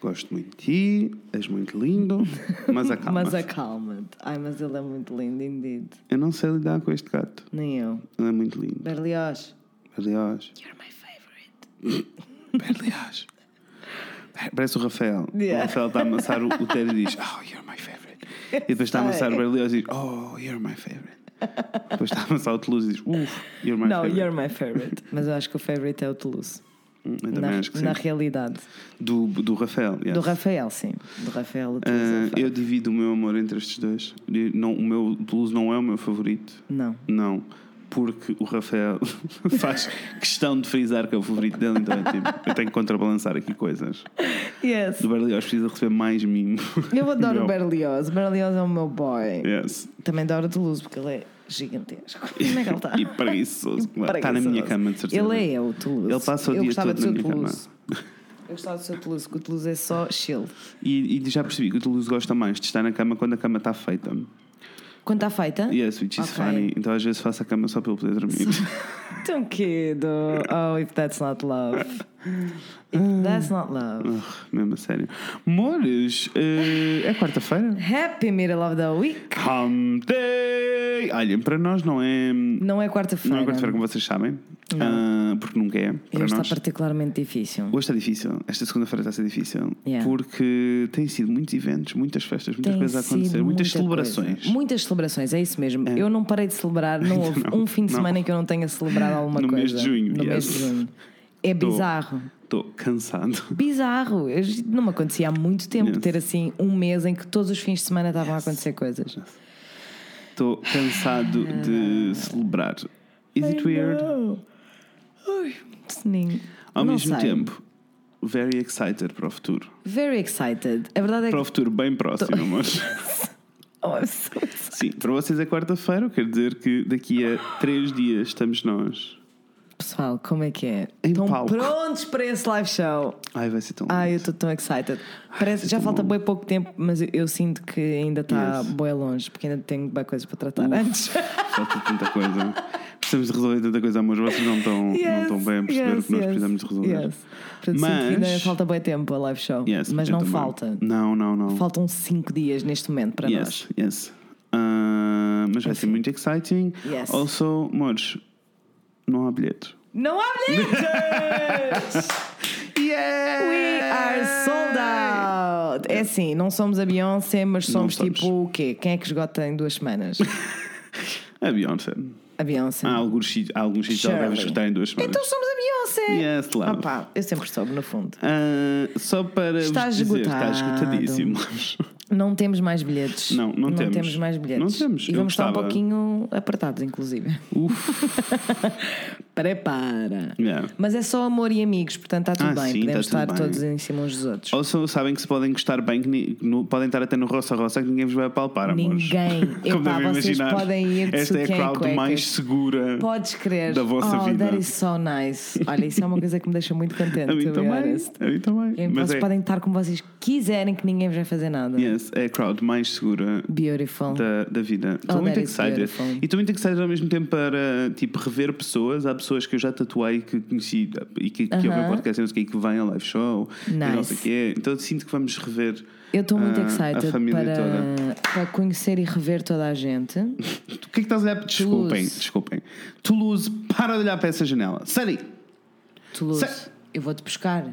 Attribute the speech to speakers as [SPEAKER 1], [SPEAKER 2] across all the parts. [SPEAKER 1] Gosto muito de ti, és muito lindo, mas acalma.
[SPEAKER 2] Mas acalma-te. Ai, mas ele é muito lindo, indeed.
[SPEAKER 1] Eu não sei lidar com este gato.
[SPEAKER 2] Nem eu.
[SPEAKER 1] Ele é muito lindo.
[SPEAKER 2] Berlioz,
[SPEAKER 1] Aliás.
[SPEAKER 2] you're my favorite.
[SPEAKER 1] Aliás. Parece o Rafael.
[SPEAKER 2] Yeah.
[SPEAKER 1] O Rafael está a amassar o, o telho e diz Oh, you're my favorite. E depois está a amassar o Berlioz e diz Oh, you're my favorite. Depois está a amassar o Toulouse e diz Uff, you're my
[SPEAKER 2] Não,
[SPEAKER 1] favorite.
[SPEAKER 2] you're my favorite. mas eu acho que o favorite é o Toulouse.
[SPEAKER 1] Hum, Eu também
[SPEAKER 2] Na,
[SPEAKER 1] acho que sim.
[SPEAKER 2] na realidade.
[SPEAKER 1] Do, do Rafael. yes.
[SPEAKER 2] Do Rafael, sim. Do Rafael, o Toulouse. é o
[SPEAKER 1] Ah,
[SPEAKER 2] favorite.
[SPEAKER 1] eu divido o meu amor entre estes dois. E Não, o meu Toulouse não é o meu favorito.
[SPEAKER 2] Não.
[SPEAKER 1] Não. Porque o Rafael faz questão de frisar que é o favorito dele, então é tipo, eu tenho que contrabalançar aqui coisas.
[SPEAKER 2] Yes.
[SPEAKER 1] Do Berlioz precisa receber mais mimo.
[SPEAKER 2] Eu adoro
[SPEAKER 1] Meu.
[SPEAKER 2] o Berlioz. O Berlioz é o meu boy.
[SPEAKER 1] Yes.
[SPEAKER 2] Também adoro o Toulouse porque ele é gigantesco. Como é que ele está?
[SPEAKER 1] E preguiçoso. claro. Está na minha cama, de certeza.
[SPEAKER 2] Ele é eu, Toulouse.
[SPEAKER 1] Ele passa o
[SPEAKER 2] eu
[SPEAKER 1] dia
[SPEAKER 2] gostava
[SPEAKER 1] todo
[SPEAKER 2] do seu
[SPEAKER 1] na minha cama.
[SPEAKER 2] Toulouse. Eu gostava do seu Toulouse, porque o Toulouse é só chill.
[SPEAKER 1] E, e já percebi que o Toulouse gosta mais de estar na cama quando a cama está feita.
[SPEAKER 2] Quando está feita?
[SPEAKER 1] Yes, which is
[SPEAKER 2] Ok.
[SPEAKER 1] funny. Então às vezes faço a cama só para ele poder dormir.
[SPEAKER 2] Tão querido. Oh, if that's not love. If that's not love.
[SPEAKER 1] Ah, mesmo a sério. Mores, eh, é quarta-feira?
[SPEAKER 2] Happy Middle of the Week.
[SPEAKER 1] Hump Day! Olhem, para nós não é.
[SPEAKER 2] Não é quarta-feira.
[SPEAKER 1] Não é quarta-feira, como vocês sabem. Ah, porque nunca é. Para
[SPEAKER 2] Hoje está
[SPEAKER 1] nós.
[SPEAKER 2] particularmente difícil.
[SPEAKER 1] Hoje está difícil, esta segunda-feira está a ser difícil
[SPEAKER 2] Yeah.
[SPEAKER 1] porque têm sido muitos eventos, muitas festas, muitas
[SPEAKER 2] Tem
[SPEAKER 1] coisas a
[SPEAKER 2] sido
[SPEAKER 1] acontecer, muitas
[SPEAKER 2] muita
[SPEAKER 1] celebrações.
[SPEAKER 2] coisa. Muitas celebrações, é isso mesmo. Eu não parei de celebrar, não houve
[SPEAKER 1] não,
[SPEAKER 2] um fim de
[SPEAKER 1] não.
[SPEAKER 2] semana em que eu não tenha celebrado alguma
[SPEAKER 1] No
[SPEAKER 2] coisa.
[SPEAKER 1] mês de junho,
[SPEAKER 2] No mês
[SPEAKER 1] yes.
[SPEAKER 2] de junho. É
[SPEAKER 1] Tô.
[SPEAKER 2] bizarro.
[SPEAKER 1] Estou cansado.
[SPEAKER 2] Bizarro. Eu- não me acontecia há muito tempo
[SPEAKER 1] Yes.
[SPEAKER 2] ter assim um mês em que todos os fins de semana estavam a acontecer coisas.
[SPEAKER 1] Estou cansado
[SPEAKER 2] Ah.
[SPEAKER 1] de celebrar. Is it weird?
[SPEAKER 2] Ai, sininho.
[SPEAKER 1] Ao
[SPEAKER 2] Não
[SPEAKER 1] mesmo
[SPEAKER 2] sei.
[SPEAKER 1] tempo, very excited para o futuro.
[SPEAKER 2] Very excited. A verdade
[SPEAKER 1] Para
[SPEAKER 2] é que.
[SPEAKER 1] o futuro bem próximo, amores.
[SPEAKER 2] Oh, I'm so excited.
[SPEAKER 1] Sim, para vocês é quarta-feira, quer dizer que daqui a três dias estamos nós.
[SPEAKER 2] Pessoal, como é que é?
[SPEAKER 1] Em
[SPEAKER 2] Estão
[SPEAKER 1] palco.
[SPEAKER 2] prontos para esse live show?
[SPEAKER 1] Ai, vai ser tão
[SPEAKER 2] Ai, eu
[SPEAKER 1] lindo.
[SPEAKER 2] estou tão excited. Parece,
[SPEAKER 1] vai
[SPEAKER 2] já
[SPEAKER 1] ser
[SPEAKER 2] falta
[SPEAKER 1] bom.
[SPEAKER 2] bem pouco tempo, mas eu, eu sinto que ainda está
[SPEAKER 1] Yes.
[SPEAKER 2] bem longe, porque ainda tenho bem coisas para tratar antes.
[SPEAKER 1] Falta tanta coisa. Precisamos de resolver tanta coisa, amores. Vocês não estão, não estão bem a perceber
[SPEAKER 2] yes,
[SPEAKER 1] o que nós
[SPEAKER 2] yes,
[SPEAKER 1] precisamos de resolver.
[SPEAKER 2] yes. Portanto, sinto que ainda
[SPEAKER 1] Mas-
[SPEAKER 2] falta bem tempo a live show.
[SPEAKER 1] Yes,
[SPEAKER 2] mas
[SPEAKER 1] eu
[SPEAKER 2] não
[SPEAKER 1] também.
[SPEAKER 2] falta.
[SPEAKER 1] Não, não, não.
[SPEAKER 2] Faltam 5 dias neste momento para nós.
[SPEAKER 1] yes, yes. Ah, mas vai ser muito exciting.
[SPEAKER 2] Yes.
[SPEAKER 1] Also, amores, não há bilhetes.
[SPEAKER 2] Não há bilhetes!
[SPEAKER 1] Yeah!
[SPEAKER 2] We are sold out! É assim, não somos a Beyoncé, mas
[SPEAKER 1] Não
[SPEAKER 2] somos,
[SPEAKER 1] somos.
[SPEAKER 2] tipo o quê? Quem é que esgota em duas semanas?
[SPEAKER 1] A Beyoncé.
[SPEAKER 2] A Beyoncé.
[SPEAKER 1] Há alguns sítios há alguns sítios que ela deve
[SPEAKER 2] Shirley.
[SPEAKER 1] escutar em duas semanas.
[SPEAKER 2] Então somos a Beyoncé!
[SPEAKER 1] Yes, love.
[SPEAKER 2] Opa, eu sempre soube, no fundo.
[SPEAKER 1] Ah, só para
[SPEAKER 2] Está
[SPEAKER 1] vos dizer, está
[SPEAKER 2] esgotado.
[SPEAKER 1] esgotadíssimo.
[SPEAKER 2] Não temos mais bilhetes.
[SPEAKER 1] Não, não temos.
[SPEAKER 2] mais bilhetes.
[SPEAKER 1] Não temos.
[SPEAKER 2] E
[SPEAKER 1] Eu
[SPEAKER 2] vamos estar um
[SPEAKER 1] gostava.
[SPEAKER 2] pouquinho apertados, inclusive.
[SPEAKER 1] Uf,
[SPEAKER 2] Prepara.
[SPEAKER 1] yeah.
[SPEAKER 2] Mas é só amor e amigos, portanto está tudo
[SPEAKER 1] Ah,
[SPEAKER 2] bem.
[SPEAKER 1] sim,
[SPEAKER 2] Podemos
[SPEAKER 1] está
[SPEAKER 2] estar
[SPEAKER 1] tudo bem.
[SPEAKER 2] todos em cima uns dos outros.
[SPEAKER 1] Ou só sabem que se podem gostar bem, que ni- no- podem estar até no roça-roça que ninguém vos vai apalpar, amores.
[SPEAKER 2] Ninguém.
[SPEAKER 1] Como
[SPEAKER 2] Epá,
[SPEAKER 1] devem
[SPEAKER 2] vocês
[SPEAKER 1] imaginar,
[SPEAKER 2] podem ir de
[SPEAKER 1] esta é a
[SPEAKER 2] sutiã e
[SPEAKER 1] crowd
[SPEAKER 2] cuecas.
[SPEAKER 1] mais segura.
[SPEAKER 2] Podes crer.
[SPEAKER 1] Da vossa
[SPEAKER 2] oh,
[SPEAKER 1] vida.
[SPEAKER 2] that is so nice. Olha, isso é uma coisa que me deixa muito contente.
[SPEAKER 1] A mim
[SPEAKER 2] to be
[SPEAKER 1] também.
[SPEAKER 2] honest.
[SPEAKER 1] A mim também.
[SPEAKER 2] É,
[SPEAKER 1] Mas
[SPEAKER 2] Vocês
[SPEAKER 1] é,
[SPEAKER 2] podem estar como vocês quiserem, que ninguém vos vai fazer nada.
[SPEAKER 1] yes, é a crowd mais segura
[SPEAKER 2] Beautiful.
[SPEAKER 1] da, da vida. Estou
[SPEAKER 2] Oh,
[SPEAKER 1] muito
[SPEAKER 2] that is
[SPEAKER 1] excited.
[SPEAKER 2] beautiful.
[SPEAKER 1] E estou muito excited ao mesmo tempo para tipo, rever pessoas. Há pessoas que eu já tatuei que conheci e que, que ouvem o
[SPEAKER 2] Aham.
[SPEAKER 1] podcast e não sei o quê, que vêm ao live show. e não
[SPEAKER 2] Nice.
[SPEAKER 1] sei o quê. Então sinto que vamos rever.
[SPEAKER 2] Eu estou muito
[SPEAKER 1] ah,
[SPEAKER 2] excited
[SPEAKER 1] A família toda.
[SPEAKER 2] para, para conhecer e rever toda a gente.
[SPEAKER 1] O que é que estás a olhar? Desculpem,
[SPEAKER 2] Toulouse.
[SPEAKER 1] desculpem. Toulouse, para de olhar para essa janela. Sari!
[SPEAKER 2] Toulouse,
[SPEAKER 1] Sei-
[SPEAKER 2] eu vou-te buscar.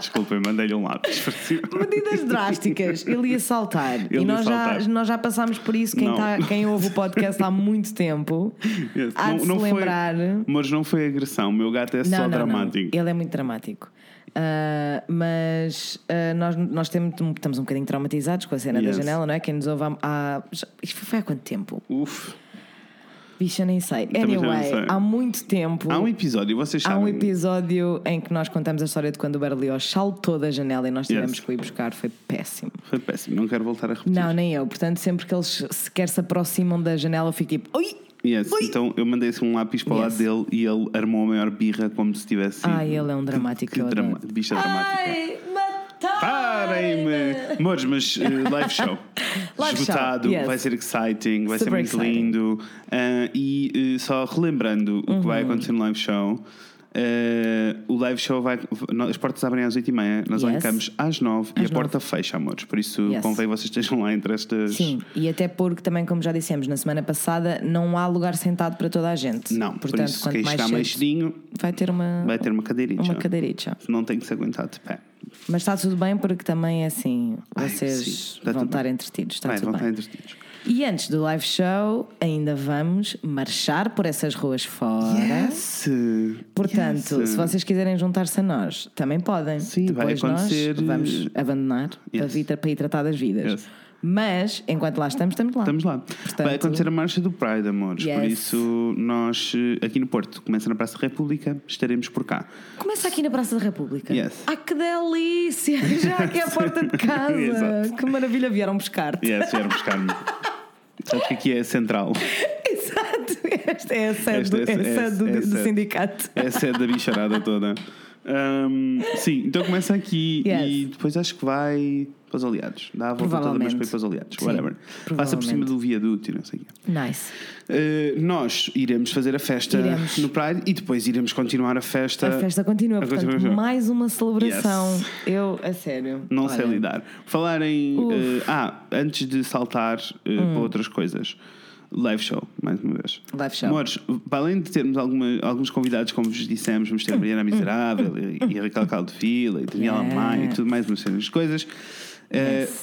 [SPEAKER 1] Desculpem, mandei-lhe um lápis para cima.
[SPEAKER 2] Medidas drásticas. Ele ia saltar.
[SPEAKER 1] Ele
[SPEAKER 2] e
[SPEAKER 1] ia
[SPEAKER 2] nós, Já,
[SPEAKER 1] saltar.
[SPEAKER 2] nós já passámos por isso. Quem,
[SPEAKER 1] Não.
[SPEAKER 2] tá- quem ouve o podcast há muito tempo
[SPEAKER 1] Yes,
[SPEAKER 2] há de se
[SPEAKER 1] foi-
[SPEAKER 2] lembrar.
[SPEAKER 1] mas não foi agressão, o meu gato é só
[SPEAKER 2] não,
[SPEAKER 1] dramático.
[SPEAKER 2] Ele é muito dramático. Ah, mas ah, nós, nós temos, estamos um bocadinho traumatizados com a cena
[SPEAKER 1] Yes.
[SPEAKER 2] da janela, não é? Quem nos ouve há. há já- isto foi há quanto tempo?
[SPEAKER 1] Uf.
[SPEAKER 2] Bicho, eu nem sei.
[SPEAKER 1] Também já não
[SPEAKER 2] Anyway,
[SPEAKER 1] sei.
[SPEAKER 2] há muito tempo.
[SPEAKER 1] Há um episódio, vocês
[SPEAKER 2] Há
[SPEAKER 1] sabem.
[SPEAKER 2] um episódio em que nós contamos a história de quando o Berlioz saltou da janela e nós tivemos
[SPEAKER 1] Yes.
[SPEAKER 2] que o ir buscar. Foi péssimo.
[SPEAKER 1] Foi péssimo, não quero voltar a repetir.
[SPEAKER 2] Não, nem eu. Portanto, sempre que eles sequer se aproximam da janela, eu fico tipo, oi!
[SPEAKER 1] Yes,
[SPEAKER 2] Ui!
[SPEAKER 1] Então eu mandei assim um lápis para o
[SPEAKER 2] Yes.
[SPEAKER 1] lado dele e ele armou a maior birra como se tivesse. sido-
[SPEAKER 2] Ai, ele é um dramático.
[SPEAKER 1] Que
[SPEAKER 2] eu
[SPEAKER 1] drama...
[SPEAKER 2] adoro.
[SPEAKER 1] bicha é dramática.
[SPEAKER 2] Ai, mataram!
[SPEAKER 1] Parem-me! Amores, mas eh, live show.
[SPEAKER 2] Live show,
[SPEAKER 1] Esgotado,
[SPEAKER 2] yes.
[SPEAKER 1] vai ser exciting, vai ser
[SPEAKER 2] Super
[SPEAKER 1] muito
[SPEAKER 2] exciting. Uhum.
[SPEAKER 1] lindo. Ah, e eh, só relembrando o que vai acontecer no live show. Eh, o live show vai. no- As portas abrem às 8h30, nós
[SPEAKER 2] Yes.
[SPEAKER 1] arrancamos às 9 e a
[SPEAKER 2] Às nove.
[SPEAKER 1] porta fecha, amores. Por isso
[SPEAKER 2] Yes.
[SPEAKER 1] convém vocês estejam lá entre estas.
[SPEAKER 2] Sim, e até porque também, como já dissemos na semana passada, não há lugar sentado para toda a gente.
[SPEAKER 1] Não, por
[SPEAKER 2] portanto,
[SPEAKER 1] isso
[SPEAKER 2] quanto
[SPEAKER 1] quem
[SPEAKER 2] mais
[SPEAKER 1] está mais
[SPEAKER 2] cedo,
[SPEAKER 1] cedinho
[SPEAKER 2] vai ter uma,
[SPEAKER 1] vai ter uma cadeirinha.
[SPEAKER 2] uma cadeirita.
[SPEAKER 1] Não tem que se aguentar de pé.
[SPEAKER 2] Mas está tudo bem porque também é assim,
[SPEAKER 1] Ai,
[SPEAKER 2] vocês
[SPEAKER 1] sim, está
[SPEAKER 2] vão
[SPEAKER 1] tudo
[SPEAKER 2] estar
[SPEAKER 1] bem.
[SPEAKER 2] entretidos, está
[SPEAKER 1] Vai,
[SPEAKER 2] Tá tudo
[SPEAKER 1] vão estar
[SPEAKER 2] bem.
[SPEAKER 1] entretidos.
[SPEAKER 2] E antes do live show, ainda vamos marchar por essas ruas fora.
[SPEAKER 1] Yes!
[SPEAKER 2] Portanto,
[SPEAKER 1] Yes.
[SPEAKER 2] se vocês quiserem juntar-se a nós, também podem.
[SPEAKER 1] Sim, vai
[SPEAKER 2] Depois
[SPEAKER 1] acontecer,
[SPEAKER 2] Nós vamos abandonar para,
[SPEAKER 1] Yes.
[SPEAKER 2] vir, para ir tratar das vidas.
[SPEAKER 1] Yes.
[SPEAKER 2] Mas, enquanto lá estamos, estamos lá.
[SPEAKER 1] Estamos lá. Vai acontecer a marcha do Pride, amores. Por
[SPEAKER 2] Yes.
[SPEAKER 1] isso, nós eh, aqui no Porto, começa na Praça da República, estaremos por cá.
[SPEAKER 2] Começa aqui na Praça da República.
[SPEAKER 1] Yes.
[SPEAKER 2] Ah, que delícia! Já aqui à porta de casa.
[SPEAKER 1] Exato.
[SPEAKER 2] que maravilha, vieram buscar-te.
[SPEAKER 1] Yes, vieram é buscar-me. Sabes que aqui é central.
[SPEAKER 2] Exato, esta é a sede
[SPEAKER 1] Esta
[SPEAKER 2] do,
[SPEAKER 1] é a
[SPEAKER 2] é a
[SPEAKER 1] sede,
[SPEAKER 2] sede do-
[SPEAKER 1] é a
[SPEAKER 2] do
[SPEAKER 1] sede.
[SPEAKER 2] sindicato.
[SPEAKER 1] É a sede da bicharada toda. Ahm, sim, então começa aqui
[SPEAKER 2] Yes.
[SPEAKER 1] e depois acho que vai para os aliados. Dá a volta toda, mas
[SPEAKER 2] Provavelmente.
[SPEAKER 1] foi para os aliados.
[SPEAKER 2] Sim,
[SPEAKER 1] Whatever. Passa por cima
[SPEAKER 2] provavelmente.
[SPEAKER 1] do viaduto e não sei o quê.
[SPEAKER 2] Nice.
[SPEAKER 1] Uh, nós iremos fazer a festa
[SPEAKER 2] Iremos.
[SPEAKER 1] no Pride e depois iremos continuar a festa.
[SPEAKER 2] A festa continua,
[SPEAKER 1] A festa
[SPEAKER 2] portanto,
[SPEAKER 1] continua.
[SPEAKER 2] mais uma celebração. Eu, a sério.
[SPEAKER 1] Não
[SPEAKER 2] olha,
[SPEAKER 1] sei lidar. Falar em.
[SPEAKER 2] Uf. Hum.
[SPEAKER 1] uh, ah, antes de saltar uh, para outras coisas. Live show, mais uma vez.
[SPEAKER 2] Live show.
[SPEAKER 1] Amores, para além de termos alguma- alguns convidados, como vos dissemos, vamos ter
[SPEAKER 2] Hum,
[SPEAKER 1] a Mariana Miserável e, e a Raquel Caldo Vila e Daniela
[SPEAKER 2] Yeah.
[SPEAKER 1] Maia e tudo mais umas cenas de coisas, uh,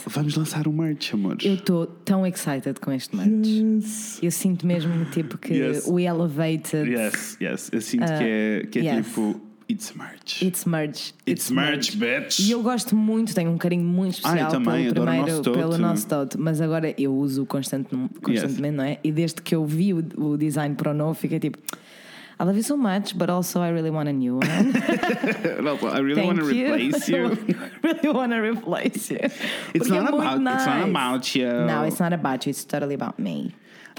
[SPEAKER 1] vamos lançar um merch, amores.
[SPEAKER 2] Eu estou tão excited com este merch. Eu sinto mesmo tipo que
[SPEAKER 1] Yes.
[SPEAKER 2] o Elevated.
[SPEAKER 1] Yes, yes. Eu sinto
[SPEAKER 2] Ah,
[SPEAKER 1] que é, que é
[SPEAKER 2] yes.
[SPEAKER 1] tipo. It's merch.
[SPEAKER 2] It's merch.
[SPEAKER 1] It's, merch, bitch.
[SPEAKER 2] E eu gosto muito, tenho um carinho muito
[SPEAKER 1] eu
[SPEAKER 2] especial
[SPEAKER 1] também, adoro o
[SPEAKER 2] pelo primeiro,
[SPEAKER 1] nosso tote.
[SPEAKER 2] pelo nosso tote, mas agora eu uso constante, constantemente, não é? E desde que eu vi o, o design para o novo, fiquei tipo, I love you so much, but also I really want a new one.
[SPEAKER 1] No, but I really want
[SPEAKER 2] Thank
[SPEAKER 1] to
[SPEAKER 2] you.
[SPEAKER 1] replace you.
[SPEAKER 2] really want to replace you.
[SPEAKER 1] It's
[SPEAKER 2] Porque é
[SPEAKER 1] not,
[SPEAKER 2] muito
[SPEAKER 1] about, it's not
[SPEAKER 2] nice.
[SPEAKER 1] about you.
[SPEAKER 2] No, it's not about you, it's totally about me.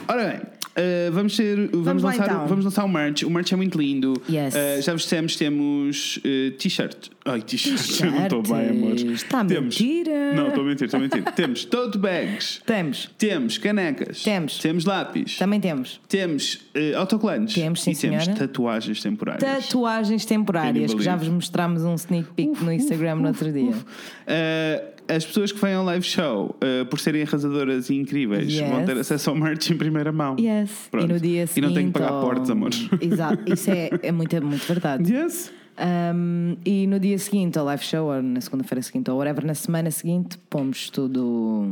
[SPEAKER 1] Ora bem, eh, vamos, ter, vamos,
[SPEAKER 2] lá,
[SPEAKER 1] lançar,
[SPEAKER 2] então.
[SPEAKER 1] vamos lançar o merch. O merch é muito lindo.
[SPEAKER 2] Yes.
[SPEAKER 1] Eh, já vos dissemos, temos eh, t-shirt. Ai, t-shirt, eu não estou bem, amor.
[SPEAKER 2] T-shirts. Tá a
[SPEAKER 1] Temos-
[SPEAKER 2] mentira.
[SPEAKER 1] Não, estou a mentir, estou a mentir. temos tote bags,
[SPEAKER 2] Temos,
[SPEAKER 1] temos canecas,
[SPEAKER 2] Temos.
[SPEAKER 1] temos lápis,
[SPEAKER 2] também temos.
[SPEAKER 1] temos eh, autocolantes
[SPEAKER 2] Temos, sim,
[SPEAKER 1] e temos
[SPEAKER 2] senhora.
[SPEAKER 1] tatuagens temporárias.
[SPEAKER 2] Tatuagens temporárias,
[SPEAKER 1] Can't
[SPEAKER 2] que já
[SPEAKER 1] believe.
[SPEAKER 2] vos mostramos um sneak peek no Instagram no outro dia.
[SPEAKER 1] Uh, as pessoas que vêm ao live show, uh, por serem arrasadoras e incríveis,
[SPEAKER 2] Yes.
[SPEAKER 1] vão ter acesso ao merch em primeira mão.
[SPEAKER 2] Yes.
[SPEAKER 1] Pronto.
[SPEAKER 2] E no dia seguinte.
[SPEAKER 1] E não tenho que pagar
[SPEAKER 2] ou-
[SPEAKER 1] portos, amor.
[SPEAKER 2] Exato, isso é, é muito, é muito verdade.
[SPEAKER 1] Yes.
[SPEAKER 2] Um, e no dia seguinte, ao live show, ou na segunda-feira seguinte, ou whatever, na semana seguinte, pomos tudo.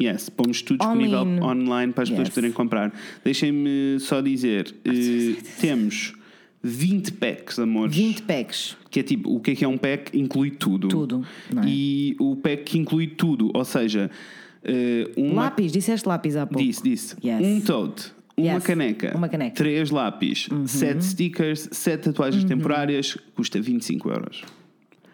[SPEAKER 1] Yes, pomos tudo
[SPEAKER 2] Online.
[SPEAKER 1] disponível online para as pessoas
[SPEAKER 2] Yes. Ah,
[SPEAKER 1] poderem comprar. Deixem-me só dizer: uh, temos 20 packs, amores.
[SPEAKER 2] 20 packs.
[SPEAKER 1] Que é tipo, o que é que é um pack? Inclui tudo.
[SPEAKER 2] Tudo, não é?
[SPEAKER 1] E o pack que inclui tudo, ou seja, uh, uma
[SPEAKER 2] Lápis, disseste lápis há pouco.
[SPEAKER 1] Disse, disse.
[SPEAKER 2] Yes.
[SPEAKER 1] Um tote. Uma,
[SPEAKER 2] Yes,
[SPEAKER 1] caneca,
[SPEAKER 2] uma caneca. Uhum.
[SPEAKER 1] três lápis, sete stickers, sete tatuagens temporárias, custa 25 euros.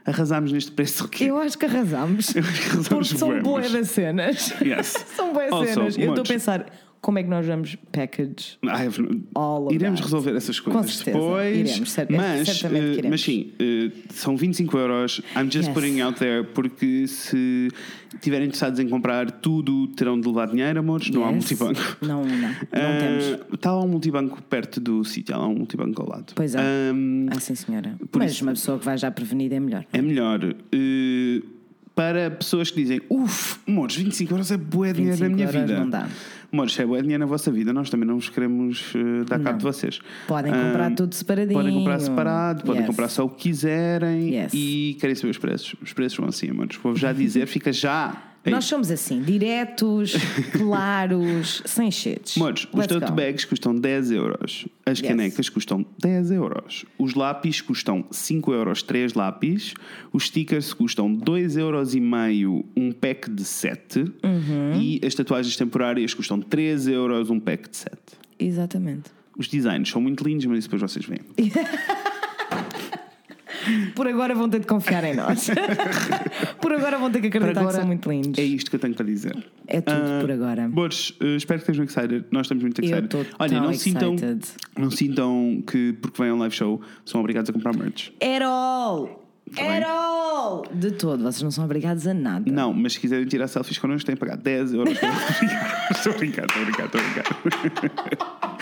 [SPEAKER 1] Arrasámos neste preço o quê?
[SPEAKER 2] Eu acho que arrasámos.
[SPEAKER 1] Arrasámos
[SPEAKER 2] Porque são
[SPEAKER 1] bué,
[SPEAKER 2] boas
[SPEAKER 1] mas-
[SPEAKER 2] das cenas.
[SPEAKER 1] Yes.
[SPEAKER 2] são boas
[SPEAKER 1] Also,
[SPEAKER 2] cenas. Eu estou a
[SPEAKER 1] much.
[SPEAKER 2] pensar como é que nós vamos package.
[SPEAKER 1] I have no-
[SPEAKER 2] All of
[SPEAKER 1] iremos
[SPEAKER 2] that.
[SPEAKER 1] resolver essas
[SPEAKER 2] Com
[SPEAKER 1] coisas
[SPEAKER 2] certeza,
[SPEAKER 1] depois.
[SPEAKER 2] iremos, cer-
[SPEAKER 1] mas,
[SPEAKER 2] certamente que
[SPEAKER 1] eh,
[SPEAKER 2] iremos.
[SPEAKER 1] mas sim, eh, são 25 euros. I'm just
[SPEAKER 2] Yes.
[SPEAKER 1] putting out there porque se estiverem interessados em comprar tudo, terão de levar dinheiro, amores. Não há um
[SPEAKER 2] Yes.
[SPEAKER 1] multibanco.
[SPEAKER 2] Não, não. Não
[SPEAKER 1] Ah,
[SPEAKER 2] temos.
[SPEAKER 1] Está lá um multibanco perto do sítio, há lá um multibanco ao lado.
[SPEAKER 2] Pois é.
[SPEAKER 1] Ah,
[SPEAKER 2] Ah, sim, senhora.
[SPEAKER 1] Por
[SPEAKER 2] Mas
[SPEAKER 1] isso-
[SPEAKER 2] uma pessoa que vai já prevenida é melhor.
[SPEAKER 1] É melhor. eh, para pessoas que dizem, uff, amores, 25 euros é bué dinheiro na
[SPEAKER 2] 25
[SPEAKER 1] minha
[SPEAKER 2] euros
[SPEAKER 1] vida.
[SPEAKER 2] não dá.
[SPEAKER 1] Amores, é bué dinheiro na vossa vida, nós também não vos queremos eh, dar cabo de vocês.
[SPEAKER 2] Podem
[SPEAKER 1] Ah,
[SPEAKER 2] comprar tudo separadinho.
[SPEAKER 1] Podem comprar separado, podem
[SPEAKER 2] Yes.
[SPEAKER 1] comprar só o que quiserem
[SPEAKER 2] Yes.
[SPEAKER 1] e querem saber os preços. Os preços vão assim, amores. Vou-vos já dizer, fica já. aí.
[SPEAKER 2] Nós somos assim, diretos, claros, sem chetes.
[SPEAKER 1] Amores, os
[SPEAKER 2] Let's
[SPEAKER 1] tote
[SPEAKER 2] go.
[SPEAKER 1] bags custam 10 euros, as
[SPEAKER 2] Yes.
[SPEAKER 1] canecas custam 10 euros, os lápis custam 5 euros 3 lápis, os stickers custam 2 euros e meio um pack de 7
[SPEAKER 2] Uhum.
[SPEAKER 1] e as tatuagens temporárias custam 3 euros um pack de 7.
[SPEAKER 2] Exatamente.
[SPEAKER 1] Os designs são muito lindos, mas isso depois vocês veem.
[SPEAKER 2] Por agora vão ter de confiar em nós. por agora vão ter que
[SPEAKER 1] Por
[SPEAKER 2] acreditar que são muito lindos.
[SPEAKER 1] É isto que eu tenho para dizer.
[SPEAKER 2] É tudo por agora.
[SPEAKER 1] Boris, eh, espero que estejam excited. Nós estamos muito
[SPEAKER 2] Eu
[SPEAKER 1] excited.
[SPEAKER 2] estou
[SPEAKER 1] Olha,
[SPEAKER 2] tão
[SPEAKER 1] não sintam,
[SPEAKER 2] excited.
[SPEAKER 1] não sintam que porque vêm a um live show são obrigados a comprar merch.
[SPEAKER 2] At all!
[SPEAKER 1] Tá
[SPEAKER 2] At all! De todo, vocês não são obrigados a nada.
[SPEAKER 1] Não, mas se quiserem tirar selfies connosco, têm que pagar 10 euros. Estou a brincar, estou a brincar, estou a brincar.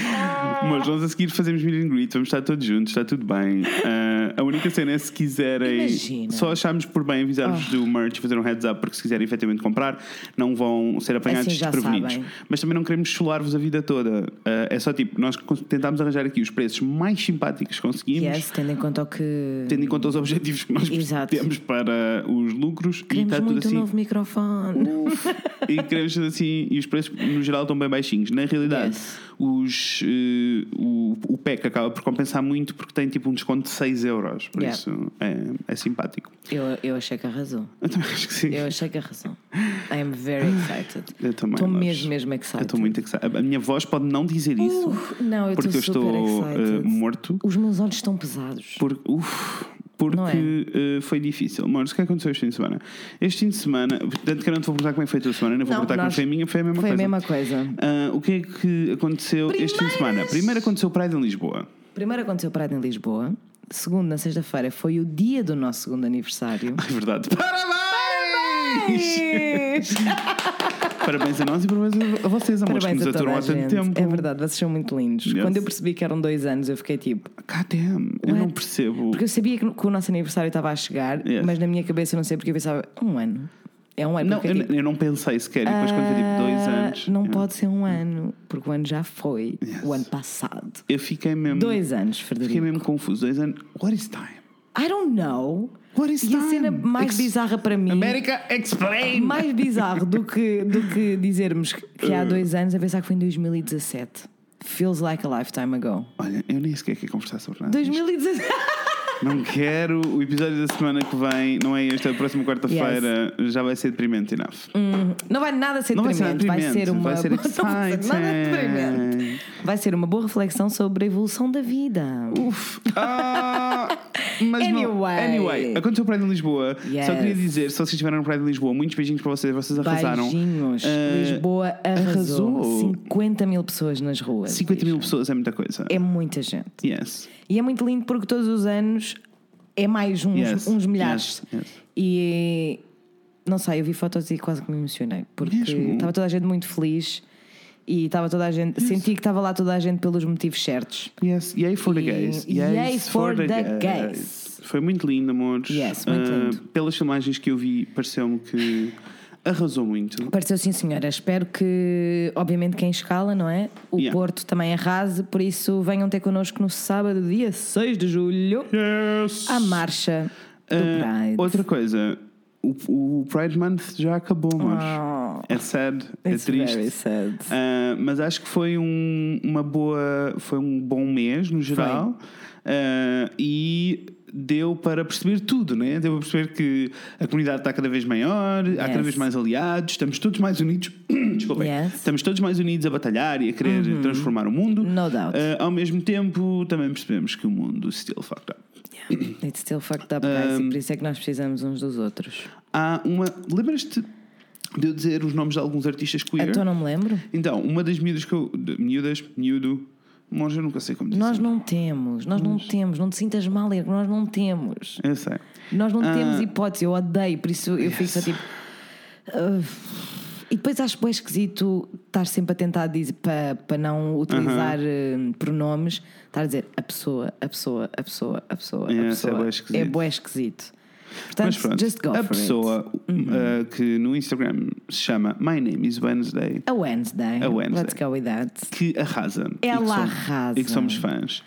[SPEAKER 1] Mas nós a seguir fazemos meet and greet, vamos estar todos juntos, está tudo bem. Ah, a única cena é se quiserem.
[SPEAKER 2] Imagina. Ah.
[SPEAKER 1] Só acharmos por bem avisar-vos do merch, fazer um heads up, porque se quiserem efetivamente comprar, não vão ser apanhados
[SPEAKER 2] Assim já
[SPEAKER 1] desprevenidos.
[SPEAKER 2] sabem.
[SPEAKER 1] Mas também não queremos chular-vos a vida toda. Ah, é só tipo, nós cons- tentámos arranjar aqui os preços mais simpáticos que conseguimos.
[SPEAKER 2] Yes, tendo em conta o que.
[SPEAKER 1] Tendo em conta os objetivos que nós
[SPEAKER 2] Exato.
[SPEAKER 1] temos para os lucros e
[SPEAKER 2] Queremos
[SPEAKER 1] está tudo
[SPEAKER 2] muito um
[SPEAKER 1] assim.
[SPEAKER 2] novo microfone.
[SPEAKER 1] e queremos tudo assim, e os preços no geral estão bem baixinhos. Na realidade,
[SPEAKER 2] Yes.
[SPEAKER 1] os, eh, o, o PEC acaba por compensar muito porque tem tipo um desconto de 6 euros. Por
[SPEAKER 2] Yeah.
[SPEAKER 1] isso é, é simpático.
[SPEAKER 2] Eu, eu achei que arrasou.
[SPEAKER 1] Eu também acho que sim.
[SPEAKER 2] Eu achei que arrasou. I'm very excited.
[SPEAKER 1] Eu também,
[SPEAKER 2] Estou
[SPEAKER 1] Lopes.
[SPEAKER 2] mesmo, mesmo excited.
[SPEAKER 1] Eu estou muito excited. A minha voz pode não dizer isso
[SPEAKER 2] Uh, não, eu
[SPEAKER 1] porque eu
[SPEAKER 2] estou super
[SPEAKER 1] estou eh,
[SPEAKER 2] excited.
[SPEAKER 1] morto.
[SPEAKER 2] Os meus olhos estão pesados.
[SPEAKER 1] Por, uf, porque
[SPEAKER 2] Não é?
[SPEAKER 1] eh, foi difícil. Mas o que aconteceu este fim de semana? Este fim de semana, tanto que eu não te vou perguntar como é que foi a tua semana, nem vou
[SPEAKER 2] Não,
[SPEAKER 1] perguntar como
[SPEAKER 2] nós-
[SPEAKER 1] foi a minha, foi a mesma
[SPEAKER 2] Foi a
[SPEAKER 1] coisa.
[SPEAKER 2] mesma coisa.
[SPEAKER 1] Ah, o que é que aconteceu este fim de semana? Primeiro aconteceu Pride em Lisboa.
[SPEAKER 2] Primeiro aconteceu Pride em Lisboa. Segundo, na sexta-feira, foi o dia do nosso segundo aniversário.
[SPEAKER 1] É verdade. Parabéns!
[SPEAKER 2] É
[SPEAKER 1] Parabéns a nós e parabéns a vocês, amores, que
[SPEAKER 2] Parabéns
[SPEAKER 1] nos
[SPEAKER 2] a toda
[SPEAKER 1] aturam
[SPEAKER 2] a
[SPEAKER 1] há tanto
[SPEAKER 2] gente.
[SPEAKER 1] tempo.
[SPEAKER 2] É verdade, vocês são muito lindos.
[SPEAKER 1] Yes.
[SPEAKER 2] Quando eu percebi que eram dois anos, eu fiquei tipo.
[SPEAKER 1] God Ah, damn, eu
[SPEAKER 2] What?
[SPEAKER 1] não percebo.
[SPEAKER 2] Porque eu sabia que, que o nosso aniversário estava a chegar,
[SPEAKER 1] Yes.
[SPEAKER 2] mas na minha cabeça eu não sei porque eu pensava, um ano. É um ano.
[SPEAKER 1] Não,
[SPEAKER 2] porque eu
[SPEAKER 1] eu,
[SPEAKER 2] fiquei tipo,
[SPEAKER 1] eu não pensei sequer. E depois, quando foi tipo dois
[SPEAKER 2] "Ah,
[SPEAKER 1] anos.
[SPEAKER 2] Não
[SPEAKER 1] eu-
[SPEAKER 2] pode ser um ano, porque o ano já foi.
[SPEAKER 1] Yes.
[SPEAKER 2] O ano passado.
[SPEAKER 1] Eu fiquei mesmo.
[SPEAKER 2] Dois anos,
[SPEAKER 1] Fiquei
[SPEAKER 2] Frederico.
[SPEAKER 1] mesmo confuso. Dois anos. What is time?
[SPEAKER 2] I don't know.
[SPEAKER 1] What is
[SPEAKER 2] e a
[SPEAKER 1] time?
[SPEAKER 2] cena mais
[SPEAKER 1] Ex-
[SPEAKER 2] bizarra para mim.
[SPEAKER 1] América, explain!
[SPEAKER 2] Mais bizarro do que, do que dizermos que que
[SPEAKER 1] Uh.
[SPEAKER 2] há dois anos a pensar que foi em 2017. Feels like a lifetime ago.
[SPEAKER 1] Olha, eu nem sequer quero conversar sobre nada.
[SPEAKER 2] 2017.
[SPEAKER 1] Não quero. O episódio da semana que vem, não é este, é a próxima quarta-feira, já vai ser deprimente enough.
[SPEAKER 2] Não vai nada ser
[SPEAKER 1] Não vai ser nada
[SPEAKER 2] deprimente, vai ser
[SPEAKER 1] deprimente,
[SPEAKER 2] uma
[SPEAKER 1] vai ser
[SPEAKER 2] não vai ser nada
[SPEAKER 1] exciting.
[SPEAKER 2] deprimente. Vai ser uma boa reflexão sobre a evolução da vida.
[SPEAKER 1] Uf! Ah, mas não.
[SPEAKER 2] Anyway.
[SPEAKER 1] Anyway, aconteceu o Pride em Lisboa.
[SPEAKER 2] Yes.
[SPEAKER 1] Só queria dizer, se vocês estiveram no Pride em Lisboa, muitos beijinhos para vocês, vocês arrasaram.
[SPEAKER 2] Beijinhos.
[SPEAKER 1] Ah,
[SPEAKER 2] Lisboa arrasou.
[SPEAKER 1] arrasou.
[SPEAKER 2] 50 mil pessoas nas ruas.
[SPEAKER 1] 50 mil pessoas é muita coisa.
[SPEAKER 2] É muita gente.
[SPEAKER 1] Yes.
[SPEAKER 2] E é muito lindo porque todos os anos é mais uns,
[SPEAKER 1] Yes,
[SPEAKER 2] uns milhares.
[SPEAKER 1] yes, yes.
[SPEAKER 2] E não sei, eu vi fotos e quase que me emocionei porque
[SPEAKER 1] Mesmo?
[SPEAKER 2] estava toda a gente muito feliz e estava toda a gente. Senti que estava lá toda a gente pelos motivos certos.
[SPEAKER 1] Yes, yay for the
[SPEAKER 2] E-
[SPEAKER 1] gays.
[SPEAKER 2] yay for the gays.
[SPEAKER 1] Foi muito lindo, amores.
[SPEAKER 2] Yes, muito lindo.
[SPEAKER 1] Ah, pelas filmagens que eu vi, pareceu-me que arrasou muito.
[SPEAKER 2] Pareceu sim, senhora. Espero que, obviamente, quem escala, não é? O
[SPEAKER 1] Yeah.
[SPEAKER 2] Porto também arrase, por isso venham ter connosco no sábado, dia 6 de julho,
[SPEAKER 1] Yes!
[SPEAKER 2] a marcha do
[SPEAKER 1] Ah,
[SPEAKER 2] Pride.
[SPEAKER 1] Outra coisa, o, o Pride Month já acabou, amores.
[SPEAKER 2] Oh,
[SPEAKER 1] É sad,
[SPEAKER 2] it's
[SPEAKER 1] é triste.
[SPEAKER 2] very sad.
[SPEAKER 1] Ah, mas acho que foi um, uma boa, foi um bom mês no geral Ah, e deu para perceber tudo, né? Deu para perceber que a comunidade está cada vez maior, há cada
[SPEAKER 2] Yes.
[SPEAKER 1] vez mais aliados, estamos todos mais unidos. Desculpem,
[SPEAKER 2] Yes. Uhum.
[SPEAKER 1] estamos todos mais unidos a batalhar e a querer transformar o mundo.
[SPEAKER 2] No doubt.
[SPEAKER 1] Ah, ao mesmo tempo, também percebemos que o mundo still fucked up.
[SPEAKER 2] It's still fucked up, guys,
[SPEAKER 1] Um,
[SPEAKER 2] e por isso é que nós precisamos uns dos outros.
[SPEAKER 1] Há uma. Lembras-te de eu dizer os nomes de alguns artistas queer?
[SPEAKER 2] Então não me lembro?
[SPEAKER 1] Então, uma das miúdas que eu. de- Miúdas, miúdo. Mas eu nunca sei como dizer.
[SPEAKER 2] Nós não temos, nós não temos, não te sintas mal, Ergo, nós não temos.
[SPEAKER 1] Eu sei.
[SPEAKER 2] Nós não
[SPEAKER 1] Ah.
[SPEAKER 2] temos hipótese, eu odeio, por isso eu fico só tipo. "Ugh." e depois acho bem esquisito estar sempre a tentar dizer para para não utilizar eh, pronomes, estar a dizer a pessoa, a pessoa, a pessoa, a pessoa,
[SPEAKER 1] Yeah,
[SPEAKER 2] a
[SPEAKER 1] isso é
[SPEAKER 2] pessoa.
[SPEAKER 1] bué esquisito.
[SPEAKER 2] É bué esquisito.
[SPEAKER 1] Mas
[SPEAKER 2] Portanto,
[SPEAKER 1] pronto,
[SPEAKER 2] just go
[SPEAKER 1] a
[SPEAKER 2] for it. Uhum.
[SPEAKER 1] pessoa uh, que no Instagram se chama My Name is Wednesday,
[SPEAKER 2] A Wednesday.
[SPEAKER 1] A Wednesday.
[SPEAKER 2] Let's go with that.
[SPEAKER 1] que arrasa.
[SPEAKER 2] Ela
[SPEAKER 1] e que somos,
[SPEAKER 2] arrasa.
[SPEAKER 1] E que somos fãs.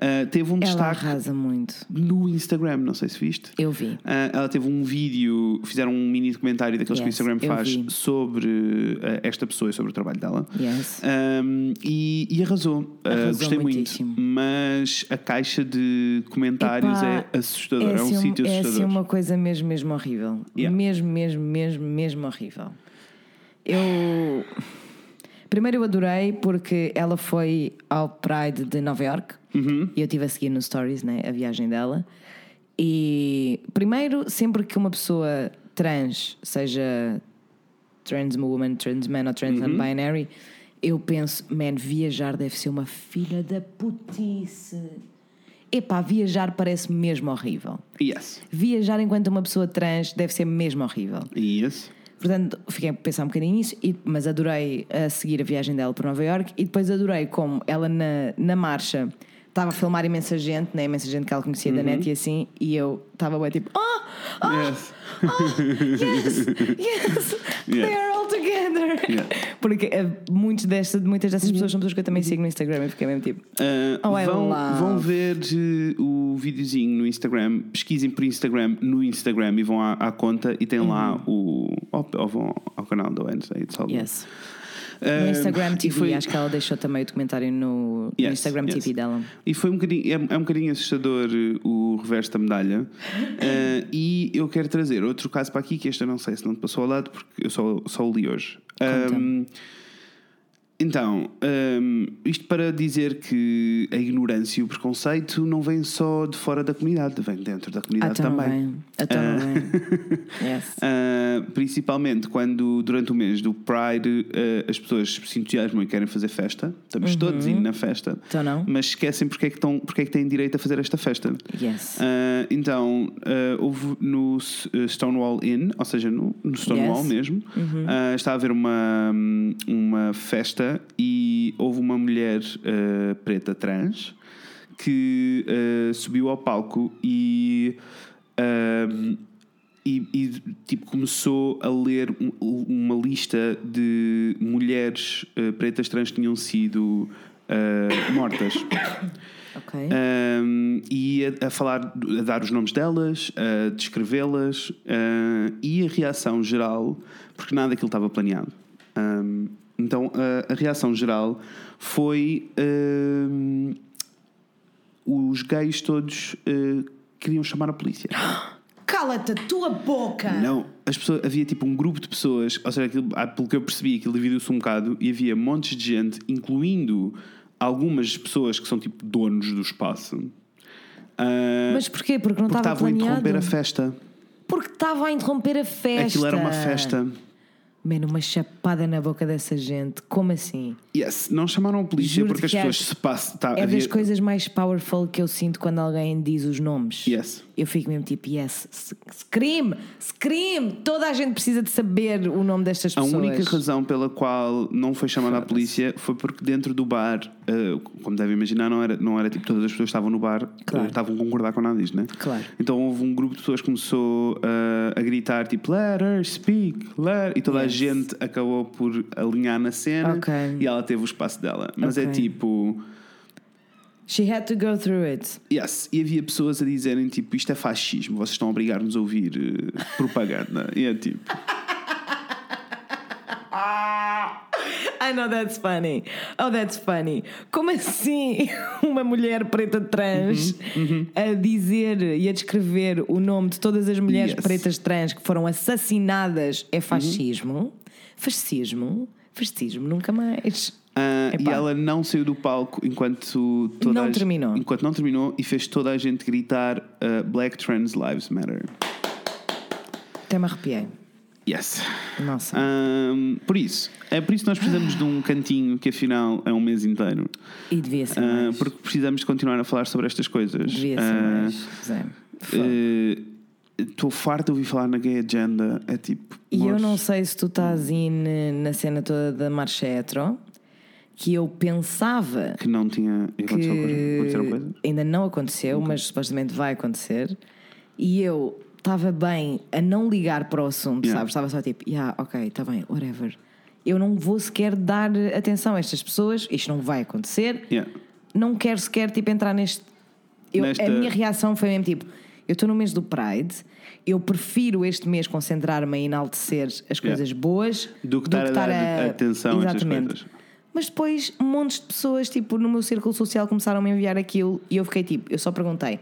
[SPEAKER 1] Uh, teve um
[SPEAKER 2] Ela
[SPEAKER 1] destaque
[SPEAKER 2] arrasa muito.
[SPEAKER 1] no Instagram, não sei se viste.
[SPEAKER 2] Eu vi.
[SPEAKER 1] Ah, ela teve um vídeo, fizeram um mini documentário daqueles que o
[SPEAKER 2] Yes,
[SPEAKER 1] Instagram
[SPEAKER 2] eu
[SPEAKER 1] faz
[SPEAKER 2] vi.
[SPEAKER 1] sobre ah, esta pessoa e sobre o trabalho dela.
[SPEAKER 2] Yes.
[SPEAKER 1] Ahm, e, e arrasou. Ah,
[SPEAKER 2] Arrasou
[SPEAKER 1] gostei
[SPEAKER 2] muitíssimo.
[SPEAKER 1] muito. Mas a caixa de comentários
[SPEAKER 2] Epá,
[SPEAKER 1] é assustadora. É, um
[SPEAKER 2] assim um-
[SPEAKER 1] sítio
[SPEAKER 2] é assim
[SPEAKER 1] assustador.
[SPEAKER 2] uma coisa mesmo, mesmo horrível.
[SPEAKER 1] Yeah.
[SPEAKER 2] Mesmo, mesmo, mesmo, mesmo horrível. Eu. Primeiro eu adorei porque ela foi ao Pride de Nova York e eu estive a seguir no Stories né, a viagem dela. E primeiro, sempre que uma pessoa trans, seja trans woman, trans man ou trans non-binary, eu penso, man, viajar deve ser uma filha da putice. Epá, viajar parece mesmo horrível.
[SPEAKER 1] Yes.
[SPEAKER 2] Viajar enquanto uma pessoa trans deve ser mesmo horrível.
[SPEAKER 1] Yes.
[SPEAKER 2] Portanto, fiquei a pensar um bocadinho nisso, e- mas adorei a seguir a viagem dela para Nova Iorque e depois adorei como ela na, na marcha estava a filmar imensa gente, né? imensa gente que ela conhecia da net e assim, e eu estava bem tipo, oh, oh,
[SPEAKER 1] Uhum. Yes.
[SPEAKER 2] oh, yes, yes, they are all together.
[SPEAKER 1] Yeah. Uhum.
[SPEAKER 2] Porque eh, muitos desta, muitas dessas pessoas são pessoas que eu também sigo no Instagram e fiquei mesmo tipo,
[SPEAKER 1] Uh,
[SPEAKER 2] Oh, I
[SPEAKER 1] vão,
[SPEAKER 2] love.
[SPEAKER 1] vão ver eh, o videozinho no Instagram, pesquisem por Instagram no Instagram e vão à, à conta e tem lá o. Ou, ou vão ao canal da Wednesday. It's all good.
[SPEAKER 2] Uhum. yes.
[SPEAKER 1] Ah,
[SPEAKER 2] No Instagram
[SPEAKER 1] e
[SPEAKER 2] TV,
[SPEAKER 1] foi-
[SPEAKER 2] acho que ela deixou também o documentário no, no
[SPEAKER 1] Yes,
[SPEAKER 2] Instagram
[SPEAKER 1] yes.
[SPEAKER 2] TV dela.
[SPEAKER 1] E foi um bocadinho, é, é um bocadinho assustador eh, o reverso da medalha. Ah, e eu quero trazer outro caso para aqui, que este eu não sei se não te passou ao lado, porque eu só, só o li hoje. Ah,
[SPEAKER 2] Conta-me.
[SPEAKER 1] então, hum, isto para dizer que a ignorância e o preconceito não vem só de fora da comunidade, vem dentro da
[SPEAKER 2] Ah,
[SPEAKER 1] comunidade
[SPEAKER 2] então
[SPEAKER 1] também.
[SPEAKER 2] bem. Então bem. Yes.
[SPEAKER 1] Ah, principalmente quando durante o mês do Pride ah, as pessoas se entusiasmam e querem fazer festa, estamos todos indo na festa,
[SPEAKER 2] Então não?
[SPEAKER 1] mas esquecem porque é, que estão, porque é que têm direito a fazer esta festa.
[SPEAKER 2] Yes.
[SPEAKER 1] Ah, então, ah, houve no S- eh, Stonewall Inn, ou seja, no, no Stonewall
[SPEAKER 2] Yes. Uhum.
[SPEAKER 1] mesmo, ah, está a haver uma, uma festa e houve uma mulher ah, preta trans que ah, subiu ao palco e. ah, e, e, tipo começou a ler um- uma lista de mulheres ah, pretas trans que tinham sido ah, mortas.
[SPEAKER 2] ok.
[SPEAKER 1] Um, e a, a falar, a dar os nomes delas, a descrevê-las uh, e a reação geral, porque nada daquilo estava planeado. Um, então a, a reação geral foi um, os gays todos uh, queriam chamar a polícia.
[SPEAKER 2] Cala-te a tua boca!
[SPEAKER 1] Não, as pessoas, havia tipo um grupo de pessoas, ou seja, aquilo- ah, pelo que eu percebi, aquilo dividiu-se um bocado e havia montes de gente, incluindo algumas pessoas que são tipo donos do espaço. ah,
[SPEAKER 2] Mas porquê? Porque não
[SPEAKER 1] porque
[SPEAKER 2] estava
[SPEAKER 1] estavam a interromper
[SPEAKER 2] planeado?
[SPEAKER 1] a festa.
[SPEAKER 2] Porque estava a interromper a festa.
[SPEAKER 1] Aquilo era uma festa.
[SPEAKER 2] Mano, uma chapada na boca dessa gente. Como assim?
[SPEAKER 1] Yes, não chamaram a polícia
[SPEAKER 2] Juro-te
[SPEAKER 1] porque as
[SPEAKER 2] que
[SPEAKER 1] pessoas
[SPEAKER 2] acho-
[SPEAKER 1] se passam. Tá,
[SPEAKER 2] É
[SPEAKER 1] havia-
[SPEAKER 2] das coisas mais powerful que eu sinto quando alguém diz os nomes.
[SPEAKER 1] Yes.
[SPEAKER 2] Eu fico mesmo tipo, yes, s- scream, scream! Toda a gente precisa de saber o nome destas
[SPEAKER 1] A
[SPEAKER 2] pessoas.
[SPEAKER 1] única razão pela qual não foi chamada a polícia foi porque dentro do bar, eh, como devem imaginar, não era, não era tipo todas as pessoas que estavam no bar
[SPEAKER 2] Claro.
[SPEAKER 1] eh, estavam a concordar com nada disto, né?
[SPEAKER 2] Claro.
[SPEAKER 1] Então houve um grupo de pessoas que começou eh, a gritar tipo let her speak, let her", e toda
[SPEAKER 2] Yes.
[SPEAKER 1] a gente acabou por alinhar na cena
[SPEAKER 2] Ok.
[SPEAKER 1] e ela teve o espaço dela. Mas é
[SPEAKER 2] Ok.
[SPEAKER 1] tipo.
[SPEAKER 2] She had to go through it.
[SPEAKER 1] Yes. E havia pessoas a dizerem tipo isto é fascismo, vocês estão a obrigar-nos a ouvir eh, propaganda. e é tipo.
[SPEAKER 2] I know that's funny. Oh, that's funny. Como assim uma mulher preta trans
[SPEAKER 1] Uhum,
[SPEAKER 2] a dizer e a descrever o nome de todas as mulheres
[SPEAKER 1] Yes. Uhum.
[SPEAKER 2] pretas trans que foram assassinadas é fascismo? Fascismo? Fascismo, nunca mais.
[SPEAKER 1] Ah, e
[SPEAKER 2] Epá.
[SPEAKER 1] ela não saiu do palco enquanto toda
[SPEAKER 2] Não
[SPEAKER 1] a gente-
[SPEAKER 2] terminou.
[SPEAKER 1] enquanto não terminou e fez toda a gente gritar ah, Black Trans Lives Matter.
[SPEAKER 2] Até me arrepiei.
[SPEAKER 1] Yes.
[SPEAKER 2] Nossa.
[SPEAKER 1] Ahm, por isso, é por isso que nós precisamos de um cantinho que afinal é um mês inteiro.
[SPEAKER 2] E devia ser
[SPEAKER 1] Ah,
[SPEAKER 2] mais.
[SPEAKER 1] porque precisamos de continuar a falar sobre estas coisas.
[SPEAKER 2] Devia ser
[SPEAKER 1] Ah,
[SPEAKER 2] mais. Zé.
[SPEAKER 1] eh, Estou farto de ouvir falar na gay agenda. É tipo.
[SPEAKER 2] E eu
[SPEAKER 1] moço,
[SPEAKER 2] não sei se tu estás in na cena toda da marcha hetero, que eu pensava
[SPEAKER 1] Que não tinha. Aconteceu uma coisa? Aconteceu uma coisa?
[SPEAKER 2] que ainda não aconteceu, mas supostamente vai acontecer. E eu estava bem a não ligar para o assunto,
[SPEAKER 1] Yeah.
[SPEAKER 2] sabes? Estava só tipo, yeah, ok, está bem, whatever. Eu não vou sequer dar atenção a estas pessoas, isto não vai acontecer.
[SPEAKER 1] Yeah.
[SPEAKER 2] Não quero sequer tipo, entrar neste. eu-
[SPEAKER 1] Nesta-
[SPEAKER 2] A minha reação foi mesmo tipo: eu estou no mês do Pride, eu prefiro este mês concentrar-me a enaltecer as coisas boas
[SPEAKER 1] Do que estar a dar atenção a estas coisas.
[SPEAKER 2] mas depois montes de pessoas, tipo, no meu círculo social começaram a me enviar aquilo e eu fiquei tipo, eu só perguntei: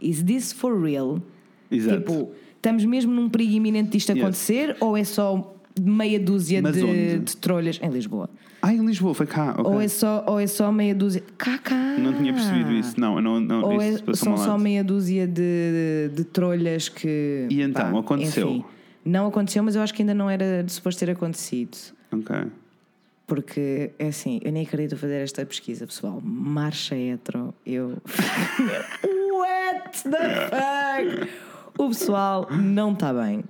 [SPEAKER 2] Is this for real?
[SPEAKER 1] Exato.
[SPEAKER 2] Tipo, estamos mesmo num perigo iminente disto
[SPEAKER 1] Yes.
[SPEAKER 2] acontecer ou é só meia dúzia
[SPEAKER 1] Mas
[SPEAKER 2] de,
[SPEAKER 1] onde?
[SPEAKER 2] de trolhas em Lisboa?
[SPEAKER 1] Ah, em Lisboa, foi cá. ok.
[SPEAKER 2] Ou, é só, ou é só meia dúzia. Cá, cá.
[SPEAKER 1] Não tinha percebido isso. Não, não, não
[SPEAKER 2] Ou é-
[SPEAKER 1] isso passou
[SPEAKER 2] são
[SPEAKER 1] mal.
[SPEAKER 2] só meia dúzia de, de trolhas que.
[SPEAKER 1] E então, aconteceu?
[SPEAKER 2] enfim. não aconteceu, mas eu acho que ainda não era de suposto ter acontecido.
[SPEAKER 1] Ok.
[SPEAKER 2] Porque é assim, eu nem acredito fazer esta pesquisa, pessoal. Marcha hetero, eu. What the fuck? O pessoal não está bem. tá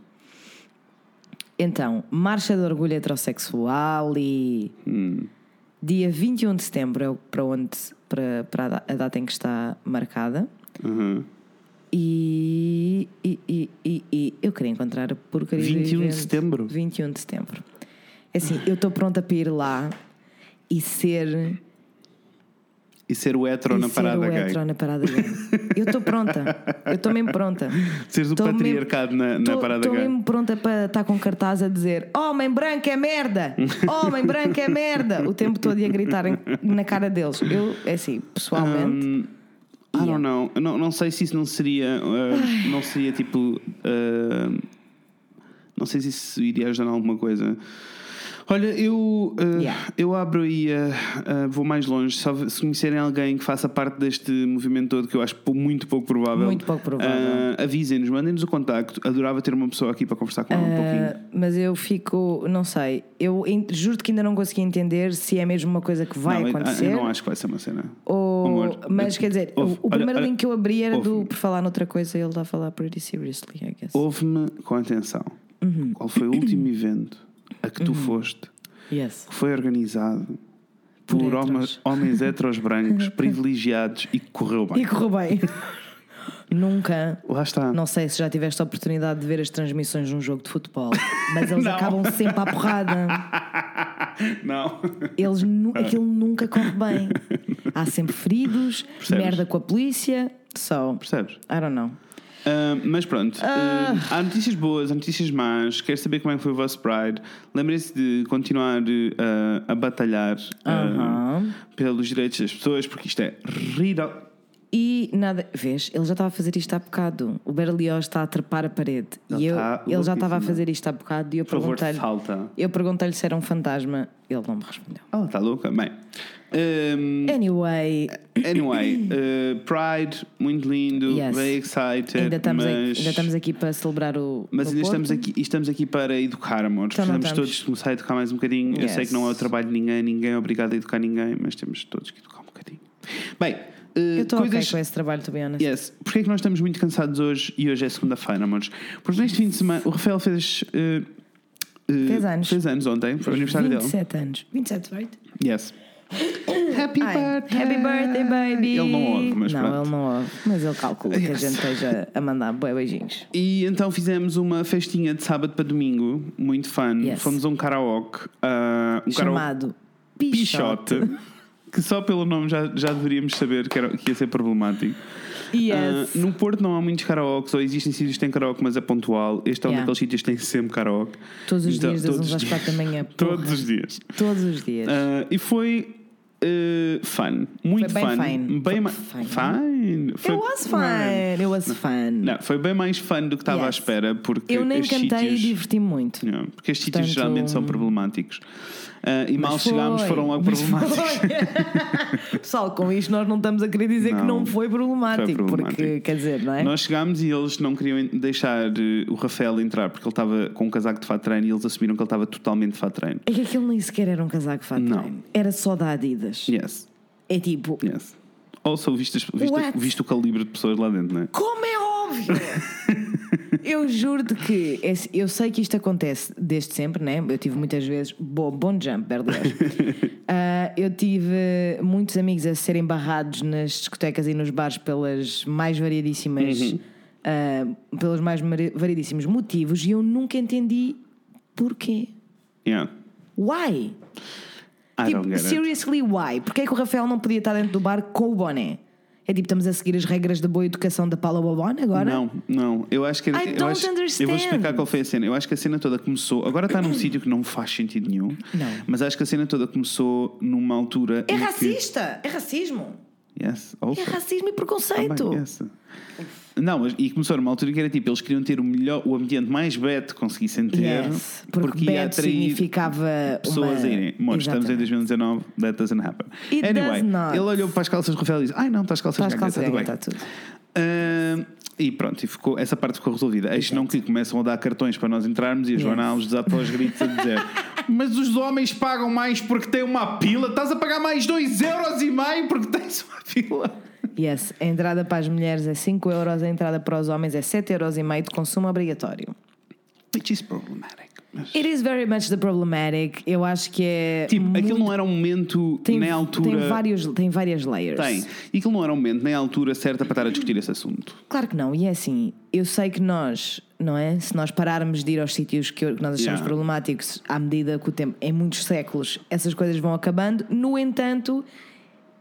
[SPEAKER 2] Então, Marcha de Orgulho Heterossexual e. Dia 21 de setembro é o- para onde para, para a da- a data em que está marcada.
[SPEAKER 1] Uhum.
[SPEAKER 2] E, e, e, e- e eu queria encontrar a porcaria do
[SPEAKER 1] 21 de
[SPEAKER 2] evento.
[SPEAKER 1] setembro?
[SPEAKER 2] 21 de setembro. É Assim, eu estou pronta para ir lá e ser,
[SPEAKER 1] E ser o hetero
[SPEAKER 2] e
[SPEAKER 1] na
[SPEAKER 2] ser
[SPEAKER 1] parada
[SPEAKER 2] o
[SPEAKER 1] gay.
[SPEAKER 2] hetero na parada gay. Eu estou pronta. Eu estou mesmo pronta.
[SPEAKER 1] Seres o
[SPEAKER 2] Tô mesmo-
[SPEAKER 1] patriarcado na, na parada
[SPEAKER 2] Estou
[SPEAKER 1] gay.
[SPEAKER 2] mesmo pronta para estar com cartaz a dizer Homem branco é merda! Homem branco é merda! O tempo todo e a gritarem na cara deles. Eu, é assim, pessoalmente.
[SPEAKER 1] I don't know. Eu Não, não sei se isso não seria. uh, não seria tipo. uh, não sei se isso iria ajudar em alguma coisa. Olha, eu, uh,
[SPEAKER 2] Yeah.
[SPEAKER 1] eu abro e uh, uh, vou mais longe. Se, houver- se conhecerem alguém que faça parte deste movimento todo, que eu acho pou- muito pouco provável,
[SPEAKER 2] Muito pouco provável.
[SPEAKER 1] uh, avisem-nos, mandem-nos o contacto. Adorava ter uma pessoa aqui para conversar com ela um pouquinho.
[SPEAKER 2] Ah, mas eu fico, não sei, eu en- juro-te que ainda não consegui entender se é mesmo uma coisa que vai
[SPEAKER 1] não, eu-
[SPEAKER 2] acontecer.
[SPEAKER 1] Eu, não acho que vai ser uma cena.
[SPEAKER 2] ou-
[SPEAKER 1] Amor,
[SPEAKER 2] mas
[SPEAKER 1] eu-
[SPEAKER 2] quer dizer,
[SPEAKER 1] ouve,
[SPEAKER 2] o, o
[SPEAKER 1] olha,
[SPEAKER 2] primeiro
[SPEAKER 1] olha,
[SPEAKER 2] link que eu abri era do
[SPEAKER 1] ouve-me.
[SPEAKER 2] por falar noutra coisa e ele está a falar pretty seriously, I guess.
[SPEAKER 1] Ouve-me com atenção.
[SPEAKER 2] Uhum.
[SPEAKER 1] Qual foi o último evento a que tu foste
[SPEAKER 2] Yes.
[SPEAKER 1] que foi organizado por,
[SPEAKER 2] Por
[SPEAKER 1] homo- homens,
[SPEAKER 2] heteros.
[SPEAKER 1] heteros brancos privilegiados e que correu bem?
[SPEAKER 2] E correu bem. Nunca.
[SPEAKER 1] Lá está.
[SPEAKER 2] Não sei se já tiveste a oportunidade de ver as transmissões de um jogo de futebol, mas eles
[SPEAKER 1] Não.
[SPEAKER 2] acabam sempre à porrada.
[SPEAKER 1] Não.
[SPEAKER 2] Eles
[SPEAKER 1] Ah.
[SPEAKER 2] nu- aquilo nunca corre bem. Há sempre feridos,
[SPEAKER 1] Percebes?
[SPEAKER 2] merda com a polícia. Só.
[SPEAKER 1] Percebes?
[SPEAKER 2] I don't know.
[SPEAKER 1] Ah, mas pronto, ah, há notícias boas, há notícias más. Quero saber como é que foi o vosso Pride. Lembrem-se de continuar ah, a batalhar ah,
[SPEAKER 2] Aham.
[SPEAKER 1] pelos direitos das pessoas, porque isto é ridículo.
[SPEAKER 2] E nada, vês, ele já estava a fazer isto há bocado. O Berlioz está a trepar a parede.
[SPEAKER 1] Ele
[SPEAKER 2] e eu,
[SPEAKER 1] está
[SPEAKER 2] ele já estava a
[SPEAKER 1] louquíssimo.
[SPEAKER 2] fazer isto há bocado e eu
[SPEAKER 1] Por favor,
[SPEAKER 2] perguntei-lhe.
[SPEAKER 1] falta.
[SPEAKER 2] Eu perguntei-lhe se era um fantasma. Ele não me respondeu.
[SPEAKER 1] Ela está tá louca? Bem. ah,
[SPEAKER 2] Anyway,
[SPEAKER 1] Anyway, eh, Pride, muito lindo,
[SPEAKER 2] Yes.
[SPEAKER 1] very excited.
[SPEAKER 2] ainda estamos,
[SPEAKER 1] mas,
[SPEAKER 2] aqui, ainda estamos aqui para celebrar o.
[SPEAKER 1] mas
[SPEAKER 2] o
[SPEAKER 1] ainda
[SPEAKER 2] Porto.
[SPEAKER 1] estamos aqui, estamos aqui para educar, amor.
[SPEAKER 2] Então não
[SPEAKER 1] Precisamos
[SPEAKER 2] estamos.
[SPEAKER 1] todos começar a educar mais um bocadinho. Eu sei
[SPEAKER 2] Yes.
[SPEAKER 1] que não é o trabalho de ninguém, ninguém é obrigado a educar ninguém, mas temos todos que educar um bocadinho. Bem, eh,
[SPEAKER 2] Eu estou
[SPEAKER 1] coisas.
[SPEAKER 2] ok com esse trabalho, to be honest.
[SPEAKER 1] Yes. Porquê é que nós estamos muito cansados hoje e hoje é segunda-feira, amores? Porque neste fim de semana o Rafael fez. eh, eh,
[SPEAKER 2] Fez anos.
[SPEAKER 1] Fez anos ontem, foi o aniversário dele.
[SPEAKER 2] 27 anos. 27, right?
[SPEAKER 1] Yes. Happy
[SPEAKER 2] Ai,
[SPEAKER 1] birthday!
[SPEAKER 2] Happy birthday, baby!
[SPEAKER 1] Ele não ouve, mas
[SPEAKER 2] Não,
[SPEAKER 1] pronto.
[SPEAKER 2] ele não ouve. Mas ele calcula que a
[SPEAKER 1] Yes.
[SPEAKER 2] gente esteja a mandar bué beijinhos.
[SPEAKER 1] E então fizemos uma festinha de sábado para domingo, muito fun.
[SPEAKER 2] Yes.
[SPEAKER 1] Fomos a um karaoke, ah, um karaoke
[SPEAKER 2] Chamado Pichote.
[SPEAKER 1] Pichote, que só pelo nome já, já deveríamos saber que, era- que ia ser problemático.
[SPEAKER 2] Yes.
[SPEAKER 1] Ah, no Porto não há muitos karaokes, ou existem sítios que têm karaoke, mas é pontual. Este é um
[SPEAKER 2] Yeah.
[SPEAKER 1] daqueles sítios que tem sempre karaoke.
[SPEAKER 2] Todos os
[SPEAKER 1] Então,
[SPEAKER 2] dias, das
[SPEAKER 1] todos
[SPEAKER 2] 11
[SPEAKER 1] os
[SPEAKER 2] às 4 da manhã. porra.
[SPEAKER 1] Todos os dias.
[SPEAKER 2] Todos os dias.
[SPEAKER 1] Ah, e foi ah, fun, muito
[SPEAKER 2] Foi bem
[SPEAKER 1] fun.
[SPEAKER 2] fine.
[SPEAKER 1] Bem
[SPEAKER 2] Foi
[SPEAKER 1] ma-
[SPEAKER 2] fine.
[SPEAKER 1] fine. Foi- um
[SPEAKER 2] it was fun. It was fun.
[SPEAKER 1] Não, foi bem mais fun do que estava à
[SPEAKER 2] Yes.
[SPEAKER 1] espera, porque
[SPEAKER 2] Eu nem
[SPEAKER 1] os
[SPEAKER 2] cantei e
[SPEAKER 1] sítios-
[SPEAKER 2] diverti-me muito.
[SPEAKER 1] Yeah, porque estes sítios
[SPEAKER 2] Portanto,
[SPEAKER 1] geralmente são problemáticos. Ah, e mal
[SPEAKER 2] Mas foi.
[SPEAKER 1] chegámos, foram logo
[SPEAKER 2] Mas
[SPEAKER 1] problemáticos.
[SPEAKER 2] foi. Pessoal, com isto nós não estamos a querer dizer que
[SPEAKER 1] Não.
[SPEAKER 2] não foi problemático,
[SPEAKER 1] Foi problemático.
[SPEAKER 2] porque quer dizer, não é?
[SPEAKER 1] Nós chegámos e eles não queriam en- deixar eh, o Rafael entrar porque ele estava com um casaco de fato de treino e eles assumiram que ele estava totalmente de fato de treino.
[SPEAKER 2] É que aquilo nem sequer era um casaco fato
[SPEAKER 1] Não.
[SPEAKER 2] treino. Era só da Adidas.
[SPEAKER 1] Yes,
[SPEAKER 2] É tipo,
[SPEAKER 1] yes. Ou só viste, as- viste,
[SPEAKER 2] What?
[SPEAKER 1] viste o calibre de pessoas lá dentro, não é?
[SPEAKER 2] Como é óbvio! eu juro-te que esse- eu sei que isto acontece desde sempre, né? Eu tive muitas vezes. Bom, bom jump, Berlioz. Ah, eu tive muitos amigos a serem barrados nas discotecas e nos bares pelas mais variedíssimas.
[SPEAKER 1] Uhum.
[SPEAKER 2] ah, pelos mais mari- variedíssimos motivos e eu nunca entendi porquê.
[SPEAKER 1] Yeah.
[SPEAKER 2] Why?
[SPEAKER 1] I don't
[SPEAKER 2] Tipo,
[SPEAKER 1] get it.
[SPEAKER 2] seriously, why? Porquê é que o Rafael não podia estar dentro do bar com o boné? É tipo, estamos a seguir as regras da boa educação da Paula Bobon agora?
[SPEAKER 1] Não, não. Eu acho que
[SPEAKER 2] I
[SPEAKER 1] eu,
[SPEAKER 2] don't
[SPEAKER 1] acho- eu vou
[SPEAKER 2] understand.
[SPEAKER 1] explicar qual foi a cena. Eu acho que a cena toda começou. Agora está num sítio que não faz sentido nenhum.
[SPEAKER 2] Não.
[SPEAKER 1] Mas acho que a cena toda começou numa altura.
[SPEAKER 2] É
[SPEAKER 1] em que-
[SPEAKER 2] racista! É racismo!
[SPEAKER 1] Yes,
[SPEAKER 2] É
[SPEAKER 1] also.
[SPEAKER 2] racismo e
[SPEAKER 1] Também,
[SPEAKER 2] preconceito!
[SPEAKER 1] essa. Não, mas, e começou numa altura que era tipo, eles queriam ter o melhor, o ambiente mais bad que conseguissem ter,
[SPEAKER 2] Yes, porque,
[SPEAKER 1] ia
[SPEAKER 2] bad significava
[SPEAKER 1] pessoas
[SPEAKER 2] uma...
[SPEAKER 1] a irem. Mons, estamos em
[SPEAKER 2] Exatamente.
[SPEAKER 1] 2019, that doesn't happen.
[SPEAKER 2] It
[SPEAKER 1] anyway,
[SPEAKER 2] does not.
[SPEAKER 1] ele olhou para as calças do Rafael e disse: Ai não, está as calças
[SPEAKER 2] Estás
[SPEAKER 1] de
[SPEAKER 2] calça
[SPEAKER 1] ganga,
[SPEAKER 2] ganga,
[SPEAKER 1] está
[SPEAKER 2] está
[SPEAKER 1] tudo
[SPEAKER 2] tá tudo.
[SPEAKER 1] bem. Ah, e pronto, e ficou, essa parte ficou resolvida. Eis não que começam a dar cartões para nós entrarmos e a Joana
[SPEAKER 2] Yes.
[SPEAKER 1] Alves desata aos gritos a dizer: Mas os homens pagam mais porque têm uma pila, estás a pagar mais 2,5€ porque tens uma pila.
[SPEAKER 2] Yes, a entrada para as mulheres é 5 euros, a entrada para os homens é 7 euros e meio de consumo obrigatório.
[SPEAKER 1] Which is problematic.
[SPEAKER 2] It is very much the problematic. Eu acho que é.
[SPEAKER 1] Tipo,
[SPEAKER 2] muito-
[SPEAKER 1] aquilo não era um momento
[SPEAKER 2] tem,
[SPEAKER 1] nem na altura.
[SPEAKER 2] Tem, vários, tem várias layers.
[SPEAKER 1] Tem. E aquilo não era um momento nem a altura certa para estar a discutir esse assunto.
[SPEAKER 2] Claro que não, e é assim, eu sei que nós, não é? Se nós pararmos de ir aos sítios que eu- que nós achamos
[SPEAKER 1] Yeah.
[SPEAKER 2] problemáticos à medida que o tempo, em muitos séculos, essas coisas vão acabando, no entanto,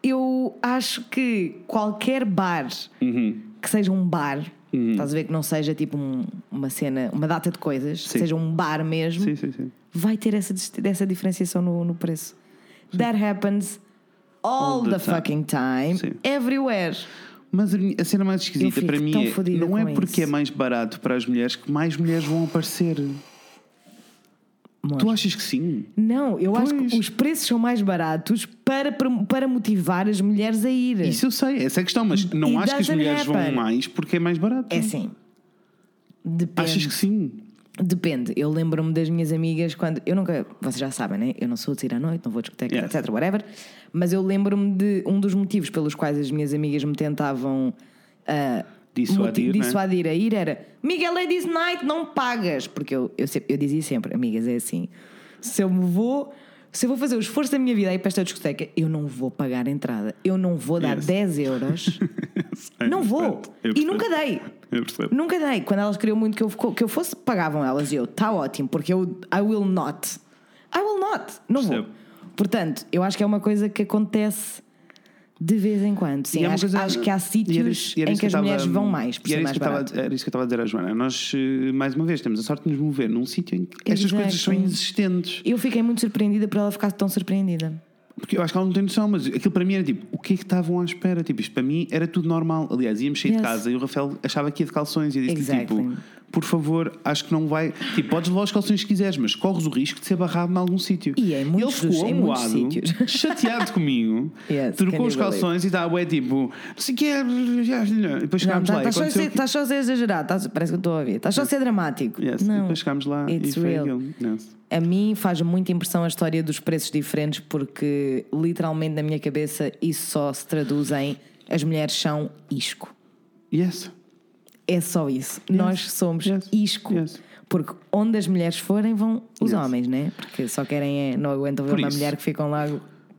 [SPEAKER 2] eu acho que qualquer bar
[SPEAKER 1] Uhum.
[SPEAKER 2] que seja um bar, estás a ver que não seja tipo um- uma cena, uma data de coisas,
[SPEAKER 1] Sim.
[SPEAKER 2] seja um bar mesmo,
[SPEAKER 1] Sim, sim, sim.
[SPEAKER 2] vai ter essa, dis- essa diferenciação no, no preço. That happens all,
[SPEAKER 1] All the
[SPEAKER 2] the,
[SPEAKER 1] time.
[SPEAKER 2] fucking time,
[SPEAKER 1] Sim.
[SPEAKER 2] everywhere.
[SPEAKER 1] Mas a minha- a cena mais
[SPEAKER 2] Eu
[SPEAKER 1] esquisita
[SPEAKER 2] fico
[SPEAKER 1] para
[SPEAKER 2] tão
[SPEAKER 1] mim é,
[SPEAKER 2] fodida
[SPEAKER 1] não é
[SPEAKER 2] com
[SPEAKER 1] porque
[SPEAKER 2] isso.
[SPEAKER 1] é mais barato para as mulheres que mais mulheres vão aparecer.
[SPEAKER 2] Amor.
[SPEAKER 1] Tu achas que sim?
[SPEAKER 2] Não, eu acho
[SPEAKER 1] Pois.
[SPEAKER 2] que os preços são mais baratos para, para motivar as mulheres a irem.
[SPEAKER 1] Isso eu sei, essa é a questão, mas não
[SPEAKER 2] It
[SPEAKER 1] acho que as
[SPEAKER 2] doesn't
[SPEAKER 1] mulheres vão
[SPEAKER 2] happen.
[SPEAKER 1] mais porque é mais barato.
[SPEAKER 2] É assim. É Depende.
[SPEAKER 1] Achas que sim?
[SPEAKER 2] Depende. Eu lembro-me das minhas amigas quando. Eu nunca. Vocês já sabem, né? Eu não sou de sair à noite, não vou a discotecas,
[SPEAKER 1] Yeah.
[SPEAKER 2] etc. Whatever. Mas eu lembro-me de um dos motivos pelos quais as minhas amigas me tentavam. ah,
[SPEAKER 1] Dissuadir,
[SPEAKER 2] moti-
[SPEAKER 1] né?
[SPEAKER 2] dissuadir a ir era Miguel Ladies Night, não pagas. Porque eu, eu, sempre- eu dizia sempre, amigas, é assim: se eu me vou. Se eu vou fazer o esforço da minha vida aí para esta discoteca, eu não vou pagar a entrada. Eu não vou dar
[SPEAKER 1] Yes.
[SPEAKER 2] 10 euros. não vou. E nunca dei.
[SPEAKER 1] Eu percebo.
[SPEAKER 2] Nunca dei. Quando elas queriam muito que eu, fo- que eu fosse, pagavam elas e eu, está ótimo, porque eu I will not. I will not. Não vou.
[SPEAKER 1] Percebo.
[SPEAKER 2] Portanto, eu acho que é uma coisa que acontece de vez em quando.
[SPEAKER 1] E
[SPEAKER 2] Sim,
[SPEAKER 1] é uma
[SPEAKER 2] acho,
[SPEAKER 1] coisa-
[SPEAKER 2] acho que há
[SPEAKER 1] e era isso-
[SPEAKER 2] sítios
[SPEAKER 1] e era
[SPEAKER 2] em
[SPEAKER 1] isso
[SPEAKER 2] que as
[SPEAKER 1] eu tava-
[SPEAKER 2] mulheres vão mais,
[SPEAKER 1] hum,
[SPEAKER 2] por
[SPEAKER 1] e
[SPEAKER 2] ser
[SPEAKER 1] era isso que
[SPEAKER 2] mais
[SPEAKER 1] eu tava-
[SPEAKER 2] barato.
[SPEAKER 1] Era isso que eu estava a dizer à Joana. Nós, eh, mais uma vez, temos a sorte de nos mover num sítio em que estas
[SPEAKER 2] Exato.
[SPEAKER 1] coisas são inexistentes.
[SPEAKER 2] Eu fiquei muito surpreendida por ela ficar tão surpreendida.
[SPEAKER 1] Porque eu acho que ela não tem noção, mas aquilo para mim era tipo, o que é que estavam à espera? Tipo, isto para mim era tudo normal. Aliás, íamos sair de
[SPEAKER 2] Yes.
[SPEAKER 1] casa e o Rafael achava que ia de calções e eu disse
[SPEAKER 2] Exactly.
[SPEAKER 1] tipo, por favor, acho que não vai. Tipo, podes levar os calções que quiseres, mas corres o risco de ser barrado em algum sítio.
[SPEAKER 2] E em muitos
[SPEAKER 1] Ele ficou
[SPEAKER 2] dos- em muitos
[SPEAKER 1] amuado,
[SPEAKER 2] sítios.
[SPEAKER 1] chateado comigo,
[SPEAKER 2] Yes, can
[SPEAKER 1] trocou os
[SPEAKER 2] you believe?
[SPEAKER 1] calções e estava, ué, tipo, não sei o que é. E depois
[SPEAKER 2] Não,
[SPEAKER 1] chegámos lá e
[SPEAKER 2] estás só, a
[SPEAKER 1] aconteceu
[SPEAKER 2] ser-
[SPEAKER 1] aquilo.
[SPEAKER 2] tá só a ser exagerado, tá- parece que eu estou a ouvir. Estás só a ser dramático.
[SPEAKER 1] Yes, E
[SPEAKER 2] Não.
[SPEAKER 1] depois chegámos lá e
[SPEAKER 2] It's
[SPEAKER 1] foi
[SPEAKER 2] real.
[SPEAKER 1] aquilo. Yes.
[SPEAKER 2] A mim faz muita impressão a história dos preços diferentes, porque literalmente na minha cabeça isso só se traduz em as mulheres são isco.
[SPEAKER 1] Yes.
[SPEAKER 2] É só isso. Nós somos
[SPEAKER 1] Yes.
[SPEAKER 2] isco.
[SPEAKER 1] Yes.
[SPEAKER 2] Porque onde as mulheres forem vão os
[SPEAKER 1] Yes.
[SPEAKER 2] homens, né? Porque só querem é. Não aguentam ver
[SPEAKER 1] Por
[SPEAKER 2] uma
[SPEAKER 1] isso.
[SPEAKER 2] mulher que ficam lá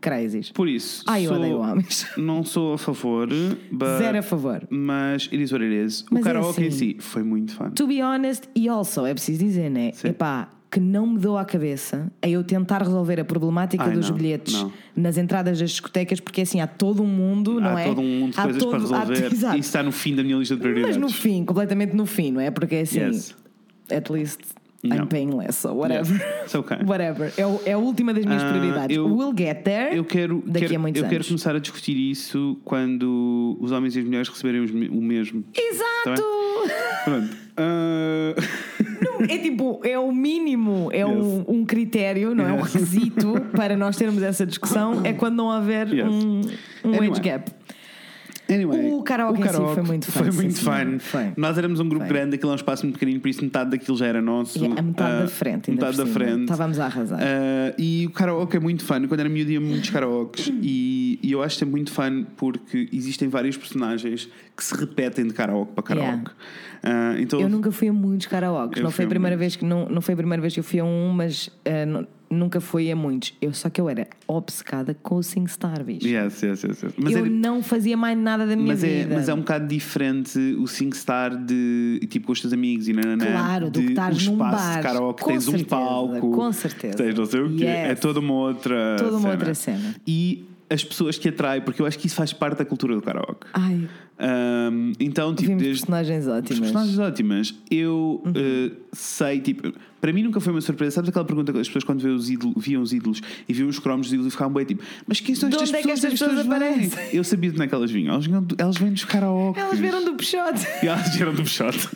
[SPEAKER 2] crazies.
[SPEAKER 1] Por isso.
[SPEAKER 2] Ai, eu
[SPEAKER 1] sou-
[SPEAKER 2] odeio homens.
[SPEAKER 1] Não sou a favor, but-
[SPEAKER 2] Zero a favor.
[SPEAKER 1] Mas it is what it is. O
[SPEAKER 2] Mas é
[SPEAKER 1] karaoke
[SPEAKER 2] assim.
[SPEAKER 1] em si foi muito fun.
[SPEAKER 2] To be honest, e also, é preciso dizer, né?
[SPEAKER 1] Sim.
[SPEAKER 2] Epá, que não me deu à cabeça a eu tentar resolver a problemática
[SPEAKER 1] Ai,
[SPEAKER 2] dos
[SPEAKER 1] não,
[SPEAKER 2] bilhetes
[SPEAKER 1] não.
[SPEAKER 2] nas entradas das discotecas, porque assim há todo um mundo, não
[SPEAKER 1] há
[SPEAKER 2] é?
[SPEAKER 1] todo um mundo de
[SPEAKER 2] Há
[SPEAKER 1] coisas para
[SPEAKER 2] todo- há-
[SPEAKER 1] resolver.
[SPEAKER 2] exato.
[SPEAKER 1] Isso está no fim da minha lista de prioridades.
[SPEAKER 2] Mas no fim, completamente no fim, não é? Porque assim,
[SPEAKER 1] Yes.
[SPEAKER 2] at least
[SPEAKER 1] Não.
[SPEAKER 2] I'm paying less, or whatever.
[SPEAKER 1] Yes, it's okay.
[SPEAKER 2] whatever. É, o- é a última das minhas
[SPEAKER 1] Ah,
[SPEAKER 2] prioridades.
[SPEAKER 1] eu-
[SPEAKER 2] we'll get there
[SPEAKER 1] Eu quero,
[SPEAKER 2] daqui
[SPEAKER 1] quero-
[SPEAKER 2] a muitos
[SPEAKER 1] eu quero
[SPEAKER 2] anos.
[SPEAKER 1] começar a discutir isso quando os homens e as mulheres receberem os me- o mesmo. Tá
[SPEAKER 2] Exato!
[SPEAKER 1] Pronto. Ah,
[SPEAKER 2] É tipo, é o mínimo, é um, um critério, não é um
[SPEAKER 1] Yes.
[SPEAKER 2] requisito para nós termos essa discussão, é quando não houver
[SPEAKER 1] Yes.
[SPEAKER 2] um, um
[SPEAKER 1] Anyway.
[SPEAKER 2] age gap.
[SPEAKER 1] anyway,
[SPEAKER 2] O karaoke em si foi muito fun,
[SPEAKER 1] Foi
[SPEAKER 2] sim,
[SPEAKER 1] muito
[SPEAKER 2] senhora.
[SPEAKER 1] fun.
[SPEAKER 2] Foi.
[SPEAKER 1] Nós éramos um grupo
[SPEAKER 2] Foi.
[SPEAKER 1] grande, aquilo é um espaço muito pequenino, por isso metade daquilo já era nosso.
[SPEAKER 2] Yeah, é a metade
[SPEAKER 1] Ah,
[SPEAKER 2] da frente, ainda
[SPEAKER 1] metade
[SPEAKER 2] por
[SPEAKER 1] da
[SPEAKER 2] cima.
[SPEAKER 1] frente.
[SPEAKER 2] Estávamos a arrasar.
[SPEAKER 1] Ah, e o karaoke é muito fun. Quando era miúdo ia muitos karaokes
[SPEAKER 2] Hum.
[SPEAKER 1] e, e eu acho que é muito fun porque existem vários personagens que se repetem de karaoke para karaoke.
[SPEAKER 2] Yeah.
[SPEAKER 1] Ah, então
[SPEAKER 2] Eu nunca fui a muitos karaokes,
[SPEAKER 1] Eu
[SPEAKER 2] não
[SPEAKER 1] fui
[SPEAKER 2] foi,
[SPEAKER 1] a
[SPEAKER 2] a primeira
[SPEAKER 1] muitos.
[SPEAKER 2] vez que, não, não foi a primeira vez que eu fui a um, mas eh, nu- nunca fui a muitos. Eu, só que eu era obcecada com o SingStar, bicho.
[SPEAKER 1] Yes, yes, yes, yes. Mas,
[SPEAKER 2] eu
[SPEAKER 1] é,
[SPEAKER 2] não fazia mais nada da minha
[SPEAKER 1] mas, é,
[SPEAKER 2] vida.
[SPEAKER 1] mas é um bocado diferente o SingStar de tipo com os teus amigos e nananã.
[SPEAKER 2] Claro,
[SPEAKER 1] de
[SPEAKER 2] do que
[SPEAKER 1] um
[SPEAKER 2] estás num
[SPEAKER 1] espaço
[SPEAKER 2] bar.
[SPEAKER 1] de karaoke,
[SPEAKER 2] Com
[SPEAKER 1] tens um
[SPEAKER 2] certeza,
[SPEAKER 1] palco,
[SPEAKER 2] com certeza.
[SPEAKER 1] tens não sei o quê.
[SPEAKER 2] Yes.
[SPEAKER 1] É toda uma outra
[SPEAKER 2] Toda uma
[SPEAKER 1] cena.
[SPEAKER 2] outra cena.
[SPEAKER 1] E as pessoas que atrai, porque eu acho que isso faz parte da cultura do karaoke.
[SPEAKER 2] Ai,
[SPEAKER 1] Ahm, então, tipo,
[SPEAKER 2] vimos
[SPEAKER 1] desde,
[SPEAKER 2] personagens
[SPEAKER 1] As
[SPEAKER 2] ótimas. Uhum.
[SPEAKER 1] personagens ótimas, eu eh, sei, tipo, para mim nunca foi uma surpresa. Sabes aquela pergunta que as pessoas quando vêem os ídolos, viam os ídolos e viam os cromos dos ídolos e ficavam bem tipo, mas quem são
[SPEAKER 2] De
[SPEAKER 1] estas
[SPEAKER 2] onde é que
[SPEAKER 1] pessoas?
[SPEAKER 2] estas pessoas
[SPEAKER 1] vêm?"
[SPEAKER 2] aparecem?
[SPEAKER 1] Eu sabia de onde é que elas vinham. Elas, vinham do- elas vêm dos karaoke.
[SPEAKER 2] Elas vieram do Peixote.
[SPEAKER 1] E elas vieram do Peixote.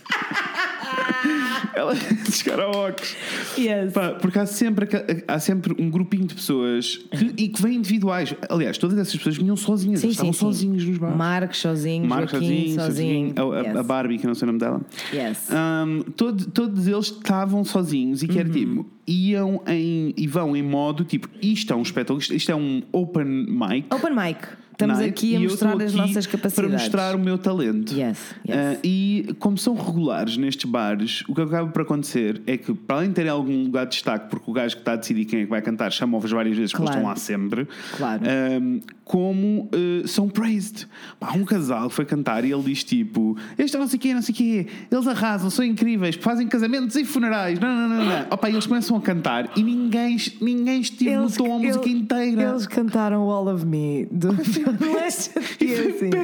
[SPEAKER 1] elas vieram dos karaokes.
[SPEAKER 2] yes.
[SPEAKER 1] Pá, porque há sempre, aqua- há sempre um grupinho de pessoas que, e que vêm individuais. Aliás, todas essas pessoas vinham sozinhas.
[SPEAKER 2] É. Sim,
[SPEAKER 1] elas
[SPEAKER 2] sim,
[SPEAKER 1] estavam
[SPEAKER 2] sim.
[SPEAKER 1] sozinhos nos bares.
[SPEAKER 2] Marcos sozinho,
[SPEAKER 1] Marcos
[SPEAKER 2] Joaquim
[SPEAKER 1] sozinho,
[SPEAKER 2] sozinho.
[SPEAKER 1] sozinho. É A- a-
[SPEAKER 2] Yes.
[SPEAKER 1] a Barbie, que eu não sei o nome dela.
[SPEAKER 2] Yes. Uhum.
[SPEAKER 1] Um, todo- todos eles estavam sozinhos e que era tipo. iam em, e vão em modo tipo, isto é um espetáculo, isto- isto é um open mic.
[SPEAKER 2] Open mic. Estamos
[SPEAKER 1] night,
[SPEAKER 2] aqui a
[SPEAKER 1] Ah. é? e eu
[SPEAKER 2] mostrar
[SPEAKER 1] estou
[SPEAKER 2] as
[SPEAKER 1] aqui
[SPEAKER 2] nossas capacidades.
[SPEAKER 1] Para mostrar o meu talento.
[SPEAKER 2] Yes, yes.
[SPEAKER 1] Ah, e como são regulares nestes bares, o que acaba por acontecer é que, para além de terem algum lugar de destaque, porque o gajo que está a decidir quem é que vai cantar chamou-vos várias vezes, porque eles
[SPEAKER 2] Claro.
[SPEAKER 1] estão lá sempre,
[SPEAKER 2] Claro.
[SPEAKER 1] ahm, como ah, são praised. Pá, um casal foi cantar e ele diz tipo: Este é não sei o quê, não sei o quê, eles arrasam, são incríveis, fazem casamentos e funerais. Não, não, não, não. não. Opa, e eles começam a cantar e ninguém, ninguém estimulou a música
[SPEAKER 2] eles-
[SPEAKER 1] inteira.
[SPEAKER 2] Eles cantaram All of Me do Last
[SPEAKER 1] E foi péssimo.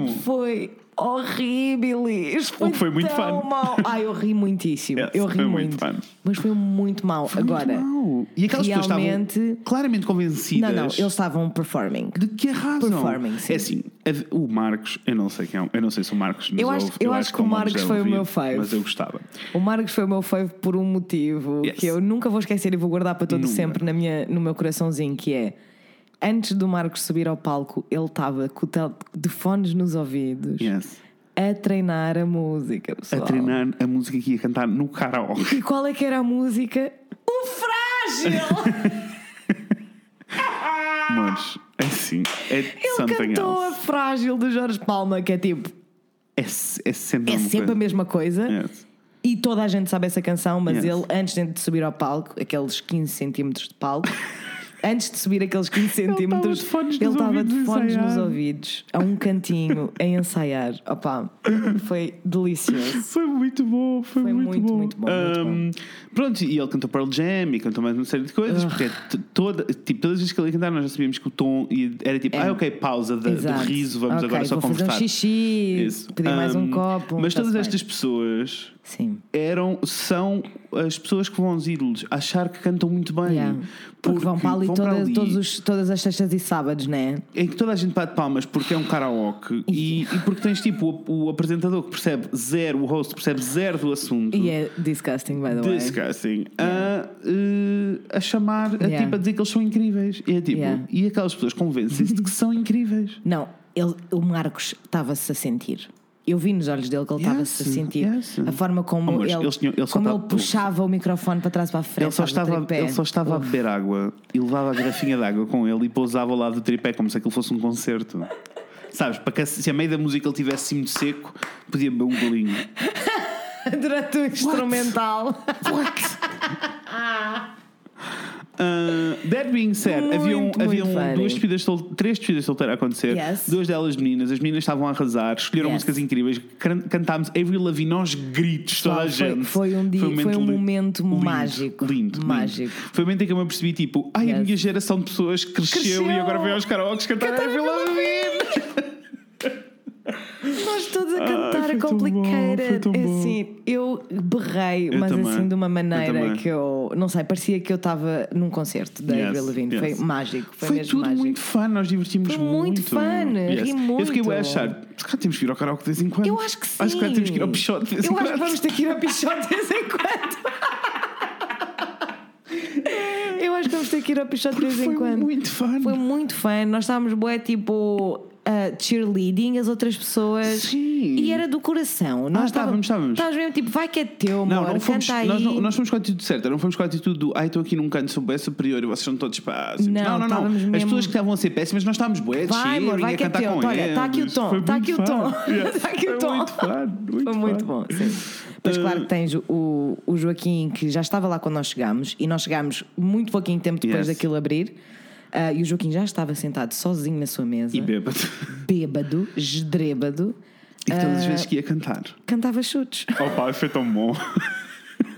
[SPEAKER 2] é assim. Foi horrível. Isto
[SPEAKER 1] O
[SPEAKER 2] foi,
[SPEAKER 1] que foi muito
[SPEAKER 2] tão
[SPEAKER 1] fun.
[SPEAKER 2] mau. Ai, eu ri muitíssimo.
[SPEAKER 1] Yes,
[SPEAKER 2] eu ri
[SPEAKER 1] foi muito
[SPEAKER 2] muito.
[SPEAKER 1] fun.
[SPEAKER 2] Mas foi muito mau.
[SPEAKER 1] Muito
[SPEAKER 2] Agora,
[SPEAKER 1] mau. E aquelas pessoas
[SPEAKER 2] realmente-
[SPEAKER 1] estavam claramente convencidas.
[SPEAKER 2] não, não, eles estavam performing.
[SPEAKER 1] De que arrasam?
[SPEAKER 2] Performing, sim.
[SPEAKER 1] É assim, a- o Marcos, eu não sei quem é, eu não sei se o Marcos nos
[SPEAKER 2] Eu acho-
[SPEAKER 1] ouve,
[SPEAKER 2] eu acho que
[SPEAKER 1] ele
[SPEAKER 2] o
[SPEAKER 1] não nos
[SPEAKER 2] Marcos
[SPEAKER 1] deve
[SPEAKER 2] foi o
[SPEAKER 1] ouvir,
[SPEAKER 2] meu fave.
[SPEAKER 1] Mas eu gostava.
[SPEAKER 2] O Marcos foi o meu fave por um motivo
[SPEAKER 1] Yes.
[SPEAKER 2] que eu nunca vou esquecer e vou guardar para todo
[SPEAKER 1] Nunca.
[SPEAKER 2] sempre na minha, no meu coraçãozinho, que é antes do Marcos subir ao palco, ele estava com o tel- de fones nos ouvidos
[SPEAKER 1] Yes.
[SPEAKER 2] a treinar a música,
[SPEAKER 1] A
[SPEAKER 2] pessoal.
[SPEAKER 1] treinar a música que ia cantar no karaoke.
[SPEAKER 2] E qual é que era a música? O Frágil!
[SPEAKER 1] Mas, é assim, é
[SPEAKER 2] Ele
[SPEAKER 1] something
[SPEAKER 2] cantou a
[SPEAKER 1] else.
[SPEAKER 2] Frágil do Jorge Palma, que é tipo,
[SPEAKER 1] É, se- é sempre
[SPEAKER 2] é
[SPEAKER 1] a mesma
[SPEAKER 2] sempre a
[SPEAKER 1] coisa.
[SPEAKER 2] mesma coisa.
[SPEAKER 1] Yes.
[SPEAKER 2] E toda a gente sabe essa canção, mas
[SPEAKER 1] Yes.
[SPEAKER 2] ele, antes de subir ao palco, aqueles 15 centímetros de palco, antes de subir aqueles 15
[SPEAKER 1] tava
[SPEAKER 2] centímetros,
[SPEAKER 1] de fones
[SPEAKER 2] ele
[SPEAKER 1] nos
[SPEAKER 2] estava de
[SPEAKER 1] ouvidos a
[SPEAKER 2] fones nos
[SPEAKER 1] ensaiar.
[SPEAKER 2] ouvidos, a um cantinho, a ensaiar. Opa, foi delicioso.
[SPEAKER 1] Foi muito bom, foi,
[SPEAKER 2] Foi
[SPEAKER 1] muito,
[SPEAKER 2] muito,
[SPEAKER 1] bom.
[SPEAKER 2] muito bom, muito
[SPEAKER 1] Ahm, Pronto, e ele cantou Pearl Jam e cantou mais uma série de coisas, porque é t- toda, tipo, todas as vezes que ele ia cantar nós já sabíamos que o tom ia- era tipo, ah, ok, pausa da- do
[SPEAKER 2] Exato.
[SPEAKER 1] riso, vamos
[SPEAKER 2] Ok,
[SPEAKER 1] agora só
[SPEAKER 2] vou
[SPEAKER 1] conversar.
[SPEAKER 2] Fazer um xixi,
[SPEAKER 1] Isso.
[SPEAKER 2] pedir mais um
[SPEAKER 1] Ahm,
[SPEAKER 2] copo.
[SPEAKER 1] Mas
[SPEAKER 2] está-se
[SPEAKER 1] todas
[SPEAKER 2] bem.
[SPEAKER 1] estas pessoas
[SPEAKER 2] Sim.
[SPEAKER 1] eram, são as pessoas que vão aos ídolos achar que cantam muito bem.
[SPEAKER 2] Yeah. Porque, vão para ali, toda- Todos os, todas as sextas e sábados, né?
[SPEAKER 1] Em que toda a gente bate palmas porque é um karaoke e, e porque tens tipo o, o apresentador que percebe zero, o host percebe zero do assunto.
[SPEAKER 2] E é disgusting, by the way.
[SPEAKER 1] Disgusting. A, eh, a chamar, a
[SPEAKER 2] Yeah.
[SPEAKER 1] tipo, a dizer que eles são incríveis. E é tipo,
[SPEAKER 2] Yeah.
[SPEAKER 1] e aquelas pessoas convencem-se de que são incríveis.
[SPEAKER 2] Não, ele- o Marcos estava-se a sentir. Eu vi nos olhos dele que ele
[SPEAKER 1] Yes,
[SPEAKER 2] estava-se a sentir.
[SPEAKER 1] yes.
[SPEAKER 2] A forma como
[SPEAKER 1] Oh, mas
[SPEAKER 2] ele,
[SPEAKER 1] eles tinham- ele só
[SPEAKER 2] como
[SPEAKER 1] tá-
[SPEAKER 2] ele puxava o microfone para trás e para a frente.
[SPEAKER 1] Ele só,
[SPEAKER 2] estava de
[SPEAKER 1] estava,
[SPEAKER 2] tripé.
[SPEAKER 1] ele só estava a beber água e levava a garrafinha de água com ele e pousava ao lado do tripé como se aquilo fosse um concerto. Sabes, para que se a meio da música ele tivesse assim muito seco, podia beber um golinho.
[SPEAKER 2] Durante o instrumental.
[SPEAKER 1] Uh, that being said,
[SPEAKER 2] Muito,
[SPEAKER 1] haviam,
[SPEAKER 2] muito
[SPEAKER 1] haviam
[SPEAKER 2] funny.
[SPEAKER 1] um, duas despedidas sol- três despedidas solteiras a acontecer,
[SPEAKER 2] Yes.
[SPEAKER 1] duas delas meninas. As meninas estavam a arrasar, escolheram
[SPEAKER 2] Yes.
[SPEAKER 1] músicas incríveis, can- cantámos Avril Lavigne aos gritos, toda a
[SPEAKER 2] Foi-
[SPEAKER 1] gente.
[SPEAKER 2] foi um dia- foi um
[SPEAKER 1] li-
[SPEAKER 2] momento mágico,
[SPEAKER 1] Lindo, lindo.
[SPEAKER 2] mágico.
[SPEAKER 1] Foi o momento em que eu me apercebi, tipo, ai, a
[SPEAKER 2] Yes.
[SPEAKER 1] minha geração de pessoas cresceu,
[SPEAKER 2] Cresceu.
[SPEAKER 1] e agora vem aos karaokes cantar
[SPEAKER 2] Cantar
[SPEAKER 1] Avril
[SPEAKER 2] Avril
[SPEAKER 1] Lavigne.
[SPEAKER 2] Nós todos a cantar
[SPEAKER 1] foi
[SPEAKER 2] a
[SPEAKER 1] tão bom, foi
[SPEAKER 2] complicated.
[SPEAKER 1] tão bom.
[SPEAKER 2] Assim, eu berrei, mas
[SPEAKER 1] também,
[SPEAKER 2] assim de uma
[SPEAKER 1] eu
[SPEAKER 2] maneira
[SPEAKER 1] também.
[SPEAKER 2] que eu não sei, parecia que eu estava num concerto da
[SPEAKER 1] Yes,
[SPEAKER 2] Avril Lavigne.
[SPEAKER 1] yes.
[SPEAKER 2] Foi mágico, foi,
[SPEAKER 1] Foi
[SPEAKER 2] mesmo
[SPEAKER 1] tudo
[SPEAKER 2] mágico.
[SPEAKER 1] muito fã, nós divertimos
[SPEAKER 2] Foi muito fun, ri
[SPEAKER 1] Eu fiquei
[SPEAKER 2] muito.
[SPEAKER 1] bué a achar, se calhar temos que ir ao karaoke de vez em quando.
[SPEAKER 2] Eu acho que sim.
[SPEAKER 1] Acho que calhar temos que ir ao pichote de vez em
[SPEAKER 2] Eu acho que
[SPEAKER 1] quando.
[SPEAKER 2] vamos ter que ir ao pichote de vez em quando. Eu acho que vamos ter que ir ao pichote de vez em
[SPEAKER 1] Foi
[SPEAKER 2] quando.
[SPEAKER 1] muito fã.
[SPEAKER 2] Foi muito fã. Nós estávamos bué tipo a cheerleading as outras pessoas.
[SPEAKER 1] Sim.
[SPEAKER 2] E era do coração.
[SPEAKER 1] Ah,
[SPEAKER 2] Nós
[SPEAKER 1] estávamos, estávamos.
[SPEAKER 2] Estávamos mesmo tipo, vai que é teu, amor.
[SPEAKER 1] Não, não fomos,
[SPEAKER 2] canta aí.
[SPEAKER 1] nós, não, nós fomos com a atitude certa, não fomos com a atitude do ai, estou aqui num canto, sou bem superior e vocês são todos péssimos.
[SPEAKER 2] Não,
[SPEAKER 1] Não, não, não.
[SPEAKER 2] estávamos
[SPEAKER 1] As
[SPEAKER 2] mesmo-
[SPEAKER 1] pessoas que estavam a ser péssimas, nós estávamos bué,
[SPEAKER 2] Vai, amor,
[SPEAKER 1] cheering,
[SPEAKER 2] vai
[SPEAKER 1] a
[SPEAKER 2] que é
[SPEAKER 1] cantar
[SPEAKER 2] teu.
[SPEAKER 1] com
[SPEAKER 2] Olha,
[SPEAKER 1] eles.
[SPEAKER 2] tá aqui o tom,
[SPEAKER 1] Foi
[SPEAKER 2] tá
[SPEAKER 1] muito
[SPEAKER 2] aqui o tom.
[SPEAKER 1] fun. Yeah.
[SPEAKER 2] Tá aqui o
[SPEAKER 1] Foi
[SPEAKER 2] tom.
[SPEAKER 1] Muito fun, muito Eh,
[SPEAKER 2] Foi muito bom, sim. Mas claro que tens o, o Joaquim que já estava lá quando nós chegámos e nós chegámos muito pouquinho tempo depois
[SPEAKER 1] Yes.
[SPEAKER 2] daquilo abrir. Ah, e o Joaquim já estava sentado sozinho na sua mesa,
[SPEAKER 1] E bêbado.
[SPEAKER 2] bêbado, esdrêbado,
[SPEAKER 1] E todas as vezes que ia cantar.
[SPEAKER 2] cantava chutes.
[SPEAKER 1] Oh pá, foi tão bom.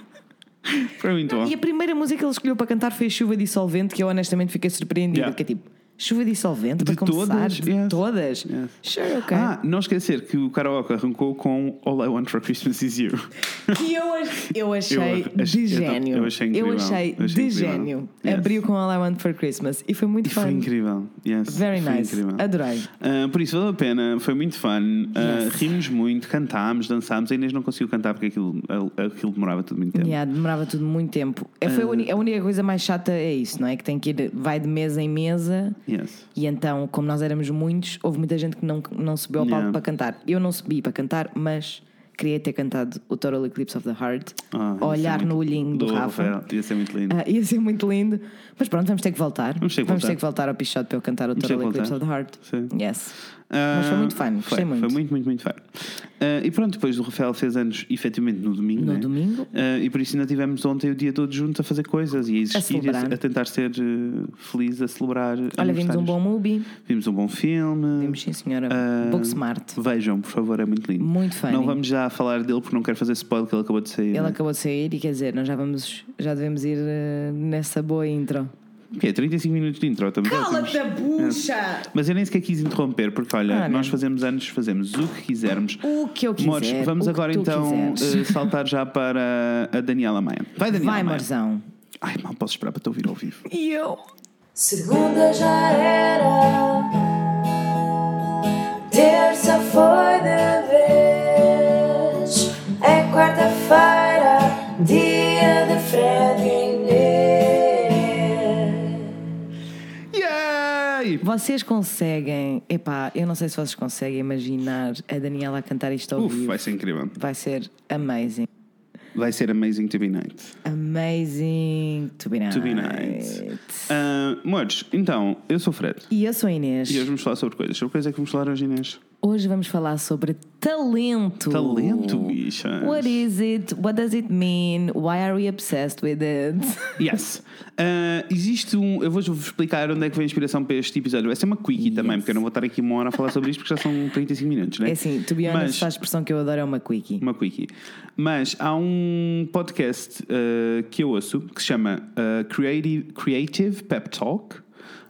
[SPEAKER 1] foi muito bom.
[SPEAKER 2] E a primeira música que ele escolheu para cantar foi a Chuva Dissolvente, que eu honestamente fiquei surpreendida,
[SPEAKER 1] Yeah.
[SPEAKER 2] porque é tipo, Chuva Dissolvente,
[SPEAKER 1] De
[SPEAKER 2] para começar,
[SPEAKER 1] todas?
[SPEAKER 2] de
[SPEAKER 1] Yes.
[SPEAKER 2] todas.
[SPEAKER 1] Yes.
[SPEAKER 2] Sure, ok.
[SPEAKER 1] Ah, não esquecer que o karaoke arrancou com All I Want for Christmas Is You.
[SPEAKER 2] Que eu, ach- eu achei
[SPEAKER 1] Eu achei-
[SPEAKER 2] de
[SPEAKER 1] eu tam-
[SPEAKER 2] gênio.
[SPEAKER 1] eu achei incrível,
[SPEAKER 2] Eu achei
[SPEAKER 1] eu
[SPEAKER 2] de
[SPEAKER 1] achei incrível.
[SPEAKER 2] gênio.
[SPEAKER 1] Yes.
[SPEAKER 2] Abriu com All I Want for Christmas e foi muito
[SPEAKER 1] E foi
[SPEAKER 2] fun.
[SPEAKER 1] incrível. Yes,
[SPEAKER 2] Very
[SPEAKER 1] foi
[SPEAKER 2] nice.
[SPEAKER 1] incrível.
[SPEAKER 2] Adorei.
[SPEAKER 1] Ah, por isso valeu a pena, foi muito fun. Ah,
[SPEAKER 2] Yes.
[SPEAKER 1] rimos muito, cantámos, dançámos. A Inês não conseguiu cantar porque aquilo, aquilo demorava tudo muito tempo.
[SPEAKER 2] Yeah, demorava tudo muito tempo. É, foi a, uni- a única coisa mais chata é isso, não é? Que tem que ir, vai de mesa em mesa.
[SPEAKER 1] Yes.
[SPEAKER 2] E então, como nós éramos muitos, houve muita gente que não, não subiu ao palco
[SPEAKER 1] Yeah.
[SPEAKER 2] para cantar. Eu não subi para cantar, mas queria ter cantado o Total Eclipse of the Heart,
[SPEAKER 1] Ah,
[SPEAKER 2] a olhar
[SPEAKER 1] isso é
[SPEAKER 2] no
[SPEAKER 1] muito-
[SPEAKER 2] olhinho do, Rafa.
[SPEAKER 1] Rafael. Ia ser muito lindo.
[SPEAKER 2] Um Ah, ia ser muito lindo. Mas pronto, vamos ter que voltar.
[SPEAKER 1] Vamos ter que voltar.
[SPEAKER 2] ao Pichote para eu cantar o
[SPEAKER 1] ter
[SPEAKER 2] Total
[SPEAKER 1] que
[SPEAKER 2] Eclipse of
[SPEAKER 1] voltar.
[SPEAKER 2] the Heart.
[SPEAKER 1] Sim.
[SPEAKER 2] Yes. Mas foi muito fun,
[SPEAKER 1] Ah,
[SPEAKER 2] gostei
[SPEAKER 1] foi,
[SPEAKER 2] muito.
[SPEAKER 1] Foi muito, muito, muito fun. Ah, e pronto, depois o Rafael fez anos efetivamente no domingo.
[SPEAKER 2] No
[SPEAKER 1] né?
[SPEAKER 2] domingo.
[SPEAKER 1] Ah, e por isso ainda tivemos ontem o dia todo junto a fazer coisas e a existir, e a,
[SPEAKER 2] celebrar.
[SPEAKER 1] a tentar ser eh, feliz, a celebrar.
[SPEAKER 2] Olha, vimos um
[SPEAKER 1] aniversários.
[SPEAKER 2] bom movie.
[SPEAKER 1] Vimos um bom filme.
[SPEAKER 2] Vimos, sim, senhora.
[SPEAKER 1] Ah,
[SPEAKER 2] Book Smart.
[SPEAKER 1] Vejam, por favor, é muito lindo.
[SPEAKER 2] Muito funny.
[SPEAKER 1] Não vamos já falar dele porque não quero fazer spoiler que ele acabou de sair.
[SPEAKER 2] Ele
[SPEAKER 1] né?
[SPEAKER 2] acabou de sair e quer dizer, nós já vamos, já devemos ir eh, nessa boa intro.
[SPEAKER 1] O quê? 35 minutos de intro. Estamos ótimos. É.
[SPEAKER 2] a bucha!
[SPEAKER 1] Mas eu nem sequer quis interromper, porque olha,
[SPEAKER 2] Ah,
[SPEAKER 1] nós
[SPEAKER 2] não.
[SPEAKER 1] fazemos anos, fazemos o que quisermos.
[SPEAKER 2] O que eu quiser,
[SPEAKER 1] Mores, vamos
[SPEAKER 2] o que
[SPEAKER 1] agora
[SPEAKER 2] tu
[SPEAKER 1] então
[SPEAKER 2] quiseres.
[SPEAKER 1] eh, saltar já para a Daniela Maia. Vai, Daniela
[SPEAKER 2] Vai,
[SPEAKER 1] Maia.
[SPEAKER 2] Marzão.
[SPEAKER 1] Ai, mal posso esperar para te ouvir ao vivo.
[SPEAKER 2] E eu?
[SPEAKER 3] Segunda já era, terça foi de vez, é quarta-feira, dia de Fred e Inês.
[SPEAKER 1] Yay!
[SPEAKER 2] Vocês conseguem, epá, eu não sei se vocês conseguem imaginar a Daniela a cantar isto ao
[SPEAKER 1] Uf,
[SPEAKER 2] vivo.
[SPEAKER 1] vai ser incrível.
[SPEAKER 2] Vai ser amazing.
[SPEAKER 1] Vai ser Amazing to be Night.
[SPEAKER 2] Amazing to be night.
[SPEAKER 1] To be Night. Ah, Mores, então, eu sou o Fred.
[SPEAKER 2] E eu sou a Inês.
[SPEAKER 1] E hoje vamos falar sobre coisas. Sobre coisas é que vamos falar hoje, Inês.
[SPEAKER 2] Hoje vamos falar sobre talento.
[SPEAKER 1] Talento, bicha.
[SPEAKER 2] Uh, What is it? What does it mean? Why are we obsessed with it?
[SPEAKER 1] Yes. Ah, existe um. Eu vou-vos explicar onde é que vem a inspiração para este episódio. Vai ser uma quickie também, porque eu não vou estar aqui uma hora a falar sobre isto, porque já são 35 minutos, né?
[SPEAKER 2] É assim, to be honest,
[SPEAKER 1] Mas-
[SPEAKER 2] a expressão que eu adoro é uma quickie.
[SPEAKER 1] Uma quickie. Mas há um podcast ah, que eu ouço que se chama ah, Creative, Creative Pep Talk.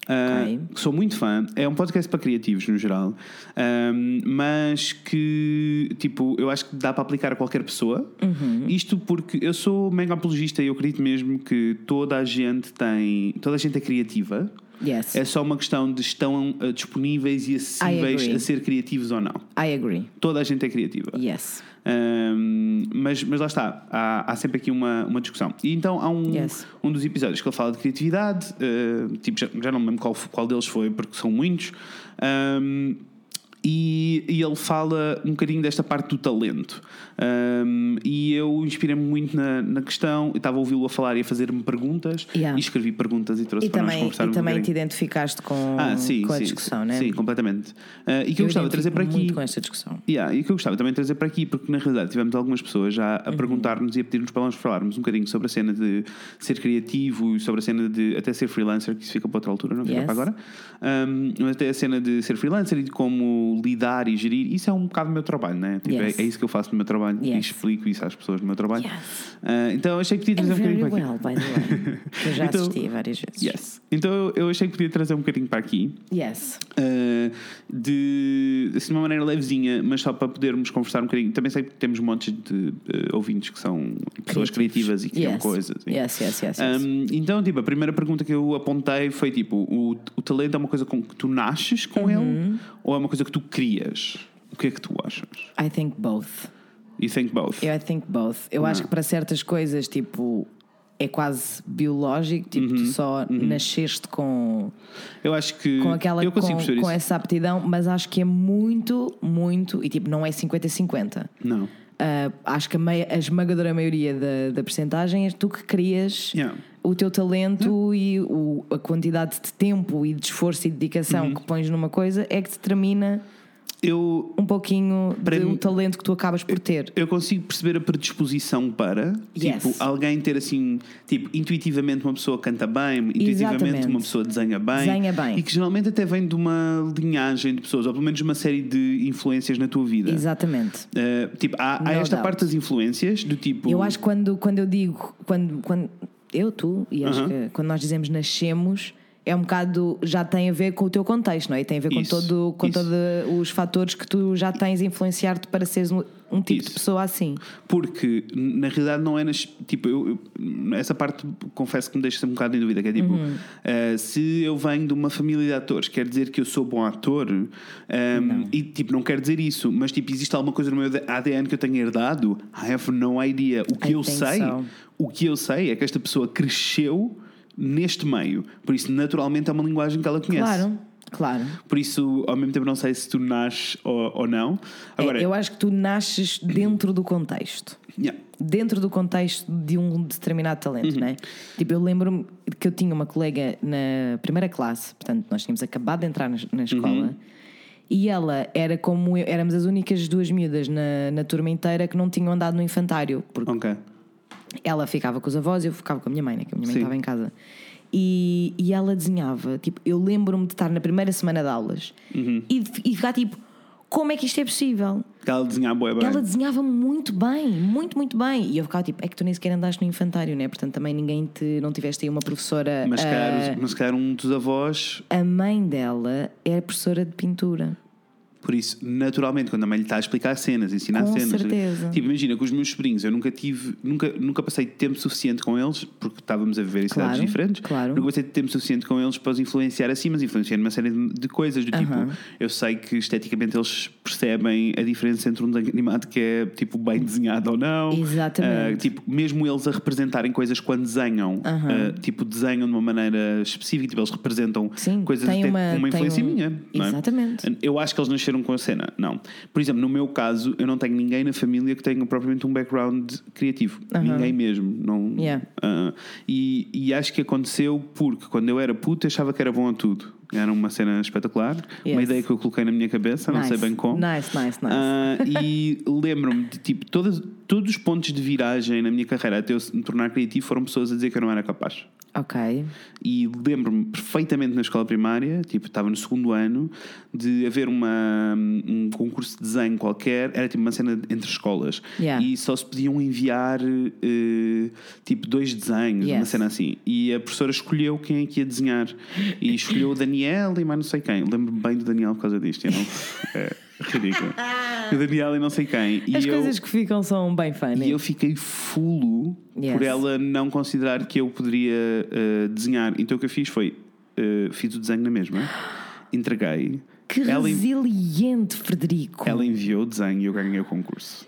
[SPEAKER 1] Ah,
[SPEAKER 2] Ok.
[SPEAKER 1] Sou muito fã. É um podcast para criativos no geral, Ahm, mas que tipo eu acho que dá para aplicar a qualquer pessoa.
[SPEAKER 2] Uhum.
[SPEAKER 1] Isto porque eu sou mega apologista e eu acredito mesmo que toda a gente tem, toda a gente é criativa.
[SPEAKER 2] Yes,
[SPEAKER 1] É só uma questão de estão ah, disponíveis e acessíveis
[SPEAKER 2] agree.
[SPEAKER 1] a ser criativos ou não.
[SPEAKER 2] I agree.
[SPEAKER 1] Toda a gente é criativa.
[SPEAKER 2] Yes.
[SPEAKER 1] Um, mas, mas lá está, há, há sempre aqui uma, uma discussão. E então há um,
[SPEAKER 2] Yes.
[SPEAKER 1] um dos episódios que ele fala de criatividade, uh, tipo, já, já não me lembro qual, f- qual deles foi, porque são muitos, um, e, e ele fala um bocadinho desta parte do talento. Um, e eu inspirei-me muito na, na questão, eu estava a ouvi-lo a falar e a fazer-me perguntas,
[SPEAKER 2] Yeah.
[SPEAKER 1] e escrevi perguntas e trouxe
[SPEAKER 2] E
[SPEAKER 1] para nós
[SPEAKER 2] também,
[SPEAKER 1] conversarmos
[SPEAKER 2] e
[SPEAKER 1] um
[SPEAKER 2] também te
[SPEAKER 1] bocadinho.
[SPEAKER 2] identificaste com,
[SPEAKER 1] Ah, sim,
[SPEAKER 2] com a
[SPEAKER 1] sim,
[SPEAKER 2] discussão,
[SPEAKER 1] sim,
[SPEAKER 2] né?
[SPEAKER 1] Sim, completamente. Uh, e que eu, gostava de trazer para
[SPEAKER 2] identifico
[SPEAKER 1] aqui.
[SPEAKER 2] muito com esta discussão.
[SPEAKER 1] Yeah, e o que eu gostava também de trazer para aqui, porque na realidade tivemos algumas pessoas já
[SPEAKER 2] Uhum.
[SPEAKER 1] a perguntar-nos e a pedir-nos para nós falarmos um bocadinho sobre a cena de ser criativo e sobre a cena de até ser freelancer, que isso fica para outra altura, não fica
[SPEAKER 2] Yes.
[SPEAKER 1] para agora. Um, mas até a cena de ser freelancer e de como lidar e gerir, isso é um bocado o meu trabalho, né? Tipo,
[SPEAKER 2] Yes.
[SPEAKER 1] é, é isso que eu faço no meu trabalho e
[SPEAKER 2] Yes.
[SPEAKER 1] explico isso às pessoas no meu trabalho.
[SPEAKER 2] Yes.
[SPEAKER 1] Ah, então achei que podia
[SPEAKER 2] And
[SPEAKER 1] trazer um
[SPEAKER 2] very
[SPEAKER 1] bocadinho para aqui.
[SPEAKER 2] well, by the way. Que eu já
[SPEAKER 1] Então-
[SPEAKER 2] assisti várias vezes.
[SPEAKER 1] Yes. Então eu- eu achei que podia trazer um bocadinho para aqui.
[SPEAKER 2] Yes.
[SPEAKER 1] Uh, de, assim, de uma maneira levezinha, mas só para podermos conversar um bocadinho. Também sei que temos montes de uh, ouvintes que são pessoas
[SPEAKER 2] Criativos.
[SPEAKER 1] criativas e que criam
[SPEAKER 2] Yes.
[SPEAKER 1] coisas. e-
[SPEAKER 2] Yes, yes, yes, yes.
[SPEAKER 1] Um, então, tipo, a primeira pergunta que eu apontei foi tipo: o, o talento é uma coisa com que tu nasces
[SPEAKER 2] Uhum.
[SPEAKER 1] com ele ou é uma coisa que tu crias? O que é que tu achas?
[SPEAKER 2] I think both.
[SPEAKER 1] You think both.
[SPEAKER 2] Eu I think both. Eu acho que para certas coisas, tipo, é quase biológico, tipo,
[SPEAKER 1] Uhum.
[SPEAKER 2] tu só nasceste com,
[SPEAKER 1] Eu acho que
[SPEAKER 2] com aquela
[SPEAKER 1] eu consigo
[SPEAKER 2] com,
[SPEAKER 1] perceber
[SPEAKER 2] com
[SPEAKER 1] isso.
[SPEAKER 2] essa aptidão, mas acho que é muito, muito, e tipo, não é 50-50.
[SPEAKER 1] Não.
[SPEAKER 2] Ah, acho que a, mei- a esmagadora maioria da, da percentagem é tu que crias
[SPEAKER 1] Yeah. Uhum.
[SPEAKER 2] o teu talento e o- a quantidade de tempo e de esforço e dedicação
[SPEAKER 1] Uhum.
[SPEAKER 2] que pões numa coisa é que determina
[SPEAKER 1] Eu,
[SPEAKER 2] um pouquinho
[SPEAKER 1] Para
[SPEAKER 2] do
[SPEAKER 1] mim-
[SPEAKER 2] talento que tu acabas por ter.
[SPEAKER 1] Eu consigo perceber a predisposição para
[SPEAKER 2] Yes.
[SPEAKER 1] tipo, alguém ter assim, tipo, intuitivamente uma pessoa canta bem, intuitivamente
[SPEAKER 2] Exatamente.
[SPEAKER 1] uma pessoa desenha bem,
[SPEAKER 2] Desenha bem.
[SPEAKER 1] e que geralmente até vem de uma linhagem de pessoas, ou pelo menos uma série de influências na tua vida.
[SPEAKER 2] Exatamente.
[SPEAKER 1] Uh, É. tipo, há, há
[SPEAKER 2] No
[SPEAKER 1] esta
[SPEAKER 2] doubt.
[SPEAKER 1] parte das influências do tipo.
[SPEAKER 2] Eu acho que quando, quando eu digo, quando, quando eu, tu, e
[SPEAKER 1] Uhum.
[SPEAKER 2] acho que quando nós dizemos nascemos, é um bocado, já tem a ver com o teu contexto, não é? E tem a ver com
[SPEAKER 1] Isso,
[SPEAKER 2] todo com
[SPEAKER 1] isso.
[SPEAKER 2] todos os fatores que tu já tens a influenciar-te para seres um, um tipo
[SPEAKER 1] Isso.
[SPEAKER 2] de pessoa assim.
[SPEAKER 1] Porque n- na realidade não é nas. Tipo, eu, eu- essa parte confesso que me deixa um bocado em dúvida. Que é tipo,
[SPEAKER 2] Uhum.
[SPEAKER 1] eh, se eu venho de uma família de atores, quer dizer que eu sou bom ator? Ehm, e tipo, não quer dizer isso, mas tipo, existe alguma coisa no meu ADN que eu tenho herdado? I have no idea. O que
[SPEAKER 2] I
[SPEAKER 1] eu
[SPEAKER 2] think
[SPEAKER 1] sei,
[SPEAKER 2] so.
[SPEAKER 1] o que eu sei é que esta pessoa cresceu neste meio. Por isso, naturalmente, é uma linguagem que ela conhece.
[SPEAKER 2] Claro. Claro.
[SPEAKER 1] Por isso, ao mesmo tempo, não sei se tu nasces ou, ou não. Agora,
[SPEAKER 2] É, eu acho que tu nasces dentro do contexto.
[SPEAKER 1] yeah.
[SPEAKER 2] Dentro do contexto de um determinado talento, não é? Tipo, eu lembro-me que eu tinha uma colega na primeira classe, portanto, nós tínhamos acabado de entrar na, na escola, e ela era como eu, éramos as únicas duas miúdas na, na turma inteira que não tinham andado no infantário, porque
[SPEAKER 1] Ok.
[SPEAKER 2] ela ficava com os avós e eu ficava com a minha mãe, né? que a minha mãe
[SPEAKER 1] Sim.
[SPEAKER 2] estava em casa. E, e ela desenhava, tipo, eu lembro-me de estar na primeira semana de aulas e, de- e ficar tipo, como é que isto é possível?
[SPEAKER 1] Ela desenhava boa bem.
[SPEAKER 2] Ela desenhava muito bem, muito, muito bem. E eu ficava tipo, é que tu nem sequer andaste no infantário, né? Portanto, também ninguém te. não tiveste aí uma professora.
[SPEAKER 1] Mas se calhar,
[SPEAKER 2] ah,
[SPEAKER 1] os- mas se calhar um dos avós,
[SPEAKER 2] a mãe dela é professora de pintura.
[SPEAKER 1] por isso, naturalmente, quando a mãe lhe está a explicar cenas, ensinar
[SPEAKER 2] Com
[SPEAKER 1] cenas.
[SPEAKER 2] certeza.
[SPEAKER 1] Tipo, imagina, com os meus sobrinhos, eu nunca tive, nunca, nunca passei tempo suficiente com eles, porque estávamos a viver em cidades
[SPEAKER 2] Claro,
[SPEAKER 1] diferentes.
[SPEAKER 2] claro.
[SPEAKER 1] Nunca passei tempo suficiente com eles para os influenciar assim, mas influenciando uma série de, de coisas. Do
[SPEAKER 2] Aham.
[SPEAKER 1] tipo, eu sei que esteticamente eles percebem a diferença entre um desenho animado que é, tipo, bem desenhado ou não.
[SPEAKER 2] Exatamente.
[SPEAKER 1] Ah, tipo, mesmo eles a representarem coisas quando desenham,
[SPEAKER 2] Aham.
[SPEAKER 1] ah, tipo, desenham de uma maneira específica, tipo, eles representam
[SPEAKER 2] Sim,
[SPEAKER 1] coisas
[SPEAKER 2] tem
[SPEAKER 1] até
[SPEAKER 2] uma-
[SPEAKER 1] com
[SPEAKER 2] tem
[SPEAKER 1] uma influência
[SPEAKER 2] um-
[SPEAKER 1] minha. não é?
[SPEAKER 2] Exatamente.
[SPEAKER 1] Eu acho que eles nasceram com a cena, não. Por exemplo, no meu caso, eu não tenho ninguém na família que tenha propriamente um background criativo.
[SPEAKER 2] Aham.
[SPEAKER 1] Ninguém mesmo. Não,
[SPEAKER 2] Yeah.
[SPEAKER 1] Ah, e, e acho que aconteceu porque quando eu era puto eu achava que era bom a tudo. Era uma cena espetacular,
[SPEAKER 2] Yes.
[SPEAKER 1] uma ideia que eu coloquei na minha cabeça, não sei
[SPEAKER 2] Nice.
[SPEAKER 1] bem como.
[SPEAKER 2] Nice, nice, nice.
[SPEAKER 1] Ah, e lembro-me de tipo, todas, todos os pontos de viragem na minha carreira até eu me tornar criativo foram pessoas a dizer que eu não era capaz.
[SPEAKER 2] Ok.
[SPEAKER 1] E lembro-me perfeitamente na escola primária, tipo, estava no segundo ano, de haver uma, um concurso de desenho qualquer, era tipo uma cena de- entre escolas.
[SPEAKER 2] Yeah.
[SPEAKER 1] E só se podiam enviar eh, tipo dois desenhos, uma
[SPEAKER 2] Yes.
[SPEAKER 1] cena assim. E a professora escolheu quem é que ia desenhar. E escolheu o Daniel e mais não sei quem. Lembro-me bem do Daniel por causa disto. eu não- é ridículo. O Daniel e não sei quem. E
[SPEAKER 2] As
[SPEAKER 1] eu-
[SPEAKER 2] coisas que ficam são bem funny.
[SPEAKER 1] e eu fiquei fulo
[SPEAKER 2] Yes.
[SPEAKER 1] por ela não considerar que eu poderia eh, desenhar. Então o que eu fiz foi: eh, fiz o desenho na mesma, entreguei,
[SPEAKER 2] Que
[SPEAKER 1] ela, en-
[SPEAKER 2] resiliente, Frederico.
[SPEAKER 1] ela enviou o desenho e eu ganhei o concurso.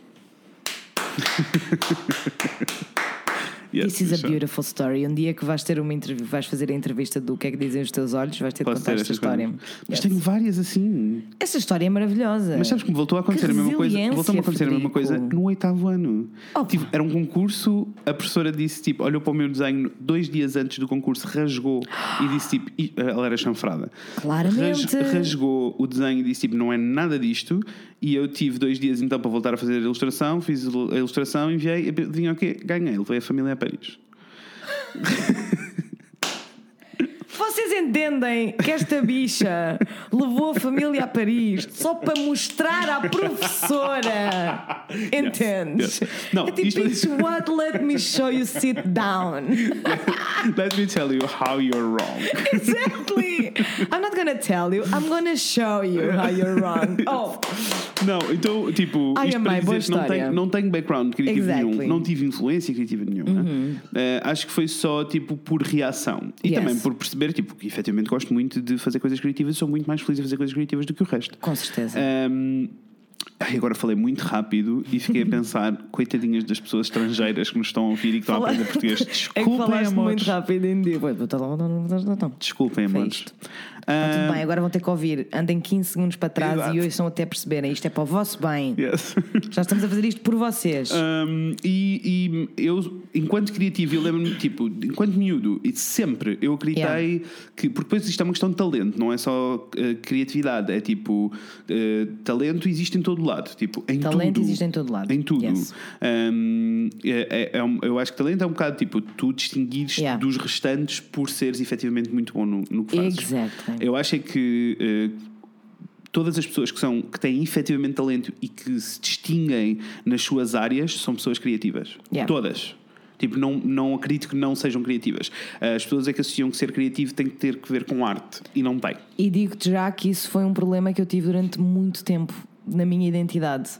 [SPEAKER 1] Yes,
[SPEAKER 2] This is a
[SPEAKER 1] Michelle.
[SPEAKER 2] beautiful story. Um dia que vais ter uma entrevista, vais fazer a entrevista do que é que dizem os teus olhos, vais ter de
[SPEAKER 1] Posso
[SPEAKER 2] contar
[SPEAKER 1] ter
[SPEAKER 2] esta
[SPEAKER 1] estas
[SPEAKER 2] história.
[SPEAKER 1] coisas. Mas
[SPEAKER 2] Yes.
[SPEAKER 1] tenho várias assim.
[SPEAKER 2] Esta história é maravilhosa.
[SPEAKER 1] Mas sabes que me voltou a acontecer a mesma coisa?
[SPEAKER 2] resiliência,
[SPEAKER 1] Voltou-me a acontecer a mesma
[SPEAKER 2] Frederico.
[SPEAKER 1] coisa no oitavo ano.
[SPEAKER 2] Oh,
[SPEAKER 1] Tipo, era um concurso, a professora disse tipo, olhou para o meu desenho dois dias antes do concurso, rasgou e disse tipo, "Ih", ela era chanfrada.
[SPEAKER 2] Claramente.
[SPEAKER 1] Ras- rasgou o desenho e disse tipo, não é nada disto. E eu tive dois dias então para voltar a fazer a ilustração, fiz a ilustração, enviei, e adivinha o quê? Ganhei, levei a família a Paris.
[SPEAKER 2] Vocês entendem que esta bicha levou a família a Paris só para mostrar à professora. Entendes?
[SPEAKER 1] yes. Não,
[SPEAKER 2] é tipo,
[SPEAKER 1] isto-
[SPEAKER 2] "Bitch, what? Let me show you sit down. Ah!
[SPEAKER 1] Let me tell you how you're wrong.
[SPEAKER 2] Exactly. I'm not gonna tell you. I'm gonna show you how you're wrong. Oh,
[SPEAKER 1] Não, então, tipo,
[SPEAKER 2] Ai,
[SPEAKER 1] isto
[SPEAKER 2] amei,
[SPEAKER 1] para
[SPEAKER 2] boa
[SPEAKER 1] dizer, que não
[SPEAKER 2] história.
[SPEAKER 1] tenho, não tenho background criativo
[SPEAKER 2] Exactly. Uhum.
[SPEAKER 1] nenhum, não tive influência criativa nenhuma. Eh, acho que foi só, tipo, por reação. E
[SPEAKER 2] Yes.
[SPEAKER 1] também por perceber, tipo, que efetivamente gosto muito de fazer coisas criativas, sou muito mais feliz a fazer coisas criativas do que o resto.
[SPEAKER 2] com certeza.
[SPEAKER 1] É, Ahm, ai, agora falei muito rápido e fiquei a pensar, coitadinhas das pessoas estrangeiras que nos estão a ouvir e que estão a aprender português.
[SPEAKER 2] é que
[SPEAKER 1] Desculpem,
[SPEAKER 2] falaste muito
[SPEAKER 1] amores.
[SPEAKER 2] rápido em dia. Ué, tá lá, não, não, não, não, não.
[SPEAKER 1] Desculpem,
[SPEAKER 2] Foi
[SPEAKER 1] amores. Ehm,
[SPEAKER 2] isto. Tá tudo bem, agora vão ter que ouvir. Andem 15 segundos para trás
[SPEAKER 1] Exato.
[SPEAKER 2] e hoje são até perceberem. Isto é para o vosso bem.
[SPEAKER 1] Yes.
[SPEAKER 2] Já estamos a fazer isto por vocês.
[SPEAKER 1] Um, e, e eu, enquanto criativo, eu lembro-me, tipo, enquanto miúdo, e sempre eu acreditei
[SPEAKER 2] Yeah.
[SPEAKER 1] que. Porque depois isto é uma questão de talento, não é só eh, criatividade, é tipo. eh, talento existe em todo lado. Tipo, em
[SPEAKER 2] Talento
[SPEAKER 1] tudo.
[SPEAKER 2] existe em todo lado.
[SPEAKER 1] Em tudo.
[SPEAKER 2] Yes.
[SPEAKER 1] Um, é- é- é um- eu acho que talento é um bocado tipo, tu distinguires
[SPEAKER 2] Yeah.
[SPEAKER 1] dos restantes por seres efetivamente muito bom no, no que fazes.
[SPEAKER 2] Exactly.
[SPEAKER 1] Eu acho é que eh, todas as pessoas que, são, que têm efetivamente talento e que se distinguem nas suas áreas são pessoas criativas.
[SPEAKER 2] Yeah.
[SPEAKER 1] Todas. Tipo, não, não acredito que não sejam criativas. As pessoas é que associam que ser criativo tem que ter que ver com arte e não tem.
[SPEAKER 2] E digo-te já que isso foi um problema que eu tive durante muito tempo na minha identidade.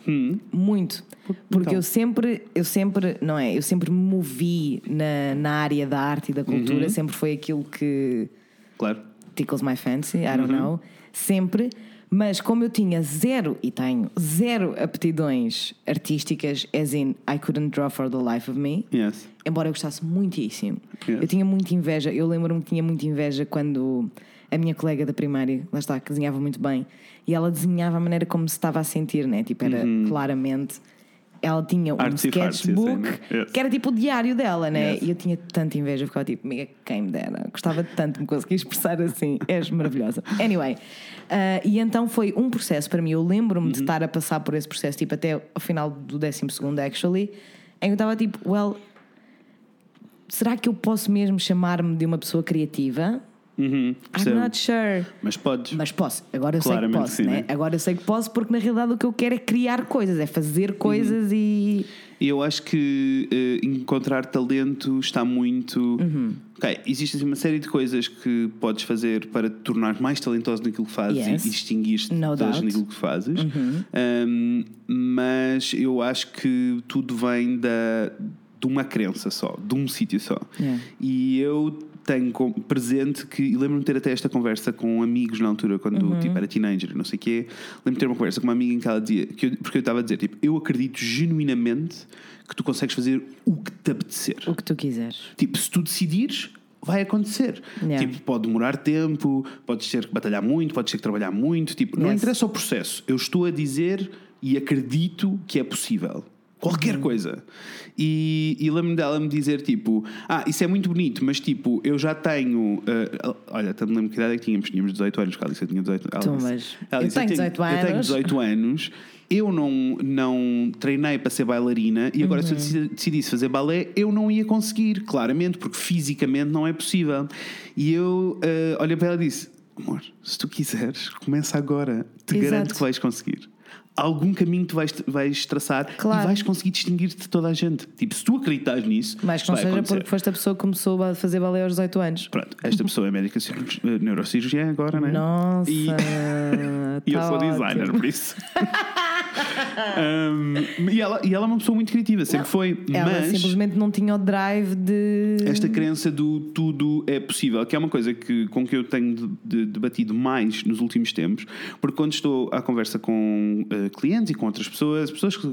[SPEAKER 2] Muito. Porque eu sempre, eu sempre, não é? Eu sempre me movi na, na área da arte e da cultura, sempre foi aquilo que
[SPEAKER 1] Claro.
[SPEAKER 2] tickles my fancy, I don't know. Sempre. Mas como eu tinha zero, e tenho zero aptidões artísticas, as in I couldn't draw for the life of me,
[SPEAKER 1] Yes.
[SPEAKER 2] embora eu gostasse muitíssimo.
[SPEAKER 1] Yes.
[SPEAKER 2] Eu tinha muita inveja, eu lembro-me que tinha muita inveja quando a minha colega da primária, lá está, que desenhava muito bem, e ela desenhava a maneira como se estava a sentir, né? Tipo, era
[SPEAKER 1] Uhum.
[SPEAKER 2] claramente. Ela tinha um
[SPEAKER 1] Artsy fartsy,
[SPEAKER 2] sketchbook
[SPEAKER 1] assim, né? Yes.
[SPEAKER 2] que era tipo o diário dela, né?
[SPEAKER 1] Yes.
[SPEAKER 2] E eu tinha tanta inveja, eu ficava tipo, amiga, quem me dera. Gostava tanto de me conseguir expressar assim, és maravilhosa. Anyway, ah, e então foi um processo para mim. Eu lembro-me
[SPEAKER 1] Uhum.
[SPEAKER 2] de estar a passar por esse processo, tipo até ao final do 12, actually, em que eu estava tipo, well, será que eu posso mesmo chamar-me de uma pessoa criativa?
[SPEAKER 1] Uhum,
[SPEAKER 2] I'm
[SPEAKER 1] percebo.
[SPEAKER 2] not sure.
[SPEAKER 1] Mas podes.
[SPEAKER 2] Mas posso, agora eu
[SPEAKER 1] Claramente
[SPEAKER 2] sei que posso,
[SPEAKER 1] sim,
[SPEAKER 2] né?
[SPEAKER 1] né?
[SPEAKER 2] Agora eu sei que posso, porque na realidade o que eu quero é criar coisas, é fazer
[SPEAKER 1] Uhum.
[SPEAKER 2] coisas e.
[SPEAKER 1] E eu acho que eh, encontrar talento está muito.
[SPEAKER 2] Uhum.
[SPEAKER 1] Ok, existe assim, uma série de coisas que podes fazer para te tornar mais talentoso naquilo que fazes
[SPEAKER 2] Yes.
[SPEAKER 1] e distinguir-te
[SPEAKER 2] No
[SPEAKER 1] de todos
[SPEAKER 2] doubt. Uhum.
[SPEAKER 1] naquilo que fazes. Um, mas eu acho que tudo vem da, de uma crença só, de um sítio só.
[SPEAKER 2] Yeah.
[SPEAKER 1] E eu tenho com- presente que. e Lembro-me de ter até esta conversa com amigos na altura, quando tipo, era teenager e não sei o quê. Lembro-me de ter uma conversa com uma amiga em que ela dizia. Que eu- porque eu estava a dizer, tipo, eu acredito genuinamente que tu consegues fazer o que te apetecer.
[SPEAKER 2] O que tu quiseres.
[SPEAKER 1] Tipo, se tu decidires, vai acontecer.
[SPEAKER 2] Yeah.
[SPEAKER 1] Tipo, pode demorar tempo, podes ter que batalhar muito, podes ter que trabalhar muito. Tipo, não
[SPEAKER 2] Yes.
[SPEAKER 1] interessa o processo. Eu estou a dizer e acredito que é possível. Qualquer
[SPEAKER 2] Uhum.
[SPEAKER 1] coisa. E, e lembro-me dela me dizer, tipo, ah, isso é muito bonito, mas tipo, eu já tenho. ah, olha, também lembro que idade é que tínhamos. Tínhamos 18 anos, Cálice, eu tinha 18 ela
[SPEAKER 2] Tu,
[SPEAKER 1] disse-
[SPEAKER 2] Então, mas
[SPEAKER 1] ela
[SPEAKER 2] eu
[SPEAKER 1] disse,
[SPEAKER 2] tenho 18
[SPEAKER 1] Eu tenho
[SPEAKER 2] anos.
[SPEAKER 1] 18 anos, eu não, não treinei para ser bailarina e agora se eu
[SPEAKER 2] Uhum.
[SPEAKER 1] decidi- decidisse fazer balé, eu não ia conseguir, claramente, porque fisicamente não é possível. E eu eh, olhei para ela e disse: Amor, se tu quiseres, começa agora. Te
[SPEAKER 2] Exato.
[SPEAKER 1] garanto que vais conseguir. Algum caminho tu vais, vais traçar
[SPEAKER 2] Claro.
[SPEAKER 1] e vais conseguir distinguir-te de toda a gente. Tipo, se tu acreditas nisso,
[SPEAKER 2] Mas que não
[SPEAKER 1] vai
[SPEAKER 2] seja
[SPEAKER 1] acontecer.
[SPEAKER 2] porque foste a pessoa que começou a fazer balé aos 18 anos.
[SPEAKER 1] Pronto, esta pessoa é médica cirurgi- eh, neurocirurgiã agora, não é?
[SPEAKER 2] Nossa!
[SPEAKER 1] E- E eu
[SPEAKER 2] tá
[SPEAKER 1] sou designer,
[SPEAKER 2] ótimo.
[SPEAKER 1] por isso. Um, e, ela, e ela é uma pessoa muito criativa, sempre foi.
[SPEAKER 2] Ela
[SPEAKER 1] mas
[SPEAKER 2] simplesmente não tinha o drive de.
[SPEAKER 1] esta crença do tudo é possível, que é uma coisa que, com que eu tenho de- de- debatido mais nos últimos tempos, porque quando estou à conversa com eh, clientes e com outras pessoas, pessoas que,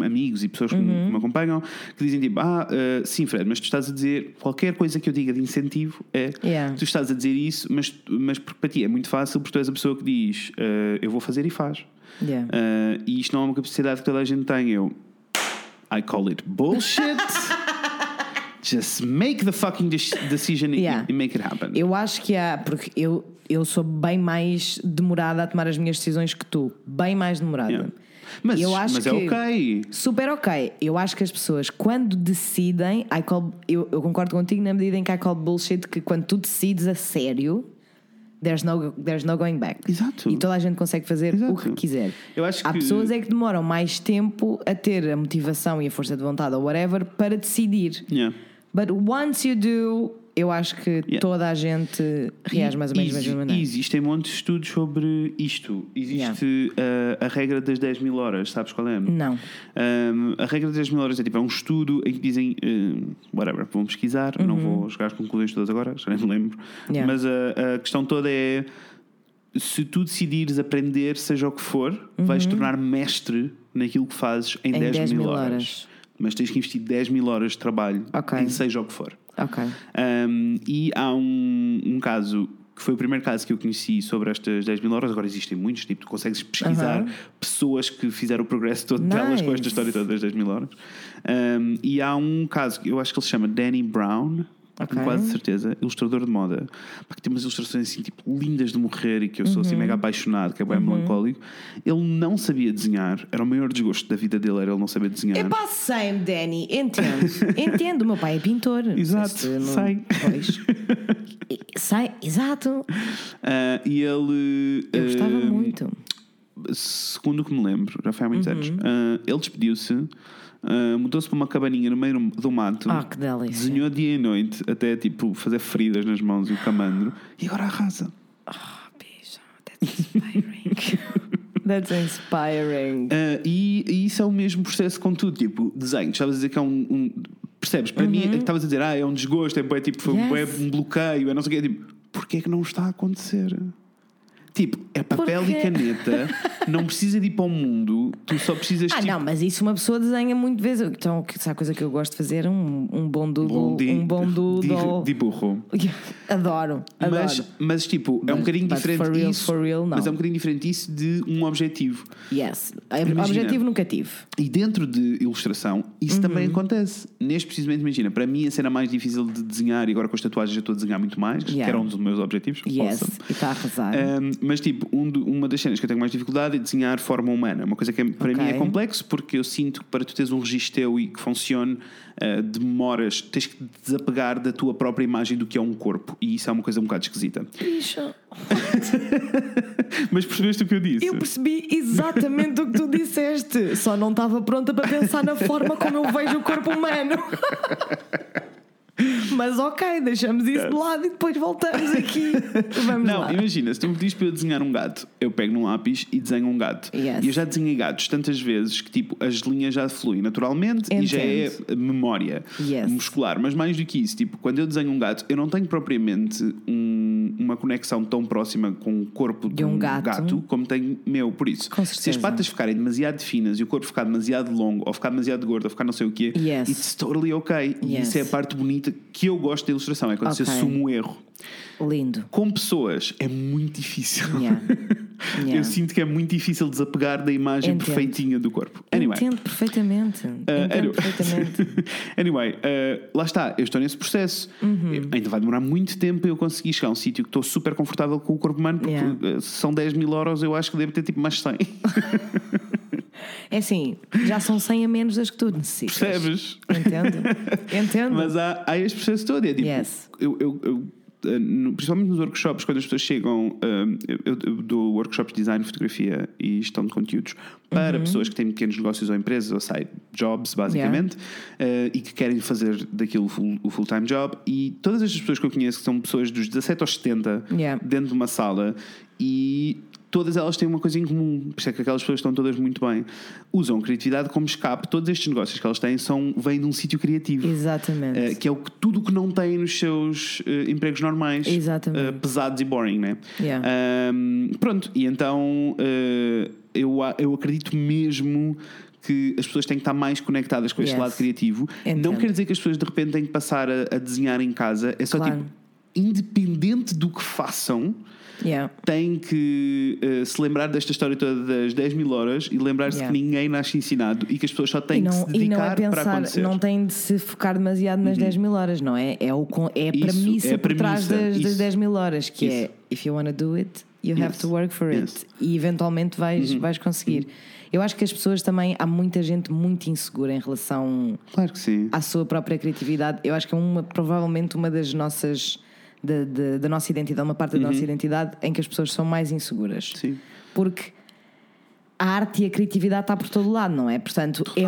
[SPEAKER 1] amigos e pessoas que me-
[SPEAKER 2] Uhum.
[SPEAKER 1] que me acompanham, que dizem tipo, ah, eh, sim, Fred, mas tu estás a dizer qualquer coisa que eu diga de incentivo é
[SPEAKER 2] Yeah.
[SPEAKER 1] tu estás a dizer isso, mas, mas porque para ti é muito fácil, porque tu és a pessoa que diz eh, eu vou fazer e faz.
[SPEAKER 2] Yeah.
[SPEAKER 1] Uh, e isto não é uma capacidade que toda a gente tem. Eu. I call it bullshit. Just make the fucking de- decision
[SPEAKER 2] Yeah.
[SPEAKER 1] and make it happen.
[SPEAKER 2] Eu acho que há, porque eu, eu sou bem mais demorada a tomar as minhas decisões que tu. Bem mais demorada.
[SPEAKER 1] Yeah. Mas,
[SPEAKER 2] eu acho
[SPEAKER 1] mas
[SPEAKER 2] que
[SPEAKER 1] é ok.
[SPEAKER 2] Super ok. Eu acho que as pessoas, quando decidem, I call- eu, eu concordo contigo na medida em que I call bullshit que quando tu decides a sério, there's no, there's no going back.
[SPEAKER 1] Exato.
[SPEAKER 2] E toda a gente consegue fazer
[SPEAKER 1] Exato.
[SPEAKER 2] o que quiser.
[SPEAKER 1] Eu acho
[SPEAKER 2] Há
[SPEAKER 1] que-
[SPEAKER 2] pessoas é que demoram mais tempo a ter a motivação e a força de vontade ou whatever para decidir.
[SPEAKER 1] Yeah.
[SPEAKER 2] But once you do, eu acho que
[SPEAKER 1] Yeah.
[SPEAKER 2] toda a gente reage mais ou menos da
[SPEAKER 1] Exi-
[SPEAKER 2] mesma maneira.
[SPEAKER 1] Existem montes de estudos sobre isto. Existe uh, a regra das 10 mil horas, sabes qual é?
[SPEAKER 2] Não.
[SPEAKER 1] Um, a regra das 10 mil horas é tipo, é um estudo em que dizem, um, whatever, vão pesquisar, não vou chegar às conclusões todas agora, já nem me lembro.
[SPEAKER 2] Uhum. Yeah.
[SPEAKER 1] Mas a, a questão toda é: se tu decidires aprender, seja o que for, vais tornar mestre naquilo que fazes em,
[SPEAKER 2] Uhum. Em
[SPEAKER 1] 10,
[SPEAKER 2] 10
[SPEAKER 1] mil
[SPEAKER 2] mil
[SPEAKER 1] horas.
[SPEAKER 2] horas.
[SPEAKER 1] Mas tens que investir 10 mil horas de trabalho
[SPEAKER 2] Ok.
[SPEAKER 1] em seja o que for.
[SPEAKER 2] Ok.
[SPEAKER 1] Um, e há um, um caso que foi o primeiro caso que eu conheci sobre estas 10 mil horas. Agora existem muitos, tipo, tu consegues pesquisar
[SPEAKER 2] Aham.
[SPEAKER 1] pessoas que fizeram o progresso todo delas com esta
[SPEAKER 2] Nice.
[SPEAKER 1] história toda das 10 mil horas. Um, e há um caso que eu acho que ele se chama Danny Brown.
[SPEAKER 2] Ok.
[SPEAKER 1] Com quase certeza, ilustrador de moda, pá, que tem umas ilustrações assim, tipo, lindas de morrer e que eu sou
[SPEAKER 2] Uhum.
[SPEAKER 1] assim mega apaixonado, que é bem melancólico. Ele não sabia desenhar, era o maior desgosto da vida dele, era ele não saber desenhar.
[SPEAKER 2] Epá, É same, Danny, entendo. entendo, o meu pai é pintor. Não
[SPEAKER 1] Exato,
[SPEAKER 2] sei se não-
[SPEAKER 1] sei.
[SPEAKER 2] Pois. E- Sei, exato.
[SPEAKER 1] Ah, e ele.
[SPEAKER 2] Eu gostava
[SPEAKER 1] ah,
[SPEAKER 2] muito.
[SPEAKER 1] segundo o que me lembro, já foi há muitos anos,
[SPEAKER 2] Uhum.
[SPEAKER 1] ah, ele despediu-se, ah, mudou-se para uma cabaninha no meio do mato.
[SPEAKER 2] Ah, que delícia.
[SPEAKER 1] Desenhou dia e noite, até tipo fazer feridas nas mãos e o camandro. E agora arrasa.
[SPEAKER 2] Ah, bicho, that's inspiring. that's inspiring.
[SPEAKER 1] Ah, e, e isso é o mesmo processo com tudo, tipo, desenho. Tu Estavas a dizer que é um. um- percebes? Para mim, é que estavas a dizer, ah, é um desgosto, é, bué, tipo, foi
[SPEAKER 2] Uhum. Yes.
[SPEAKER 1] bué um bloqueio, é não sei o quê. Tipo, porquê é que não está a acontecer? Tipo, é papel
[SPEAKER 2] Porque-
[SPEAKER 1] e caneta, não precisa de ir para o mundo, tu só precisas
[SPEAKER 2] Ah,
[SPEAKER 1] tipo,
[SPEAKER 2] não, mas isso uma pessoa desenha muito vezes. Então, que- se há coisa que eu gosto de fazer, um, um bom doodle.
[SPEAKER 1] bom de,
[SPEAKER 2] um bom
[SPEAKER 1] de,
[SPEAKER 2] doodle.
[SPEAKER 1] de burro.
[SPEAKER 2] Adoro, adoro.
[SPEAKER 1] Mas, mas tipo, é um
[SPEAKER 2] Mas-
[SPEAKER 1] bocadinho
[SPEAKER 2] mas
[SPEAKER 1] diferente
[SPEAKER 2] for real,
[SPEAKER 1] isso.
[SPEAKER 2] for real, não.
[SPEAKER 1] Mas é um bocadinho diferente isso de um objetivo.
[SPEAKER 2] Yes.
[SPEAKER 1] Imagina.
[SPEAKER 2] Objetivo nunca tive.
[SPEAKER 1] E dentro de ilustração, isso
[SPEAKER 2] Uhum.
[SPEAKER 1] também acontece. Neste precisamente, imagina, para mim a cena mais difícil de desenhar, e agora com as tatuagens eu estou a desenhar muito mais, que
[SPEAKER 2] Yeah.
[SPEAKER 1] era um dos meus objetivos.
[SPEAKER 2] Yes.
[SPEAKER 1] Awesome.
[SPEAKER 2] E está a arrasar.
[SPEAKER 1] Um, mas tipo, um do- uma das cenas que eu tenho mais dificuldade é desenhar forma humana. Uma coisa que é- para
[SPEAKER 2] Ok.
[SPEAKER 1] mim é complexo porque eu sinto que para tu teres um registro teu e que funcione, uh, demoras, tens que te desapegar da tua própria imagem do que é um corpo. E isso é uma coisa um bocado esquisita.
[SPEAKER 2] Bicho,
[SPEAKER 1] Mas percebeste o que eu disse?
[SPEAKER 2] eu percebi exatamente o que tu disseste. Só não estava pronta para pensar na forma como eu vejo o corpo humano. Mas ok, deixamos isso de lado e depois voltamos aqui. Vamos
[SPEAKER 1] Não,
[SPEAKER 2] lá.
[SPEAKER 1] imagina, se tu me pedires para eu desenhar um gato, eu pego num lápis e desenho um gato.
[SPEAKER 2] Yes.
[SPEAKER 1] E eu já desenhei gatos tantas vezes que tipo as linhas já fluem naturalmente e já é memória
[SPEAKER 2] Yes.
[SPEAKER 1] muscular. Mas mais do que isso, tipo, quando eu desenho um gato, eu não tenho propriamente um- uma conexão tão próxima com o corpo de,
[SPEAKER 2] um gato.
[SPEAKER 1] como tenho meu. Por isso,
[SPEAKER 2] Com
[SPEAKER 1] se as
[SPEAKER 2] certeza.
[SPEAKER 1] patas ficarem demasiado finas e o corpo ficar demasiado longo ou ficar demasiado gordo ou ficar não sei o quê,
[SPEAKER 2] Yes.
[SPEAKER 1] it's totally ok. E
[SPEAKER 2] Yes.
[SPEAKER 1] isso é a parte bonita que eu gosto da ilustração, é quando se
[SPEAKER 2] Ok.
[SPEAKER 1] assume o erro
[SPEAKER 2] Lindo.
[SPEAKER 1] com pessoas é muito difícil.
[SPEAKER 2] Yeah. Yeah.
[SPEAKER 1] Eu sinto que é muito difícil desapegar da imagem
[SPEAKER 2] Entendo.
[SPEAKER 1] perfeitinha do corpo. Anyway.
[SPEAKER 2] Entendo perfeitamente.
[SPEAKER 1] uh,
[SPEAKER 2] Entendo
[SPEAKER 1] anyway.
[SPEAKER 2] perfeitamente.
[SPEAKER 1] anyway, uh, lá está, eu estou nesse processo.
[SPEAKER 2] Uhum.
[SPEAKER 1] Eu- Ainda vai demorar muito tempo para eu conseguir chegar a um sítio que estou super confortável com o corpo humano, porque
[SPEAKER 2] Yeah.
[SPEAKER 1] uh, se são 10 mil euros, eu acho que devo ter tipo mais 100.
[SPEAKER 2] É assim, já são 100 a menos das que tu necessitas.
[SPEAKER 1] Percebes?
[SPEAKER 2] Entendo. Entendo.
[SPEAKER 1] Mas há, há este processo todo. e É tipo,
[SPEAKER 2] Yes.
[SPEAKER 1] eu, eu- eu, eh, no- principalmente nos workshops, quando as pessoas chegam, ehm, eu, eu dou workshops de design, fotografia e gestão de conteúdos para
[SPEAKER 2] Uhum.
[SPEAKER 1] pessoas que têm pequenos negócios ou empresas ou side jobs, basicamente, eh, e que querem fazer daquilo full- o full-time job. E todas estas pessoas que eu conheço, que são pessoas dos 17 aos 70,
[SPEAKER 2] Yeah.
[SPEAKER 1] dentro de uma sala, e todas elas têm uma coisa em comum, por isso é que aquelas pessoas estão todas muito bem. Usam criatividade como escape. Todos estes negócios que elas têm são, vêm de um sítio criativo.
[SPEAKER 2] Exatamente.
[SPEAKER 1] Eh, que é o que tudo o que não tem nos seus eh, empregos normais
[SPEAKER 2] Exatamente.
[SPEAKER 1] eh, pesados e boring, né?
[SPEAKER 2] Yeah.
[SPEAKER 1] Ahm, pronto, e então eh, eu, a- eu acredito mesmo que as pessoas têm que estar mais conectadas com este
[SPEAKER 2] Yes.
[SPEAKER 1] lado criativo. Não
[SPEAKER 2] Entendo.
[SPEAKER 1] quer dizer que as pessoas de repente têm que passar a, a desenhar em casa, é só
[SPEAKER 2] Claro.
[SPEAKER 1] tipo, independente do que façam.
[SPEAKER 2] Yeah.
[SPEAKER 1] Tem que eh, se lembrar desta história toda das 10 mil horas e lembrar-se
[SPEAKER 2] Yeah.
[SPEAKER 1] que ninguém nasce ensinado e que as pessoas só têm
[SPEAKER 2] E não,
[SPEAKER 1] que se
[SPEAKER 2] e não
[SPEAKER 1] dedicar
[SPEAKER 2] é
[SPEAKER 1] para
[SPEAKER 2] pensar,
[SPEAKER 1] acontecer. Uhum.
[SPEAKER 2] não tem de se focar demasiado nas 10 mil horas, não é? É, o, con- é a
[SPEAKER 1] Isso,
[SPEAKER 2] premissa
[SPEAKER 1] é a
[SPEAKER 2] por trás
[SPEAKER 1] premissa,
[SPEAKER 2] das, das
[SPEAKER 1] isso.
[SPEAKER 2] 10 mil horas, que é
[SPEAKER 1] Isso.
[SPEAKER 2] if you wanna do it, you have
[SPEAKER 1] Yes.
[SPEAKER 2] to work for
[SPEAKER 1] Yes. Uhum.
[SPEAKER 2] it. E eventualmente vais, vais conseguir. Eu acho que as pessoas também, há muita gente muito insegura em relação
[SPEAKER 1] Claro que sim.
[SPEAKER 2] à sua própria criatividade. Eu acho que é uma, provavelmente uma das nossas. Da, da- da nossa identidade, uma parte da
[SPEAKER 1] Uhum.
[SPEAKER 2] nossa identidade em que as pessoas são mais inseguras.
[SPEAKER 1] Sim.
[SPEAKER 2] Porque a arte e a criatividade está por todo lado, não é? Portanto, é,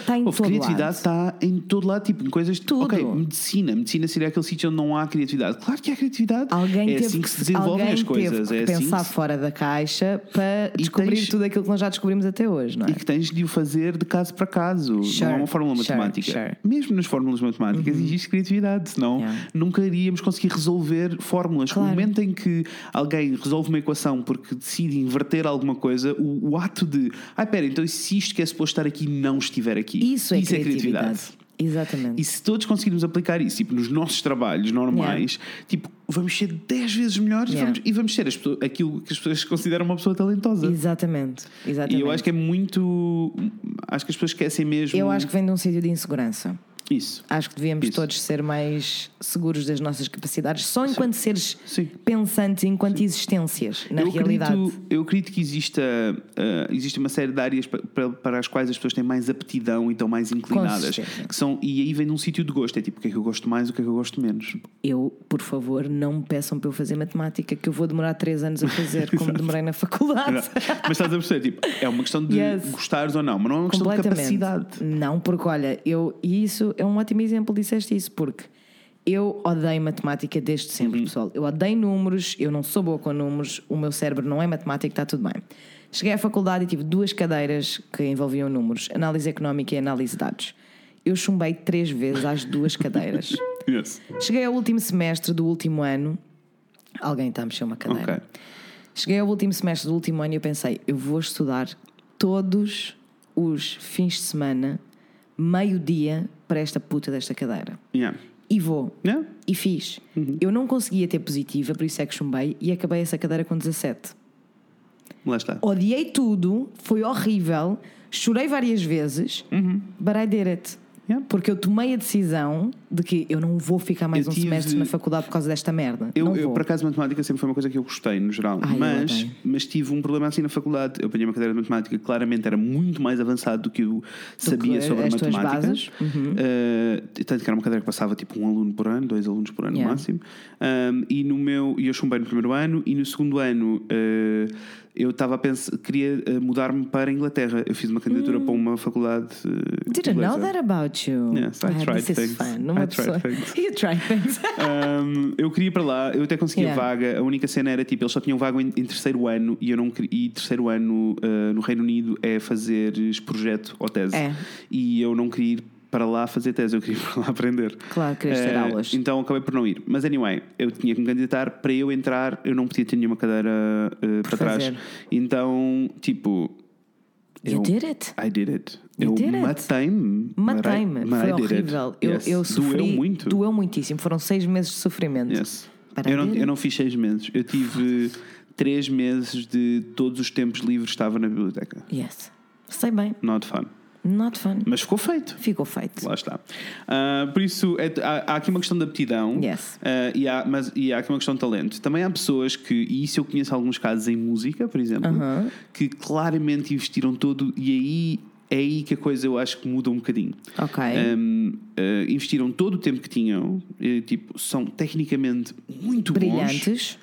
[SPEAKER 2] está em
[SPEAKER 1] Houve,
[SPEAKER 2] todo
[SPEAKER 1] criatividade
[SPEAKER 2] lado.
[SPEAKER 1] está em todo lado, tipo, em coisas.
[SPEAKER 2] Tudo.
[SPEAKER 1] Ok, medicina. Medicina seria aquele sítio onde não há criatividade. Claro que há criatividade. é
[SPEAKER 2] Alguém teve,
[SPEAKER 1] assim que se desenvolvem
[SPEAKER 2] alguém
[SPEAKER 1] as coisas.
[SPEAKER 2] teve
[SPEAKER 1] É
[SPEAKER 2] que
[SPEAKER 1] assim que
[SPEAKER 2] pensar
[SPEAKER 1] se-
[SPEAKER 2] fora da caixa para descobrir
[SPEAKER 1] tens-
[SPEAKER 2] tudo aquilo que nós já descobrimos até hoje, não é?
[SPEAKER 1] E que tens de o fazer de caso para caso.
[SPEAKER 2] Sure,
[SPEAKER 1] não é uma fórmula
[SPEAKER 2] sure,
[SPEAKER 1] matemática.
[SPEAKER 2] sure. Uhum.
[SPEAKER 1] Mesmo nas fórmulas matemáticas existe criatividade, senão
[SPEAKER 2] Yeah.
[SPEAKER 1] nunca iríamos conseguir resolver fórmulas.
[SPEAKER 2] Claro.
[SPEAKER 1] No momento em que alguém resolve uma equação porque decide inverter alguma coisa, o, o ato de. Ah, pera, então e se isto que é suposto estar aqui não estiver aqui.
[SPEAKER 2] Isso é criatividade. Exatamente.
[SPEAKER 1] E se todos conseguirmos aplicar isso tipo, nos nossos trabalhos normais, tipo, vamos ser 10 vezes melhores
[SPEAKER 2] Yeah.
[SPEAKER 1] e, vamos, e vamos ser as pessoas- aquilo que as pessoas consideram uma pessoa talentosa.
[SPEAKER 2] Exatamente. Exatamente.
[SPEAKER 1] é- E eu acho que é muito. Acho que as pessoas esquecem mesmo
[SPEAKER 2] Eu acho que vem de um sítio de insegurança.
[SPEAKER 1] isso.
[SPEAKER 2] Acho que devíamos
[SPEAKER 1] Isso.
[SPEAKER 2] todos ser mais seguros das nossas capacidades, só enquanto seres
[SPEAKER 1] Sim.
[SPEAKER 2] pensantes, enquanto existências, na
[SPEAKER 1] eu,
[SPEAKER 2] realidade.
[SPEAKER 1] acredito, eu acredito que exista, ah, existe uma série de áreas pa- pa- para, as quais as pessoas têm mais aptidão e estão mais inclinadas.
[SPEAKER 2] certeza.
[SPEAKER 1] Que são, e aí vem de um sítio de gosto. É tipo, o que é que eu gosto mais, o que é que eu gosto menos.
[SPEAKER 2] Eu, por favor, não me peçam para eu fazer matemática, que eu vou demorar três anos a fazer, como demorei na faculdade.
[SPEAKER 1] Mas estás a perceber, tipo, é uma questão de
[SPEAKER 2] Yes.
[SPEAKER 1] gostares ou não, mas não é uma questão de capacidade.
[SPEAKER 2] Não, porque olha, eu, e isso é um ótimo exemplo, disseste isso, porque eu odeio matemática desde
[SPEAKER 1] Uhum.
[SPEAKER 2] sempre, pessoal. Eu odeio números, eu não sou boa com números, o meu cérebro não é matemático, está tudo bem. Cheguei à faculdade e tive duas cadeiras que envolviam números, análise económica e análise de dados. Eu chumbei três vezes às duas cadeiras.
[SPEAKER 1] Yes.
[SPEAKER 2] Cheguei ao último semestre do último ano, alguém está a mexer uma cadeira.
[SPEAKER 1] Ok.
[SPEAKER 2] Cheguei ao último semestre do último ano e eu pensei, eu vou estudar todos os fins de semana, meio-dia, para esta puta desta cadeira.
[SPEAKER 1] Yeah.
[SPEAKER 2] E vou.
[SPEAKER 1] Yeah.
[SPEAKER 2] E fiz. Eu não conseguia ter positiva, por isso é que chumbei, e acabei essa cadeira com 17.
[SPEAKER 1] Lá está.
[SPEAKER 2] Odiei tudo, foi horrível, chorei várias vezes, but I did it.
[SPEAKER 1] Uhum. Yeah.
[SPEAKER 2] Porque eu tomei a decisão de que eu não vou ficar mais
[SPEAKER 1] Eu
[SPEAKER 2] um
[SPEAKER 1] tive-
[SPEAKER 2] semestre na faculdade por causa desta merda.
[SPEAKER 1] Eu,
[SPEAKER 2] não
[SPEAKER 1] eu,
[SPEAKER 2] vou.
[SPEAKER 1] por acaso, matemática sempre foi uma coisa que eu gostei, no geral.
[SPEAKER 2] Ai, eu
[SPEAKER 1] mas,
[SPEAKER 2] odeio.
[SPEAKER 1] mas tive um problema assim na faculdade. Eu apanhei uma cadeira de matemática que claramente era muito mais avançado do que eu sabia
[SPEAKER 2] que
[SPEAKER 1] sobre
[SPEAKER 2] as tuas
[SPEAKER 1] matemática.
[SPEAKER 2] bases. Uhum.
[SPEAKER 1] Eh, tanto que era uma cadeira que passava tipo um aluno por ano, dois alunos por ano
[SPEAKER 2] Yeah.
[SPEAKER 1] no máximo. Ahm, e no meu, e eu chumbei no primeiro ano e no segundo ano eh, eu estava a pensar, queria eh, mudar-me para a Inglaterra. Eu fiz uma candidatura para uma faculdade. eh,
[SPEAKER 2] Didn't
[SPEAKER 1] inglesa.
[SPEAKER 2] Hum. know that about you.
[SPEAKER 1] Yes, I
[SPEAKER 2] Ah,
[SPEAKER 1] tried
[SPEAKER 2] this is
[SPEAKER 1] things.
[SPEAKER 2] fun. Uma
[SPEAKER 1] I tried
[SPEAKER 2] pessoa...
[SPEAKER 1] things.
[SPEAKER 2] You tried things.
[SPEAKER 1] Um, eu queria ir para lá, eu até consegui
[SPEAKER 2] Yeah.
[SPEAKER 1] a vaga. A única cena era tipo, eles só tinham vaga em, em terceiro ano e eu não queria. E terceiro ano uh, no Reino Unido é fazeres projeto ou tese.
[SPEAKER 2] É.
[SPEAKER 1] E eu não queria ir para lá fazer tese, eu queria ir para lá aprender.
[SPEAKER 2] Claro, querias ter
[SPEAKER 1] Eh,
[SPEAKER 2] aulas.
[SPEAKER 1] Então acabei por não ir. Mas anyway, eu tinha que me candidatar. Para eu entrar, eu não podia ter nenhuma cadeira eh, para
[SPEAKER 2] fazer.
[SPEAKER 1] trás. Então, tipo.
[SPEAKER 2] you
[SPEAKER 1] eu-
[SPEAKER 2] did it.
[SPEAKER 1] I did it.
[SPEAKER 2] You
[SPEAKER 1] eu
[SPEAKER 2] did it.
[SPEAKER 1] matei-me.
[SPEAKER 2] Matei-me.
[SPEAKER 1] But I- but
[SPEAKER 2] Foi
[SPEAKER 1] I did it.
[SPEAKER 2] horrível. Eu,
[SPEAKER 1] Yes.
[SPEAKER 2] eu sofri.
[SPEAKER 1] Doeu muito.
[SPEAKER 2] Doeu muitíssimo. Foram seis meses de sofrimento.
[SPEAKER 1] Yes.
[SPEAKER 2] Para
[SPEAKER 1] Eu não,
[SPEAKER 2] ver.
[SPEAKER 1] eu não fiz seis meses. Eu tive três meses de todos os tempos livres estava na biblioteca.
[SPEAKER 2] Yes. Sei bem.
[SPEAKER 1] Not fun.
[SPEAKER 2] Not fun.
[SPEAKER 1] Mas ficou feito.
[SPEAKER 2] Ficou feito.
[SPEAKER 1] Lá está. Ah, por isso, é- há, há aqui uma questão de aptidão
[SPEAKER 2] Yes.
[SPEAKER 1] ah, e, há, mas, e há aqui uma questão de talento. Também há pessoas que, e isso eu conheço alguns casos em música, por exemplo,
[SPEAKER 2] Aham.
[SPEAKER 1] que claramente investiram todo e aí é aí que a coisa eu acho que muda um bocadinho.
[SPEAKER 2] Ok.
[SPEAKER 1] Um, ah, investiram todo o tempo que tinham, eh, tipo, são tecnicamente muito bons.
[SPEAKER 2] Brilhantes.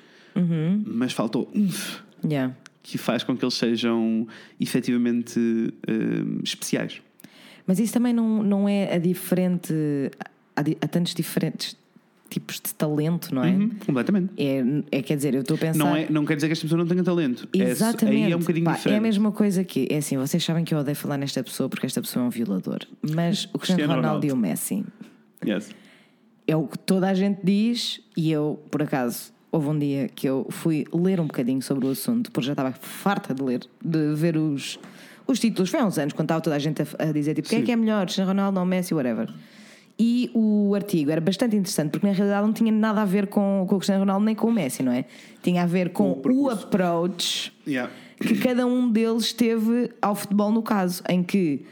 [SPEAKER 1] mas faltou um. umf
[SPEAKER 2] Yeah.
[SPEAKER 1] que faz com que eles sejam efetivamente hum, especiais.
[SPEAKER 2] Mas isso também não, não é a diferente. Há, di- há tantos diferentes tipos de talento, não é?
[SPEAKER 1] Completamente.
[SPEAKER 2] é? É, quer dizer, eu estou a pensar.
[SPEAKER 1] Uhum. Não, é, não quer dizer que esta pessoa não tenha talento. É-
[SPEAKER 2] Exatamente.
[SPEAKER 1] aí é um bocadinho
[SPEAKER 2] Pá,
[SPEAKER 1] diferente.
[SPEAKER 2] é a mesma coisa que. É assim, vocês sabem que eu odeio falar nesta pessoa porque esta pessoa é um violador. Mas o Cristiano
[SPEAKER 1] Cristiano
[SPEAKER 2] Ronaldo
[SPEAKER 1] Ronaldo.
[SPEAKER 2] e o Messi
[SPEAKER 1] Yes.
[SPEAKER 2] é o que toda a gente diz e eu, por acaso, houve um dia que eu fui ler um bocadinho sobre o assunto, porque já estava farta de ler, de ver os, os títulos. Foi há uns anos, quando estava toda a gente a, a dizer tipo, quem é
[SPEAKER 1] Sim.
[SPEAKER 2] que é melhor, Cristiano Ronaldo ou Messi, whatever. E o artigo era bastante interessante, porque na realidade não tinha nada a ver com, com o Cristiano Ronaldo nem com o Messi, não é? Tinha a ver com, o
[SPEAKER 1] percurso.
[SPEAKER 2] approach
[SPEAKER 1] Yeah.
[SPEAKER 2] que cada um deles teve ao futebol no caso, em que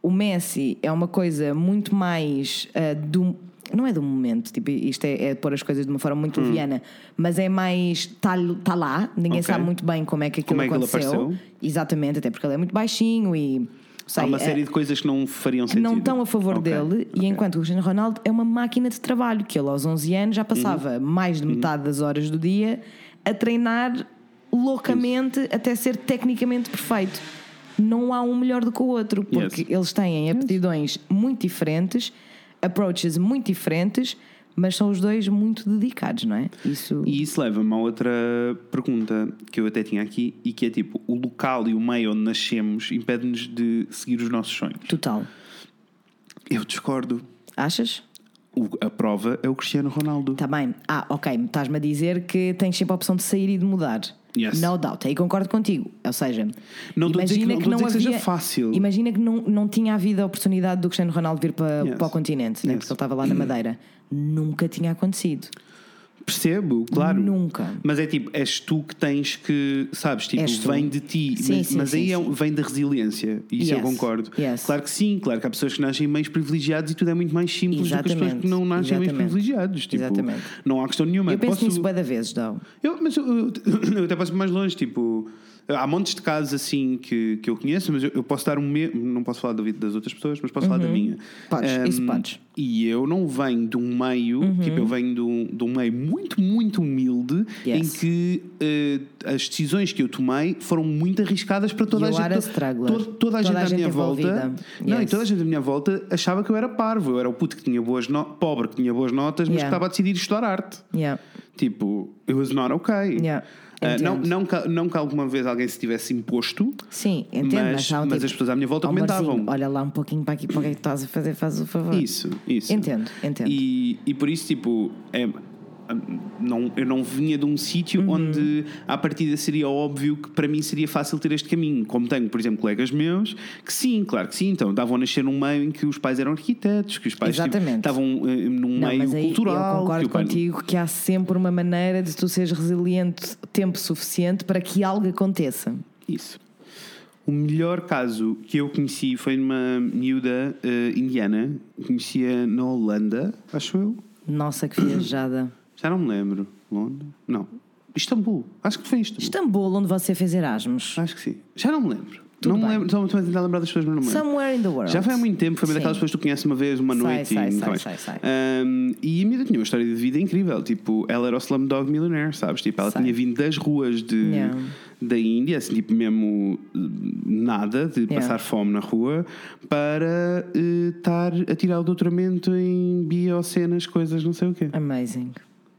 [SPEAKER 2] o Messi é uma coisa muito mais ah, do não é do momento, tipo, isto é, é pôr as coisas de uma forma muito leviana, mas é mais está tá lá, ninguém
[SPEAKER 1] Hum. Ok.
[SPEAKER 2] sabe muito bem como é que aquilo
[SPEAKER 1] Como é que ele
[SPEAKER 2] aconteceu.
[SPEAKER 1] apareceu?
[SPEAKER 2] Exatamente, até porque ele é muito baixinho e sei,
[SPEAKER 1] Há uma
[SPEAKER 2] é-
[SPEAKER 1] série de coisas que não fariam
[SPEAKER 2] que
[SPEAKER 1] sentido.
[SPEAKER 2] não estão a favor
[SPEAKER 1] Ok.
[SPEAKER 2] dele, e
[SPEAKER 1] Ok.
[SPEAKER 2] enquanto o Cristiano Ronaldo é uma máquina de trabalho, que ele aos 11 anos já passava
[SPEAKER 1] Uhum.
[SPEAKER 2] mais de metade das horas do dia a treinar loucamente até ser tecnicamente perfeito. Não há um melhor do que o outro, porque
[SPEAKER 1] Yes.
[SPEAKER 2] eles têm aptidões muito diferentes, approaches muito diferentes, mas são os dois muito dedicados, não é? Isso.
[SPEAKER 1] E isso leva-me a outra pergunta que eu até tinha aqui e que é tipo: o local e o meio onde nascemos impede-nos de seguir os nossos sonhos?
[SPEAKER 2] Total.
[SPEAKER 1] Eu discordo.
[SPEAKER 2] Achas?
[SPEAKER 1] O- a prova é o Cristiano Ronaldo.
[SPEAKER 2] Está bem. Ah, ok. Estás-me a dizer que tens sempre a opção de sair e de mudar.
[SPEAKER 1] Yes.
[SPEAKER 2] No doubt. Aí concordo contigo. Ou seja,
[SPEAKER 1] Não estou a dizer que
[SPEAKER 2] imagina
[SPEAKER 1] não-
[SPEAKER 2] que
[SPEAKER 1] estou a
[SPEAKER 2] não
[SPEAKER 1] dizer que seja
[SPEAKER 2] havia-
[SPEAKER 1] fácil.
[SPEAKER 2] Imagina que não, não tinha havido a oportunidade do Cristiano Ronaldo vir para,
[SPEAKER 1] Yes.
[SPEAKER 2] para o continente, né?
[SPEAKER 1] Yes.
[SPEAKER 2] porque ele estava lá na Madeira. Nunca tinha acontecido.
[SPEAKER 1] Percebo, claro.
[SPEAKER 2] Nunca.
[SPEAKER 1] Mas é tipo, és tu que tens que, sabes, tipo,
[SPEAKER 2] És tu.
[SPEAKER 1] vem de ti,
[SPEAKER 2] Sim,
[SPEAKER 1] mas,
[SPEAKER 2] sim,
[SPEAKER 1] mas
[SPEAKER 2] sim,
[SPEAKER 1] aí é
[SPEAKER 2] sim.
[SPEAKER 1] um- vem da resiliência, isso eu
[SPEAKER 2] Yes,
[SPEAKER 1] concordo.
[SPEAKER 2] yes.
[SPEAKER 1] Claro que sim, claro que há pessoas que nascem em meios privilegiados e tudo é muito mais simples do que as pessoas
[SPEAKER 2] Exatamente,
[SPEAKER 1] que não nascem em meios
[SPEAKER 2] exatamente,
[SPEAKER 1] privilegiados. Tipo,
[SPEAKER 2] exatamente.
[SPEAKER 1] Não há questão nenhuma.
[SPEAKER 2] eu penso
[SPEAKER 1] Posso-
[SPEAKER 2] nisso bem vezes, Dão.
[SPEAKER 1] eu, mas eu, eu- eu até posso ir mais longe, tipo, há montes de casos assim que, que eu conheço, mas eu, eu posso dar um me... não posso falar da vida das outras pessoas, mas posso falar da minha.
[SPEAKER 2] Uhum. Podes, isso podes. Uhum.
[SPEAKER 1] E eu não venho de um meio, tipo, eu venho de um, de um meio muito, muito humilde
[SPEAKER 2] Yes.
[SPEAKER 1] em que eh, as decisões que eu tomei foram muito arriscadas para toda a
[SPEAKER 2] You
[SPEAKER 1] gente.
[SPEAKER 2] are a struggler.
[SPEAKER 1] to- toda a gente à minha volta.
[SPEAKER 2] envolvida.
[SPEAKER 1] Não, e
[SPEAKER 2] Yes.
[SPEAKER 1] toda a gente à minha volta achava que eu era parvo, eu era o puto que tinha boas no... pobre que tinha boas notas, mas
[SPEAKER 2] Yeah.
[SPEAKER 1] que estava a decidir estudar arte.
[SPEAKER 2] Yeah.
[SPEAKER 1] Tipo, it was not okay.
[SPEAKER 2] Yeah,
[SPEAKER 1] Ah,
[SPEAKER 2] entendo.
[SPEAKER 1] não, não, que- não que alguma vez alguém se tivesse imposto,
[SPEAKER 2] Sim, entendo.
[SPEAKER 1] Mas-
[SPEAKER 2] há um
[SPEAKER 1] mas as pessoas à minha volta
[SPEAKER 2] "Oh, amorzinho,
[SPEAKER 1] comentavam.
[SPEAKER 2] Olha lá um pouquinho para aqui, para o que é que estás a fazer, faz o favor.
[SPEAKER 1] isso, isso.
[SPEAKER 2] Entendo, entendo.
[SPEAKER 1] E, e por isso, tipo, é, não, eu não vinha de um sítio
[SPEAKER 2] Uhum.
[SPEAKER 1] onde, à partida, seria óbvio que para mim seria fácil ter este caminho. Como tenho, por exemplo, colegas meus que sim, claro que sim, então estavam a nascer num meio em que os pais eram arquitetos, que os pais tipo,
[SPEAKER 2] Exatamente.
[SPEAKER 1] estavam eh, num
[SPEAKER 2] Não,
[SPEAKER 1] meio
[SPEAKER 2] mas aí
[SPEAKER 1] cultural.
[SPEAKER 2] eu
[SPEAKER 1] que
[SPEAKER 2] concordo
[SPEAKER 1] o pai-
[SPEAKER 2] contigo que há sempre uma maneira de tu seres resiliente tempo suficiente para que algo aconteça.
[SPEAKER 1] Isso. O melhor caso que eu conheci foi numa miúda eh, indiana, conhecia na Holanda, acho eu.
[SPEAKER 2] Nossa, que viajada.
[SPEAKER 1] Já não me lembro. Londres? Não. Istambul. Acho que foi Istambul.
[SPEAKER 2] Istambul, onde você fez Erasmus.
[SPEAKER 1] Acho que sim. Já não me lembro. não me
[SPEAKER 2] bem.
[SPEAKER 1] lembro. Estou estou a tentar lembrar das pessoas, mas não me lembro.
[SPEAKER 2] Somewhere in the world.
[SPEAKER 1] Já foi há muito tempo, foi uma
[SPEAKER 2] Sim.
[SPEAKER 1] daquelas pessoas que tu conheces uma vez, uma
[SPEAKER 2] Sai,
[SPEAKER 1] noite
[SPEAKER 2] sai,
[SPEAKER 1] e nunca
[SPEAKER 2] sai,
[SPEAKER 1] mais.
[SPEAKER 2] sai, sai.
[SPEAKER 1] Ahm, e a miúda tinha uma história de vida incrível. Tipo, ela era o Slumdog Millionaire, sabes? Tipo, ela
[SPEAKER 2] Sei.
[SPEAKER 1] tinha vindo das ruas de,
[SPEAKER 2] Yeah.
[SPEAKER 1] da Índia, assim, tipo, mesmo eh, nada, de passar fome na rua, para eh, estar a tirar o doutoramento em biocenas, coisas, não sei o quê.
[SPEAKER 2] Amazing.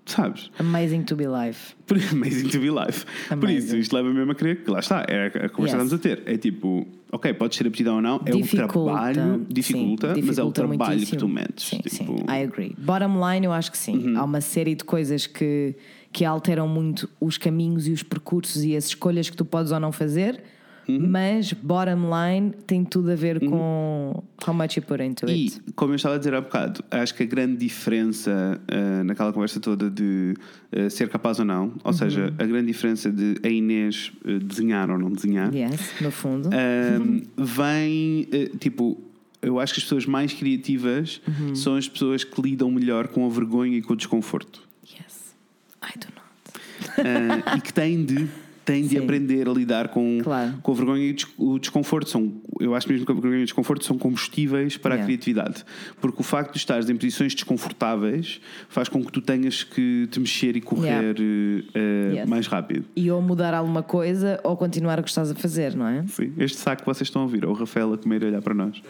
[SPEAKER 1] Sabes?
[SPEAKER 2] Amazing to be live.
[SPEAKER 1] Por, amazing to be live. Por
[SPEAKER 2] Amazing.
[SPEAKER 1] isso, isto leva mesmo a crer que lá está, é a a conversa
[SPEAKER 2] Yes.
[SPEAKER 1] que estamos a ter. É tipo, ok, pode ser aptidão ou não, é o trabalho,
[SPEAKER 2] sim,
[SPEAKER 1] dificulta, mas é o
[SPEAKER 2] dificulta
[SPEAKER 1] trabalho que
[SPEAKER 2] muitíssimo.
[SPEAKER 1] tu metes.
[SPEAKER 2] Sim,
[SPEAKER 1] tipo, Uhum.
[SPEAKER 2] sim, I agree. Bottom line, eu acho que sim. Há uma série de coisas que, que alteram muito os caminhos e os percursos e as escolhas que tu podes ou não fazer,
[SPEAKER 1] Uhum.
[SPEAKER 2] mas bottom line tem tudo a ver com how much you put into
[SPEAKER 1] E,
[SPEAKER 2] it.
[SPEAKER 1] como eu estava a dizer há bocado, acho que a grande diferença ah, naquela conversa toda de ah, ser capaz ou não, ou
[SPEAKER 2] Uhum.
[SPEAKER 1] seja, a grande diferença de a Inês ah, desenhar ou não desenhar,
[SPEAKER 2] Yes, no fundo.
[SPEAKER 1] É.
[SPEAKER 2] Uhum.
[SPEAKER 1] Ahm, vem eh, tipo. Eu acho que as pessoas mais criativas
[SPEAKER 2] Uhum.
[SPEAKER 1] são as pessoas que lidam melhor com a vergonha e com o desconforto.
[SPEAKER 2] Yes. I do not.
[SPEAKER 1] Ah, e que têm de, têm de
[SPEAKER 2] Sim.
[SPEAKER 1] aprender a lidar com,
[SPEAKER 2] Claro.
[SPEAKER 1] com a vergonha e o des- o desconforto. São, eu acho mesmo que a vergonha e o desconforto são combustíveis para a
[SPEAKER 2] Yeah.
[SPEAKER 1] criatividade. Porque o facto de estares em posições desconfortáveis faz com que tu tenhas que te mexer e correr eh, eh,
[SPEAKER 2] Yes.
[SPEAKER 1] mais rápido.
[SPEAKER 2] E ou mudar alguma coisa ou continuar o que estás a fazer, não é?
[SPEAKER 1] Sim. Este saco que vocês estão a ouvir, é o Rafael a comer e olhar para nós.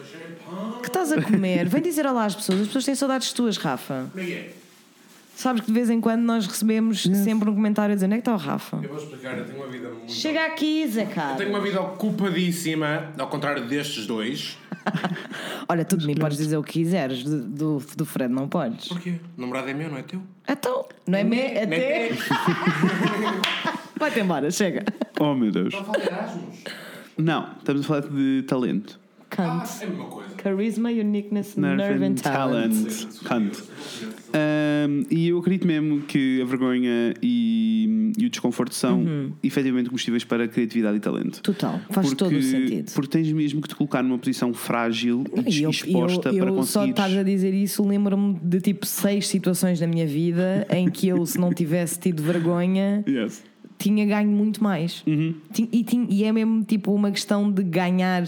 [SPEAKER 2] que estás a comer? Vem dizer olá às pessoas. As pessoas têm saudades tuas, Rafa.
[SPEAKER 4] Miguel,
[SPEAKER 2] Sabes que de vez em quando nós recebemos sempre um comentário a dizer onde é que está o Rafa?
[SPEAKER 4] eu vou explicar, eu tenho uma vida muito.
[SPEAKER 2] Chega aqui, Zé cara.
[SPEAKER 4] Eu tenho uma vida ocupadíssima, ao contrário destes dois.
[SPEAKER 2] Olha, tu de mim podes dizer o que quiseres, de- do, do Fred não podes.
[SPEAKER 4] Porquê? O namorado é meu, não é teu?
[SPEAKER 2] Então, não é me, até.
[SPEAKER 4] é
[SPEAKER 2] Vai-te embora, chega.
[SPEAKER 1] Oh meu Deus.
[SPEAKER 4] Não fala de Erasmus. É
[SPEAKER 1] Não, estamos a falar de talento.
[SPEAKER 4] Ah,
[SPEAKER 2] Cunt.
[SPEAKER 4] é a mesma coisa.
[SPEAKER 2] Charisma, uniqueness, nerve, and talent.
[SPEAKER 1] Canto. Ahm, e eu acredito mesmo que a vergonha e, e o desconforto são efetivamente combustíveis para a criatividade e talento.
[SPEAKER 2] Total, Uhum. faz todo o sentido.
[SPEAKER 1] Porque tens mesmo que te colocar numa posição frágil e
[SPEAKER 2] E
[SPEAKER 1] des-
[SPEAKER 2] eu,
[SPEAKER 1] exposta
[SPEAKER 2] eu- eu
[SPEAKER 1] para
[SPEAKER 2] só
[SPEAKER 1] conseguir.
[SPEAKER 2] estás a dizer isso, lembro-me de tipo seis situações na minha vida em que eu, se não tivesse tido vergonha,
[SPEAKER 1] Yes.
[SPEAKER 2] tinha ganho muito mais.
[SPEAKER 1] Uhum.
[SPEAKER 2] Ti- E, tin- e é mesmo tipo uma questão de ganhar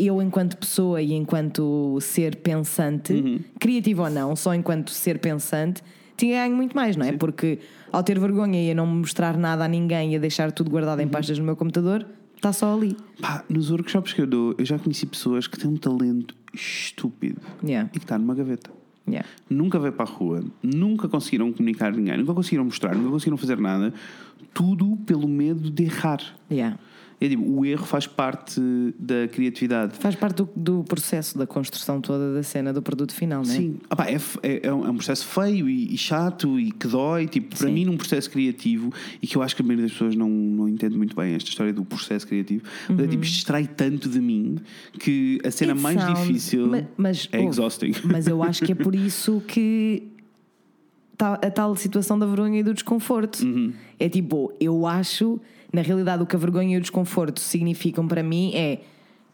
[SPEAKER 2] eu enquanto pessoa e enquanto ser pensante,
[SPEAKER 1] Uhum.
[SPEAKER 2] criativo ou não, só enquanto ser pensante, tinha ganho muito mais, não é? Porque ao ter vergonha e a não mostrar nada a ninguém e a deixar tudo guardado
[SPEAKER 1] Uhum.
[SPEAKER 2] em pastas no meu computador, está só ali.
[SPEAKER 1] Pá, nos workshops que eu dou, eu já conheci pessoas que têm um talento estúpido
[SPEAKER 2] Yeah.
[SPEAKER 1] e que está numa gaveta.
[SPEAKER 2] Yeah.
[SPEAKER 1] Nunca veio para a rua, nunca conseguiram comunicar a ninguém, nunca conseguiram mostrar, nunca conseguiram fazer nada, tudo pelo medo de errar.
[SPEAKER 2] Yeah.
[SPEAKER 1] Eu digo, o erro faz parte da criatividade.
[SPEAKER 2] Faz parte do, do processo da construção toda da cena do produto final, não é?
[SPEAKER 1] Sim, Ah pá, é, f- é- é um é um processo feio e, e chato e que dói. Tipo, para
[SPEAKER 2] Sim.
[SPEAKER 1] mim, num processo criativo, e que eu acho que a maioria das pessoas não, não entende muito bem esta história do processo criativo, mas é tipo, isto distrai tanto de mim que a cena
[SPEAKER 2] Uhum. It
[SPEAKER 1] mais
[SPEAKER 2] sounds-
[SPEAKER 1] difícil
[SPEAKER 2] ma- mas,
[SPEAKER 1] é
[SPEAKER 2] ouve,
[SPEAKER 1] exhausting.
[SPEAKER 2] Mas eu acho que é por isso que tá- a tal situação da vergonha e do desconforto.
[SPEAKER 1] Uhum.
[SPEAKER 2] É tipo, eu acho, na realidade, o que a vergonha e o desconforto significam para mim é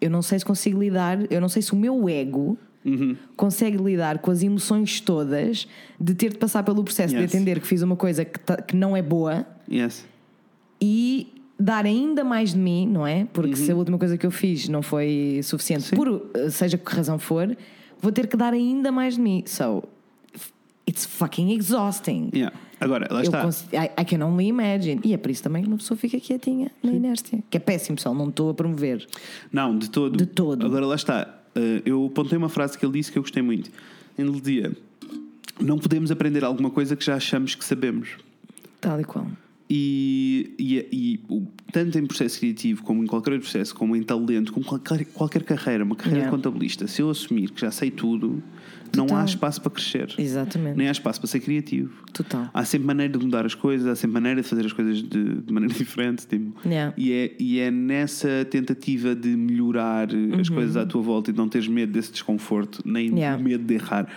[SPEAKER 2] eu não sei se consigo lidar, eu não sei se o meu ego.
[SPEAKER 1] Uhum.
[SPEAKER 2] Consegue lidar com as emoções todas de ter de passar pelo processo
[SPEAKER 1] Yes.
[SPEAKER 2] de entender que fiz uma coisa que, ta- que não é boa
[SPEAKER 1] Yes.
[SPEAKER 2] e dar ainda mais de mim, não é? Porque
[SPEAKER 1] Uhum.
[SPEAKER 2] se a última coisa que eu fiz não foi suficiente, por uh, seja que razão for, vou ter que dar ainda mais de mim. So, f- it's fucking exhausting.
[SPEAKER 1] Yeah. Agora, lá
[SPEAKER 2] Eu
[SPEAKER 1] está.
[SPEAKER 2] cons- I, I can only imagine. E é por isso também que uma pessoa fica quietinha na inércia. Que é péssimo, pessoal. Não estou a promover.
[SPEAKER 1] Não, de todo.
[SPEAKER 2] De todo.
[SPEAKER 1] Agora lá está. Uh, eu apontei uma frase que ele disse que eu gostei muito. Ele dizia: Não podemos aprender alguma coisa que já achamos que sabemos.
[SPEAKER 2] Tal e qual.
[SPEAKER 1] E E, e, e o- tanto em processo criativo, como em qualquer outro processo, como em talento, como qualquer, qualquer carreira, uma carreira
[SPEAKER 2] Yeah.
[SPEAKER 1] de contabilista, se eu assumir que já sei tudo, não
[SPEAKER 2] Total.
[SPEAKER 1] há espaço para crescer.
[SPEAKER 2] Exatamente.
[SPEAKER 1] Nem há espaço para ser criativo.
[SPEAKER 2] Total.
[SPEAKER 1] Há sempre maneira de mudar as coisas, há sempre maneira de fazer as coisas de, de maneira diferente. Tipo.
[SPEAKER 2] Yeah.
[SPEAKER 1] E, é, e é nessa tentativa de melhorar as coisas à tua volta e de não teres medo desse desconforto, nem
[SPEAKER 2] Uhum. Yeah.
[SPEAKER 1] medo de errar.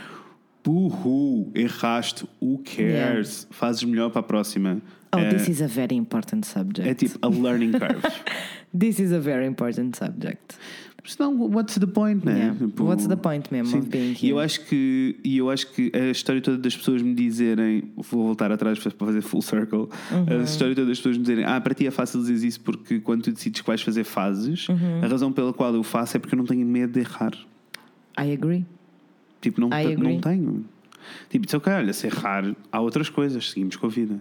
[SPEAKER 1] Uhul, erraste, who cares? Fazes melhor para a próxima.
[SPEAKER 2] Oh,
[SPEAKER 1] é,
[SPEAKER 2] this is a very important subject.
[SPEAKER 1] é tipo a learning curve.
[SPEAKER 2] This is a very important subject.
[SPEAKER 1] Senão, what's the point, né?
[SPEAKER 2] Yeah. What's the point mesmo
[SPEAKER 1] Sim.
[SPEAKER 2] of being
[SPEAKER 1] E eu
[SPEAKER 2] here?
[SPEAKER 1] acho que e eu acho que a história toda das pessoas me dizerem vou voltar atrás para fazer full circle
[SPEAKER 2] Uhum.
[SPEAKER 1] a história toda das pessoas me dizerem ah para ti é fácil dizer isso porque quando tu decides que vais fazer fases
[SPEAKER 2] Uhum.
[SPEAKER 1] a razão pela qual eu faço é porque eu não tenho medo de errar
[SPEAKER 2] I agree.
[SPEAKER 1] tipo não, te-
[SPEAKER 2] I
[SPEAKER 1] não
[SPEAKER 2] agree.
[SPEAKER 1] tenho tipo se ok olha se errar há outras coisas seguimos com a vida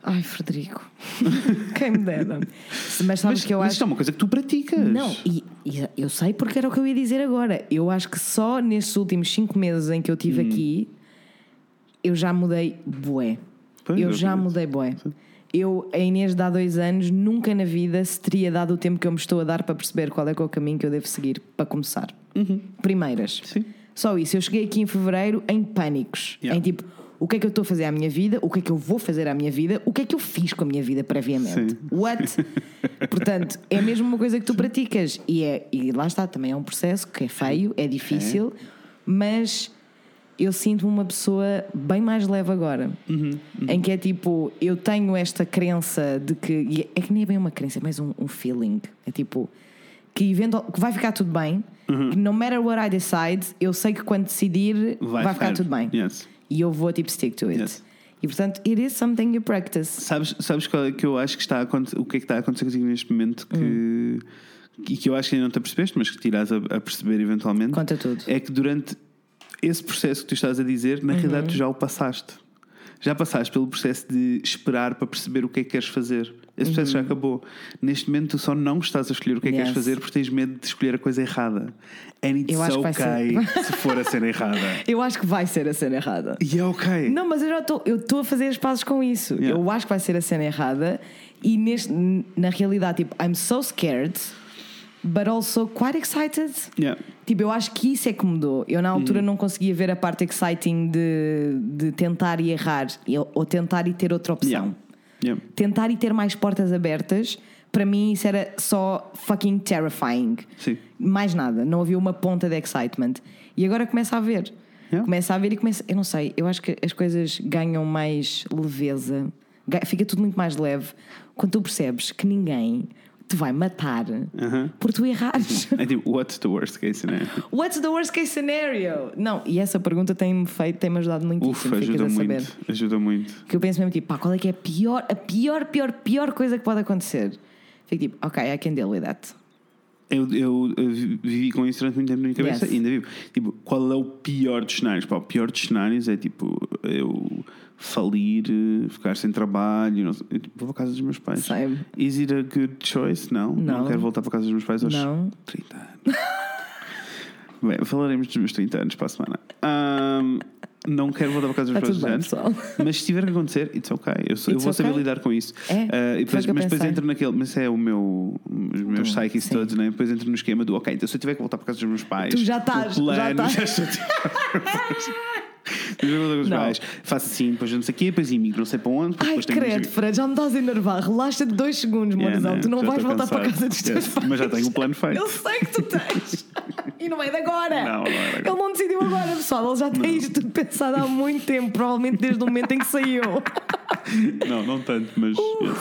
[SPEAKER 2] Ai, Frederico. Quem me dera. Se- Mas sabes
[SPEAKER 1] mas,
[SPEAKER 2] que eu
[SPEAKER 1] mas
[SPEAKER 2] acho.
[SPEAKER 1] isto é uma coisa que tu praticas
[SPEAKER 2] Não, e, e eu sei porque era o que eu ia dizer agora. Eu acho que só nestes últimos cinco meses em que eu estive
[SPEAKER 1] Hum.
[SPEAKER 2] aqui, eu já mudei bué.
[SPEAKER 1] Pois,
[SPEAKER 2] eu já
[SPEAKER 1] obviamente.
[SPEAKER 2] mudei bué. Eu, a Inês de há dois anos, nunca na vida se teria dado o tempo que eu me estou a dar para perceber qual é que é o caminho que eu devo seguir para começar. Primeiras.
[SPEAKER 1] Uhum. Sim.
[SPEAKER 2] Só isso. Eu cheguei aqui em fevereiro em pânicos.
[SPEAKER 1] Yeah.
[SPEAKER 2] Em tipo, o que é que eu estou a fazer à minha vida? O que é que eu vou fazer à minha vida? O que é que eu fiz com a minha vida previamente?
[SPEAKER 1] Sim.
[SPEAKER 2] What? Portanto, é mesmo uma coisa que tu praticas. E, é, e lá está, também é um processo que é feio, é difícil, mas eu sinto-me uma pessoa bem mais leve agora. Em que é tipo, eu tenho esta crença de que. e É que nem é bem uma crença, é mais um, um feeling. É tipo, que, eventual, que vai ficar tudo bem, que no matter what I decide, eu sei que quando decidir vai, ficar tudo bem.
[SPEAKER 1] Yes.
[SPEAKER 2] E eu vou tipo stick to it.
[SPEAKER 1] Yes.
[SPEAKER 2] E portanto, it is something you practice.
[SPEAKER 1] Sabes, sabes qual é que eu acho que está a aconte- o que é que está a acontecer contigo neste momento que,
[SPEAKER 2] Hum.
[SPEAKER 1] e que eu acho que ainda não te apercebeste, mas que te irás a, a perceber eventualmente?
[SPEAKER 2] Conta tudo. Uhum.
[SPEAKER 1] É que durante esse processo que tu estás a dizer, na realidade tu já o passaste. Já passaste pelo processo de esperar para perceber o que é que queres fazer. Esse processo já acabou. Neste momento tu só não estás a escolher o que é que
[SPEAKER 2] Uhum. Yes.
[SPEAKER 1] queres fazer porque tens medo de escolher a coisa errada. And it's
[SPEAKER 2] Eu acho que vai
[SPEAKER 1] okay se for a cena errada.
[SPEAKER 2] Eu acho que vai ser a cena errada.
[SPEAKER 1] E é ok.
[SPEAKER 2] Não, mas eu já estou, eu estou a fazer as pazes com isso.
[SPEAKER 1] Yeah.
[SPEAKER 2] Eu acho que vai ser a cena errada e neste, n- na realidade, tipo, I'm so scared, but also quite excited.
[SPEAKER 1] Yeah.
[SPEAKER 2] Tipo, eu acho que isso é que mudou. Eu na
[SPEAKER 1] Uhum.
[SPEAKER 2] altura não conseguia ver a parte exciting de, de tentar e errar, e- ou tentar e ter outra opção.
[SPEAKER 1] Yeah. Yeah.
[SPEAKER 2] Tentar e ter mais portas abertas, para mim isso era só fucking terrifying.
[SPEAKER 1] Sim.
[SPEAKER 2] Mais nada, não havia uma ponta de excitement. E agora começa a haver.
[SPEAKER 1] Yeah.
[SPEAKER 2] Começa a haver e começa. Eu não sei, eu acho que as coisas ganham mais leveza, ga- fica tudo muito mais leve quando tu percebes que ninguém te vai matar por tu errares.
[SPEAKER 1] É tipo, what's the worst case, né?
[SPEAKER 2] What's the worst case scenario? Não, e essa pergunta tem-me feito, tem-me ajudado muitíssimo.
[SPEAKER 1] Ufa,
[SPEAKER 2] ficas
[SPEAKER 1] ajuda
[SPEAKER 2] a saber.
[SPEAKER 1] muito. Ajuda muito.
[SPEAKER 2] Que eu penso mesmo, tipo, pá, qual é que é a pior, a pior, pior, pior coisa que pode acontecer? Fico tipo, ok, I can deal with that.
[SPEAKER 1] Eu, eu, eu vi- vivi com isso durante muito tempo na minha cabeça
[SPEAKER 2] Yes.
[SPEAKER 1] e ainda vivo. Tipo, qual é o pior dos cenários? Pá, o pior dos cenários é tipo, eu falir, eh, ficar sem trabalho, não sei, eu, tipo, vou para a casa dos meus pais.
[SPEAKER 2] Same.
[SPEAKER 1] Is it a good choice? Não. Não,
[SPEAKER 2] Não.
[SPEAKER 1] quero voltar para a casa dos meus pais aos
[SPEAKER 2] Não.
[SPEAKER 1] 30 anos. Bem, falaremos dos meus 30 anos para a semana. Ahm, não quero voltar para a casa dos
[SPEAKER 2] Está
[SPEAKER 1] meus
[SPEAKER 2] Tá
[SPEAKER 1] pais
[SPEAKER 2] tudo bem,
[SPEAKER 1] aos 30 anos.
[SPEAKER 2] pessoal.
[SPEAKER 1] Mas se tiver que acontecer, it's ok. Eu, sou- eu
[SPEAKER 2] It's
[SPEAKER 1] vou saber
[SPEAKER 2] okay.
[SPEAKER 1] lidar com isso.
[SPEAKER 2] É,
[SPEAKER 1] Ah, e
[SPEAKER 2] foi
[SPEAKER 1] depois,
[SPEAKER 2] o que eu
[SPEAKER 1] mas depois
[SPEAKER 2] pensei.
[SPEAKER 1] entra naquele. Mas é o meu. Os meus
[SPEAKER 2] Sim.
[SPEAKER 1] psyches todos, né? Depois entro no esquema do ok, então se eu tiver que voltar para casa dos meus pais.
[SPEAKER 2] Tu já estás,
[SPEAKER 1] o
[SPEAKER 2] já
[SPEAKER 1] plano,
[SPEAKER 2] estás.
[SPEAKER 1] já estou. Eu vou voltar com os
[SPEAKER 2] Não.
[SPEAKER 1] pais. Faço assim, depois não sei o quê, depois imigro, não sei para onde.
[SPEAKER 2] Ai,
[SPEAKER 1] depois tenho
[SPEAKER 2] credo, Fred, já me estás a enervar. Relaxa-te dois segundos,
[SPEAKER 1] Yeah,
[SPEAKER 2] Morizão.
[SPEAKER 1] né?
[SPEAKER 2] Tu não
[SPEAKER 1] Já
[SPEAKER 2] vais
[SPEAKER 1] estou
[SPEAKER 2] voltar para a
[SPEAKER 1] cansado.
[SPEAKER 2] casa dos teus
[SPEAKER 1] Yes,
[SPEAKER 2] pais.
[SPEAKER 1] mas já tenho o plano feito.
[SPEAKER 2] Eu sei que tu tens. e não é de agora.
[SPEAKER 1] Não, não é de agora.
[SPEAKER 2] Ele não decidiu agora, pessoal. Ele já tem isto tudo pensado há muito tempo, provavelmente desde o momento em que saiu.
[SPEAKER 1] Não, não tanto, mas. yes.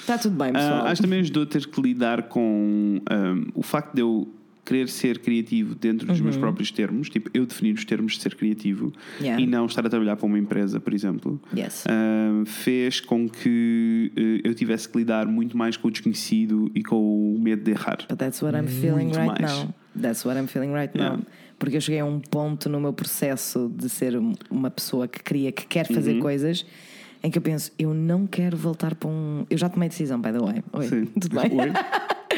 [SPEAKER 2] Está tudo bem,
[SPEAKER 1] Ah,
[SPEAKER 2] pessoal.
[SPEAKER 1] acho que também ajudou ter que lidar com ahm, o facto de eu querer ser criativo dentro dos meus próprios termos, tipo eu definir os termos de ser criativo
[SPEAKER 2] Uhum. Yeah.
[SPEAKER 1] e não estar a trabalhar para uma empresa, por exemplo,
[SPEAKER 2] Yes.
[SPEAKER 1] ahm, fez com que eh, eu tivesse que lidar muito mais com o desconhecido e com o medo de errar.
[SPEAKER 2] But that's what I'm feeling
[SPEAKER 1] Muito
[SPEAKER 2] right
[SPEAKER 1] mais.
[SPEAKER 2] now. That's what I'm feeling right
[SPEAKER 1] Yeah.
[SPEAKER 2] now. Porque eu cheguei a um ponto no meu processo de ser um- uma pessoa que cria, que quer fazer
[SPEAKER 1] Uhum.
[SPEAKER 2] coisas, em que eu penso, eu não quero voltar para um. Eu já tomei decisão, by the way. Oi, tudo bem?
[SPEAKER 1] Oi?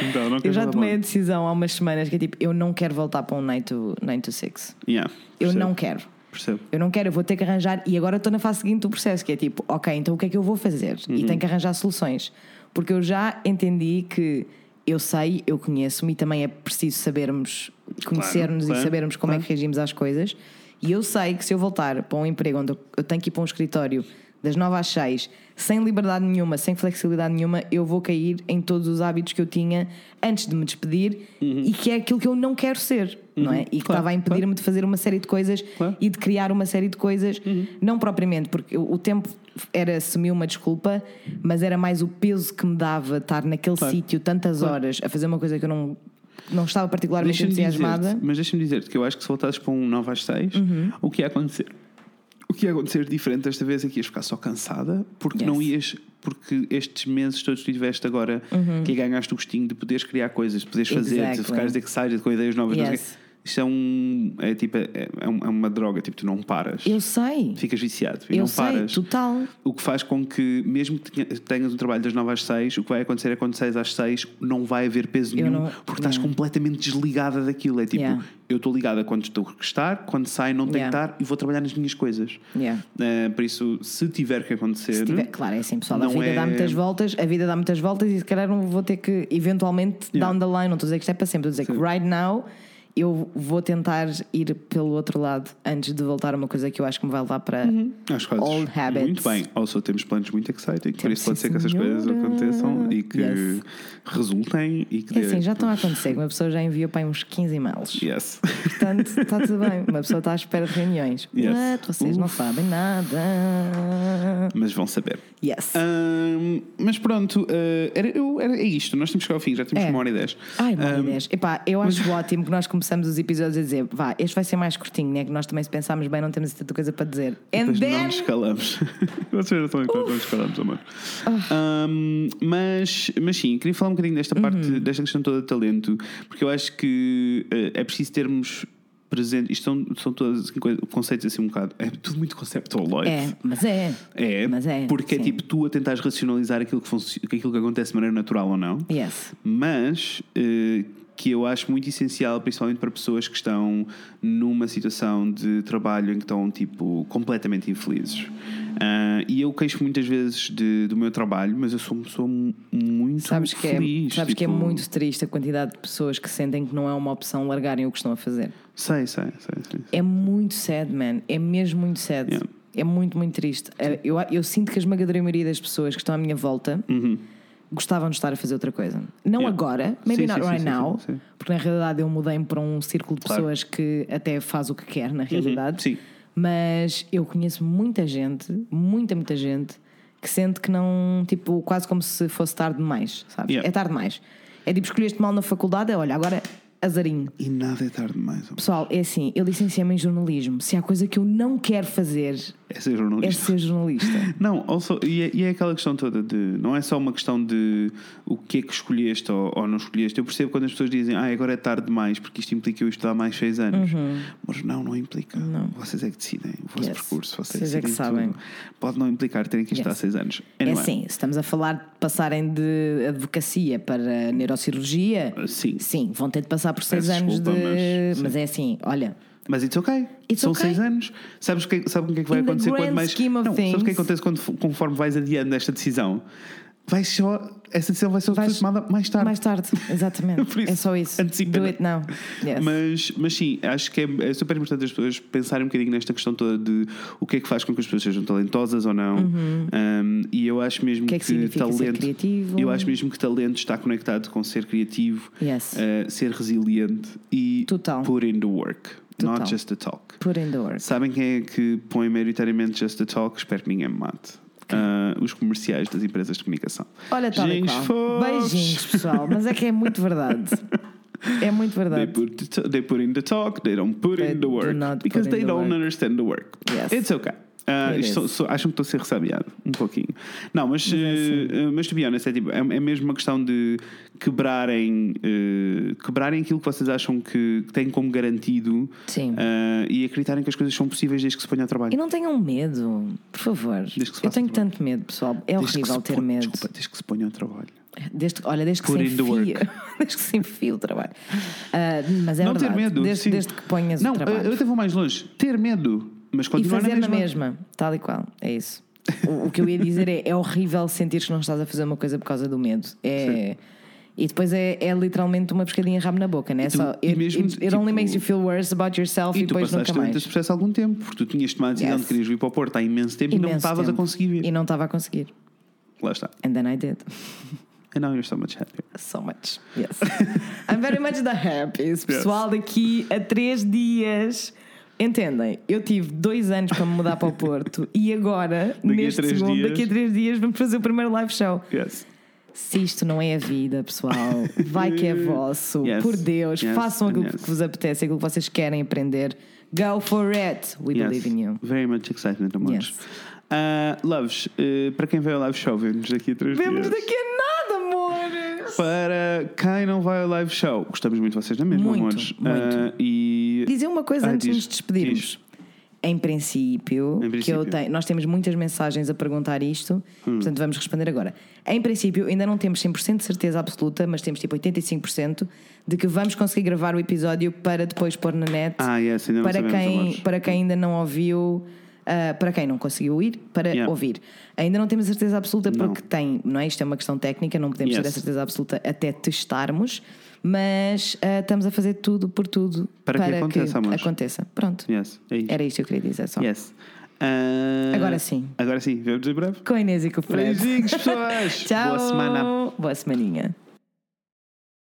[SPEAKER 1] Então, não
[SPEAKER 2] Eu
[SPEAKER 1] quero
[SPEAKER 2] já
[SPEAKER 1] falar
[SPEAKER 2] tomei a
[SPEAKER 1] mal.
[SPEAKER 2] é decisão há umas semanas que é tipo, eu não quero voltar para um 9 to 6.
[SPEAKER 1] Yeah,
[SPEAKER 2] Eu
[SPEAKER 1] percebo.
[SPEAKER 2] não quero.
[SPEAKER 1] percebo.
[SPEAKER 2] Eu não quero, eu vou ter que arranjar. E agora estou na fase seguinte do processo, que é tipo, ok, então o que é que eu vou fazer?
[SPEAKER 1] Uhum.
[SPEAKER 2] E tenho que arranjar soluções. Porque eu já entendi que eu sei, eu conheço-me e também é preciso sabermos, conhecermos
[SPEAKER 1] claro,
[SPEAKER 2] e sabermos como é que reagimos às coisas. E eu sei que se eu voltar para um emprego onde eu- eu tenho que ir para um escritório das 9 às 6, sem liberdade nenhuma, sem flexibilidade nenhuma, eu vou cair em todos os hábitos que eu tinha antes de me despedir e que é aquilo que eu não quero ser, não é? E que
[SPEAKER 1] Uhum. Claro,
[SPEAKER 2] estava a impedir-me de fazer uma série de coisas
[SPEAKER 1] Claro. Uhum.
[SPEAKER 2] e de criar uma série de coisas, não propriamente, porque eu- o tempo era assumir uma desculpa, mas era mais o peso que me dava estar naquele
[SPEAKER 1] Claro.
[SPEAKER 2] sítio tantas horas a fazer uma coisa que eu não, não estava particularmente
[SPEAKER 1] Deixa-me
[SPEAKER 2] entusiasmada. Uhum.
[SPEAKER 1] dizer-te, mas deixa-me dizer-te que eu acho que se voltasses para um 9 às 6, o que ia acontecer? O que ia acontecer diferente desta vez é que ias ficar só cansada, porque
[SPEAKER 2] Yes. Uhum.
[SPEAKER 1] não ias, porque estes meses todos que tiveste agora, que ganhaste o gostinho de poderes criar coisas, de poderes fazer, de
[SPEAKER 2] Exactly.
[SPEAKER 1] ficares excited com ideias novas. não sei o
[SPEAKER 2] Yes.
[SPEAKER 1] quê. Isto é um. É tipo. É, é um- é uma droga, tipo, tu não paras.
[SPEAKER 2] Eu sei,
[SPEAKER 1] Ficas viciado e
[SPEAKER 2] eu
[SPEAKER 1] não
[SPEAKER 2] sei,
[SPEAKER 1] paras.
[SPEAKER 2] total.
[SPEAKER 1] O que faz com que, mesmo que tenha- tenhas um trabalho das 9 às 6, o que vai acontecer é quando 6 às 6 não vai haver peso
[SPEAKER 2] Eu
[SPEAKER 1] nenhum,
[SPEAKER 2] não-
[SPEAKER 1] porque estás
[SPEAKER 2] Yeah.
[SPEAKER 1] completamente desligada daquilo. É tipo,
[SPEAKER 2] Yeah.
[SPEAKER 1] eu estou ligada quando estou a estar, quando saio não tenho
[SPEAKER 2] Yeah.
[SPEAKER 1] que estar e vou trabalhar nas minhas coisas.
[SPEAKER 2] Yeah.
[SPEAKER 1] Eh, por isso, se tiver que acontecer.
[SPEAKER 2] Se tiver- claro, é assim, pessoal. A
[SPEAKER 1] Não
[SPEAKER 2] vida
[SPEAKER 1] é-
[SPEAKER 2] dá muitas voltas, a vida dá muitas voltas e se calhar não vou ter que, eventualmente,
[SPEAKER 1] Yeah.
[SPEAKER 2] down the line, não estou a dizer que isto é para sempre, estou a dizer que right now eu vou tentar ir pelo outro lado antes de voltar a uma coisa que eu acho que me vai levar para.
[SPEAKER 1] Acho que fazes
[SPEAKER 2] Old habits.
[SPEAKER 1] Muito bem. Also, temos planos muito exciting. por
[SPEAKER 2] Temos,
[SPEAKER 1] isso, pode
[SPEAKER 2] sim,
[SPEAKER 1] ser que essas coisas
[SPEAKER 2] senhora.
[SPEAKER 1] aconteçam e que
[SPEAKER 2] Yes.
[SPEAKER 1] resultem e que
[SPEAKER 2] É
[SPEAKER 1] dê-
[SPEAKER 2] assim, já estão a acontecer, uma pessoa já enviou para aí uns 15 e-mails.
[SPEAKER 1] Yes.
[SPEAKER 2] Portanto, está tudo bem. Uma pessoa está à espera de reuniões.
[SPEAKER 1] Yes.
[SPEAKER 2] What? Vocês não
[SPEAKER 1] Uf.
[SPEAKER 2] sabem nada.
[SPEAKER 1] Mas vão saber.
[SPEAKER 2] Yes.
[SPEAKER 1] Ahm, mas pronto, eh, era, eu- era- é isto. Nós temos que chegar ao fim, já temos
[SPEAKER 2] É.
[SPEAKER 1] uma hora e dez.
[SPEAKER 2] Ai,
[SPEAKER 1] Ahm,
[SPEAKER 2] meu Deus. Epá, eu acho ótimo que nós começamos os episódios a dizer vá, este vai ser mais curtinho, né? Que nós também se pensarmos bem, não temos tanta coisa para dizer. And
[SPEAKER 1] Depois não
[SPEAKER 2] then...
[SPEAKER 1] nos escalamos. Vocês já sabem que nós não nos escalamos, amor. Ahm, mas, mas sim, queria falar um bocadinho desta parte,
[SPEAKER 2] Uhum.
[SPEAKER 1] desta questão toda de talento, porque eu acho que eh, é preciso termos presente. Isto são, são todos assim, coisas- conceitos assim um bocado. É tudo muito conceptual, life.
[SPEAKER 2] É, mas é.
[SPEAKER 1] É,
[SPEAKER 2] Mas é,
[SPEAKER 1] porque é
[SPEAKER 2] sim.
[SPEAKER 1] tipo tu a tentares racionalizar aquilo que, funci- aquilo que acontece de maneira natural ou não.
[SPEAKER 2] Yes.
[SPEAKER 1] mas eh, que eu acho muito essencial, principalmente para pessoas que estão numa situação de trabalho em que estão tipo completamente infelizes. Ah, e eu queixo muitas vezes de- do meu trabalho, mas eu sou uma pessoa mu- muito
[SPEAKER 2] Sabes, que é,
[SPEAKER 1] feliz.
[SPEAKER 2] sabes que é
[SPEAKER 1] tipo,
[SPEAKER 2] muito triste a quantidade de pessoas que sentem que não é uma opção largarem o que estão a fazer.
[SPEAKER 1] Sei, sei, sei. sei.
[SPEAKER 2] É muito sad, man. É mesmo muito sad.
[SPEAKER 1] Yeah.
[SPEAKER 2] É muito, muito triste. É, Eu, eu sinto que a esmagadora maioria das pessoas que estão à minha volta gostavam de estar a fazer outra coisa. Não
[SPEAKER 1] Uhum. Yeah.
[SPEAKER 2] agora, maybe
[SPEAKER 1] Sim,
[SPEAKER 2] not
[SPEAKER 1] sim, sim,
[SPEAKER 2] right
[SPEAKER 1] sim,
[SPEAKER 2] now,
[SPEAKER 1] sim, sim.
[SPEAKER 2] porque na realidade eu mudei-me para um círculo de
[SPEAKER 1] Claro. Uhum.
[SPEAKER 2] pessoas que até faz o que quer, na realidade.
[SPEAKER 1] sim.
[SPEAKER 2] Mas eu conheço muita gente, muita, muita gente, que sente que não, tipo, quase como se fosse tarde demais, sabes?
[SPEAKER 1] Yeah.
[SPEAKER 2] É tarde demais. É tipo, escolheste mal na faculdade, é, olha, agora azarinho.
[SPEAKER 1] E nada é tarde demais. amor.
[SPEAKER 2] Pessoal, é assim, eu licenciei-me em jornalismo. Se há coisa que eu não quero fazer
[SPEAKER 1] É ser
[SPEAKER 2] é
[SPEAKER 1] jornalista.
[SPEAKER 2] ser jornalista.
[SPEAKER 1] Não, also, e, é, e é aquela questão toda de. Não é só uma questão de o que é que escolheste ou, ou não escolheste. Eu percebo quando as pessoas dizem, ah, agora é tarde demais, porque isto implica eu estudar mais seis anos. Mas não, não implica. Vocês é que decidem o vosso
[SPEAKER 2] Uhum. Yes.
[SPEAKER 1] percurso, vocês,
[SPEAKER 2] Vocês é que
[SPEAKER 1] decidem
[SPEAKER 2] sabem.
[SPEAKER 1] tudo. Pode não implicar terem que estar
[SPEAKER 2] Yes.
[SPEAKER 1] seis anos.
[SPEAKER 2] É
[SPEAKER 1] Anyway,
[SPEAKER 2] assim, se estamos a falar de passarem de advocacia para neurocirurgia.
[SPEAKER 1] Ah, Sim.
[SPEAKER 2] Sim, vão ter de passar por seis
[SPEAKER 1] Peço
[SPEAKER 2] anos
[SPEAKER 1] desculpa,
[SPEAKER 2] de.
[SPEAKER 1] mas-
[SPEAKER 2] Mas, é assim, olha.
[SPEAKER 1] Mas it's ok.
[SPEAKER 2] It's
[SPEAKER 1] São
[SPEAKER 2] okay.
[SPEAKER 1] seis anos. Sabes o que, é- sabes o que é que vai
[SPEAKER 2] In the
[SPEAKER 1] acontecer quando
[SPEAKER 2] grand
[SPEAKER 1] mais.
[SPEAKER 2] scheme of
[SPEAKER 1] não, sabes o que é
[SPEAKER 2] things.
[SPEAKER 1] que acontece quando, conforme vais adiando esta decisão? Vai só, essa decisão vai ser
[SPEAKER 2] Vais-
[SPEAKER 1] tomada mais tarde.
[SPEAKER 2] Mais tarde,
[SPEAKER 1] Por
[SPEAKER 2] exatamente.
[SPEAKER 1] isso,
[SPEAKER 2] é só isso.
[SPEAKER 1] antecipa,
[SPEAKER 2] Do
[SPEAKER 1] né?
[SPEAKER 2] it now. Yes.
[SPEAKER 1] Mas, mas sim, acho que é, é super importante as pessoas pensarem um bocadinho nesta questão toda de o que é que faz com que as pessoas sejam talentosas ou não. Um, e eu acho mesmo
[SPEAKER 2] Uhum. que é que significa ser
[SPEAKER 1] talento.
[SPEAKER 2] criativo?
[SPEAKER 1] Eu acho mesmo que talento está conectado com ser criativo,
[SPEAKER 2] Yes.
[SPEAKER 1] uh, ser resiliente e
[SPEAKER 2] Total.
[SPEAKER 1] put in the work,
[SPEAKER 2] Total.
[SPEAKER 1] not just the talk.
[SPEAKER 2] Put in the work.
[SPEAKER 1] Sabem quem é que põe maioritariamente just the talk? Espero que ninguém me mate. Uh, os comerciais das empresas de comunicação.
[SPEAKER 2] Olha, tal e
[SPEAKER 1] Gente
[SPEAKER 2] qual.
[SPEAKER 1] fofos.
[SPEAKER 2] Beijinhos, pessoal. Mas é que é muito verdade. É muito
[SPEAKER 1] They
[SPEAKER 2] verdade.
[SPEAKER 1] put, the t- they put in the talk, they don't put
[SPEAKER 2] They
[SPEAKER 1] in the
[SPEAKER 2] do
[SPEAKER 1] work.
[SPEAKER 2] not put
[SPEAKER 1] because
[SPEAKER 2] in
[SPEAKER 1] they
[SPEAKER 2] the
[SPEAKER 1] don't
[SPEAKER 2] work.
[SPEAKER 1] understand the work.
[SPEAKER 2] Yes.
[SPEAKER 1] It's okay. Ah,
[SPEAKER 2] It
[SPEAKER 1] isto sou-
[SPEAKER 2] is. é
[SPEAKER 1] sou- acham que estou a ser ressabiado, um pouquinho. Não, mas,
[SPEAKER 2] assim.
[SPEAKER 1] eh, mas to be honest, é, tipo, é, é mesmo uma questão de quebrarem, eh, quebrarem aquilo que vocês acham que, que têm como garantido
[SPEAKER 2] Sim.
[SPEAKER 1] ah, e acreditarem que as coisas são possíveis desde que se ponha ao trabalho.
[SPEAKER 2] E não tenham medo, por favor.
[SPEAKER 1] Desde que se
[SPEAKER 2] Eu
[SPEAKER 1] faça
[SPEAKER 2] tenho
[SPEAKER 1] trabalho.
[SPEAKER 2] tanto medo, pessoal. É
[SPEAKER 1] Desde que
[SPEAKER 2] horrível
[SPEAKER 1] se
[SPEAKER 2] ter
[SPEAKER 1] ponha-
[SPEAKER 2] medo.
[SPEAKER 1] Desculpa, desde que se ponha ao trabalho.
[SPEAKER 2] Desde, olha, desde que
[SPEAKER 1] Put
[SPEAKER 2] se
[SPEAKER 1] in the
[SPEAKER 2] enfia. desde que se enfia o trabalho. Ah, mas é
[SPEAKER 1] não
[SPEAKER 2] verdade.
[SPEAKER 1] ter medo.
[SPEAKER 2] desde,
[SPEAKER 1] sim.
[SPEAKER 2] desde que ponhas
[SPEAKER 1] não,
[SPEAKER 2] o
[SPEAKER 1] eu
[SPEAKER 2] trabalho.
[SPEAKER 1] até vou mais longe. Ter medo. Mas
[SPEAKER 2] E
[SPEAKER 1] continuar
[SPEAKER 2] fazer
[SPEAKER 1] na
[SPEAKER 2] na
[SPEAKER 1] mesma.
[SPEAKER 2] mesma, tal e qual, é isso. O, o que eu ia dizer é, é horrível sentir que não estás a fazer uma coisa por causa do medo. É, e depois é, é literalmente uma pescadinha rabo na boca, né? é
[SPEAKER 1] tu-
[SPEAKER 2] Só,
[SPEAKER 1] e
[SPEAKER 2] it,
[SPEAKER 1] mesmo,
[SPEAKER 2] it, it only
[SPEAKER 1] tipo,
[SPEAKER 2] makes you feel worse about yourself e,
[SPEAKER 1] E tu
[SPEAKER 2] depois
[SPEAKER 1] passaste
[SPEAKER 2] nunca
[SPEAKER 1] durante
[SPEAKER 2] mais.
[SPEAKER 1] esse processo algum tempo, porque tu tinhas tomado a decisão
[SPEAKER 2] Yes.
[SPEAKER 1] de querias vir para o Porto há imenso tempo e não
[SPEAKER 2] Imenso
[SPEAKER 1] estavas a
[SPEAKER 2] tempo.
[SPEAKER 1] conseguir vir.
[SPEAKER 2] E não estava a conseguir.
[SPEAKER 1] Lá está.
[SPEAKER 2] And then I did.
[SPEAKER 1] And now you're so much happier.
[SPEAKER 2] So much. Yes. I'm very much the happiest. Pessoal, daqui a três dias. Entendem, eu tive dois anos para me mudar para o Porto e agora,
[SPEAKER 1] a
[SPEAKER 2] neste
[SPEAKER 1] três
[SPEAKER 2] segundo,
[SPEAKER 1] dias.
[SPEAKER 2] daqui a três dias, vamos fazer o primeiro live show.
[SPEAKER 1] Yes.
[SPEAKER 2] Se isto não é a vida, pessoal, vai que é vosso.
[SPEAKER 1] Yes.
[SPEAKER 2] Por Deus,
[SPEAKER 1] Yes,
[SPEAKER 2] façam aquilo
[SPEAKER 1] and yes.
[SPEAKER 2] que vos apetece, aquilo que vocês querem aprender. Go for it. We
[SPEAKER 1] yes.
[SPEAKER 2] believe in you.
[SPEAKER 1] Very much excitement, amores.
[SPEAKER 2] Yes.
[SPEAKER 1] Ah, loves, eh, para quem veio ao live show, vemos daqui a três
[SPEAKER 2] Vemos
[SPEAKER 1] dias.
[SPEAKER 2] daqui a nada, amores.
[SPEAKER 1] Para quem não vai ao live show, gostamos muito de vocês na mesma,
[SPEAKER 2] Muito,
[SPEAKER 1] amores.
[SPEAKER 2] muito.
[SPEAKER 1] Ah, e
[SPEAKER 2] Dizer uma coisa
[SPEAKER 1] Ah,
[SPEAKER 2] antes de
[SPEAKER 1] diz,
[SPEAKER 2] nos despedirmos.
[SPEAKER 1] diz.
[SPEAKER 2] Em princípio,
[SPEAKER 1] Em
[SPEAKER 2] que eu
[SPEAKER 1] princípio. Hum.
[SPEAKER 2] tenho- nós temos muitas mensagens a perguntar isto, portanto vamos responder agora. Em princípio, ainda não temos 100% de certeza absoluta, mas temos tipo 85% de que vamos conseguir gravar o episódio para depois pôr na net.
[SPEAKER 1] Ah, yes, ainda não
[SPEAKER 2] para,
[SPEAKER 1] sabemos,
[SPEAKER 2] quem,
[SPEAKER 1] amores.
[SPEAKER 2] para quem ainda não ouviu, ah, para quem não conseguiu ir, para
[SPEAKER 1] Yeah.
[SPEAKER 2] ouvir. Ainda não temos a certeza absoluta
[SPEAKER 1] Não.
[SPEAKER 2] porque tem, não é? Isto é uma questão técnica, não podemos ter
[SPEAKER 1] Yes.
[SPEAKER 2] a certeza absoluta até testarmos, mas ah, estamos a fazer tudo por tudo
[SPEAKER 1] Para que aconteça, amores.
[SPEAKER 2] aconteça. Pronto.
[SPEAKER 1] Yes, é isso.
[SPEAKER 2] Era isto que eu queria dizer só.
[SPEAKER 1] Yes. Ah,
[SPEAKER 2] Agora sim.
[SPEAKER 1] Agora sim, vemos em breve.
[SPEAKER 2] Com a Inês e com o Fred.
[SPEAKER 1] Beijinhos, pessoas.
[SPEAKER 2] Tchau.
[SPEAKER 1] Boa semana.
[SPEAKER 2] Boa semaninha.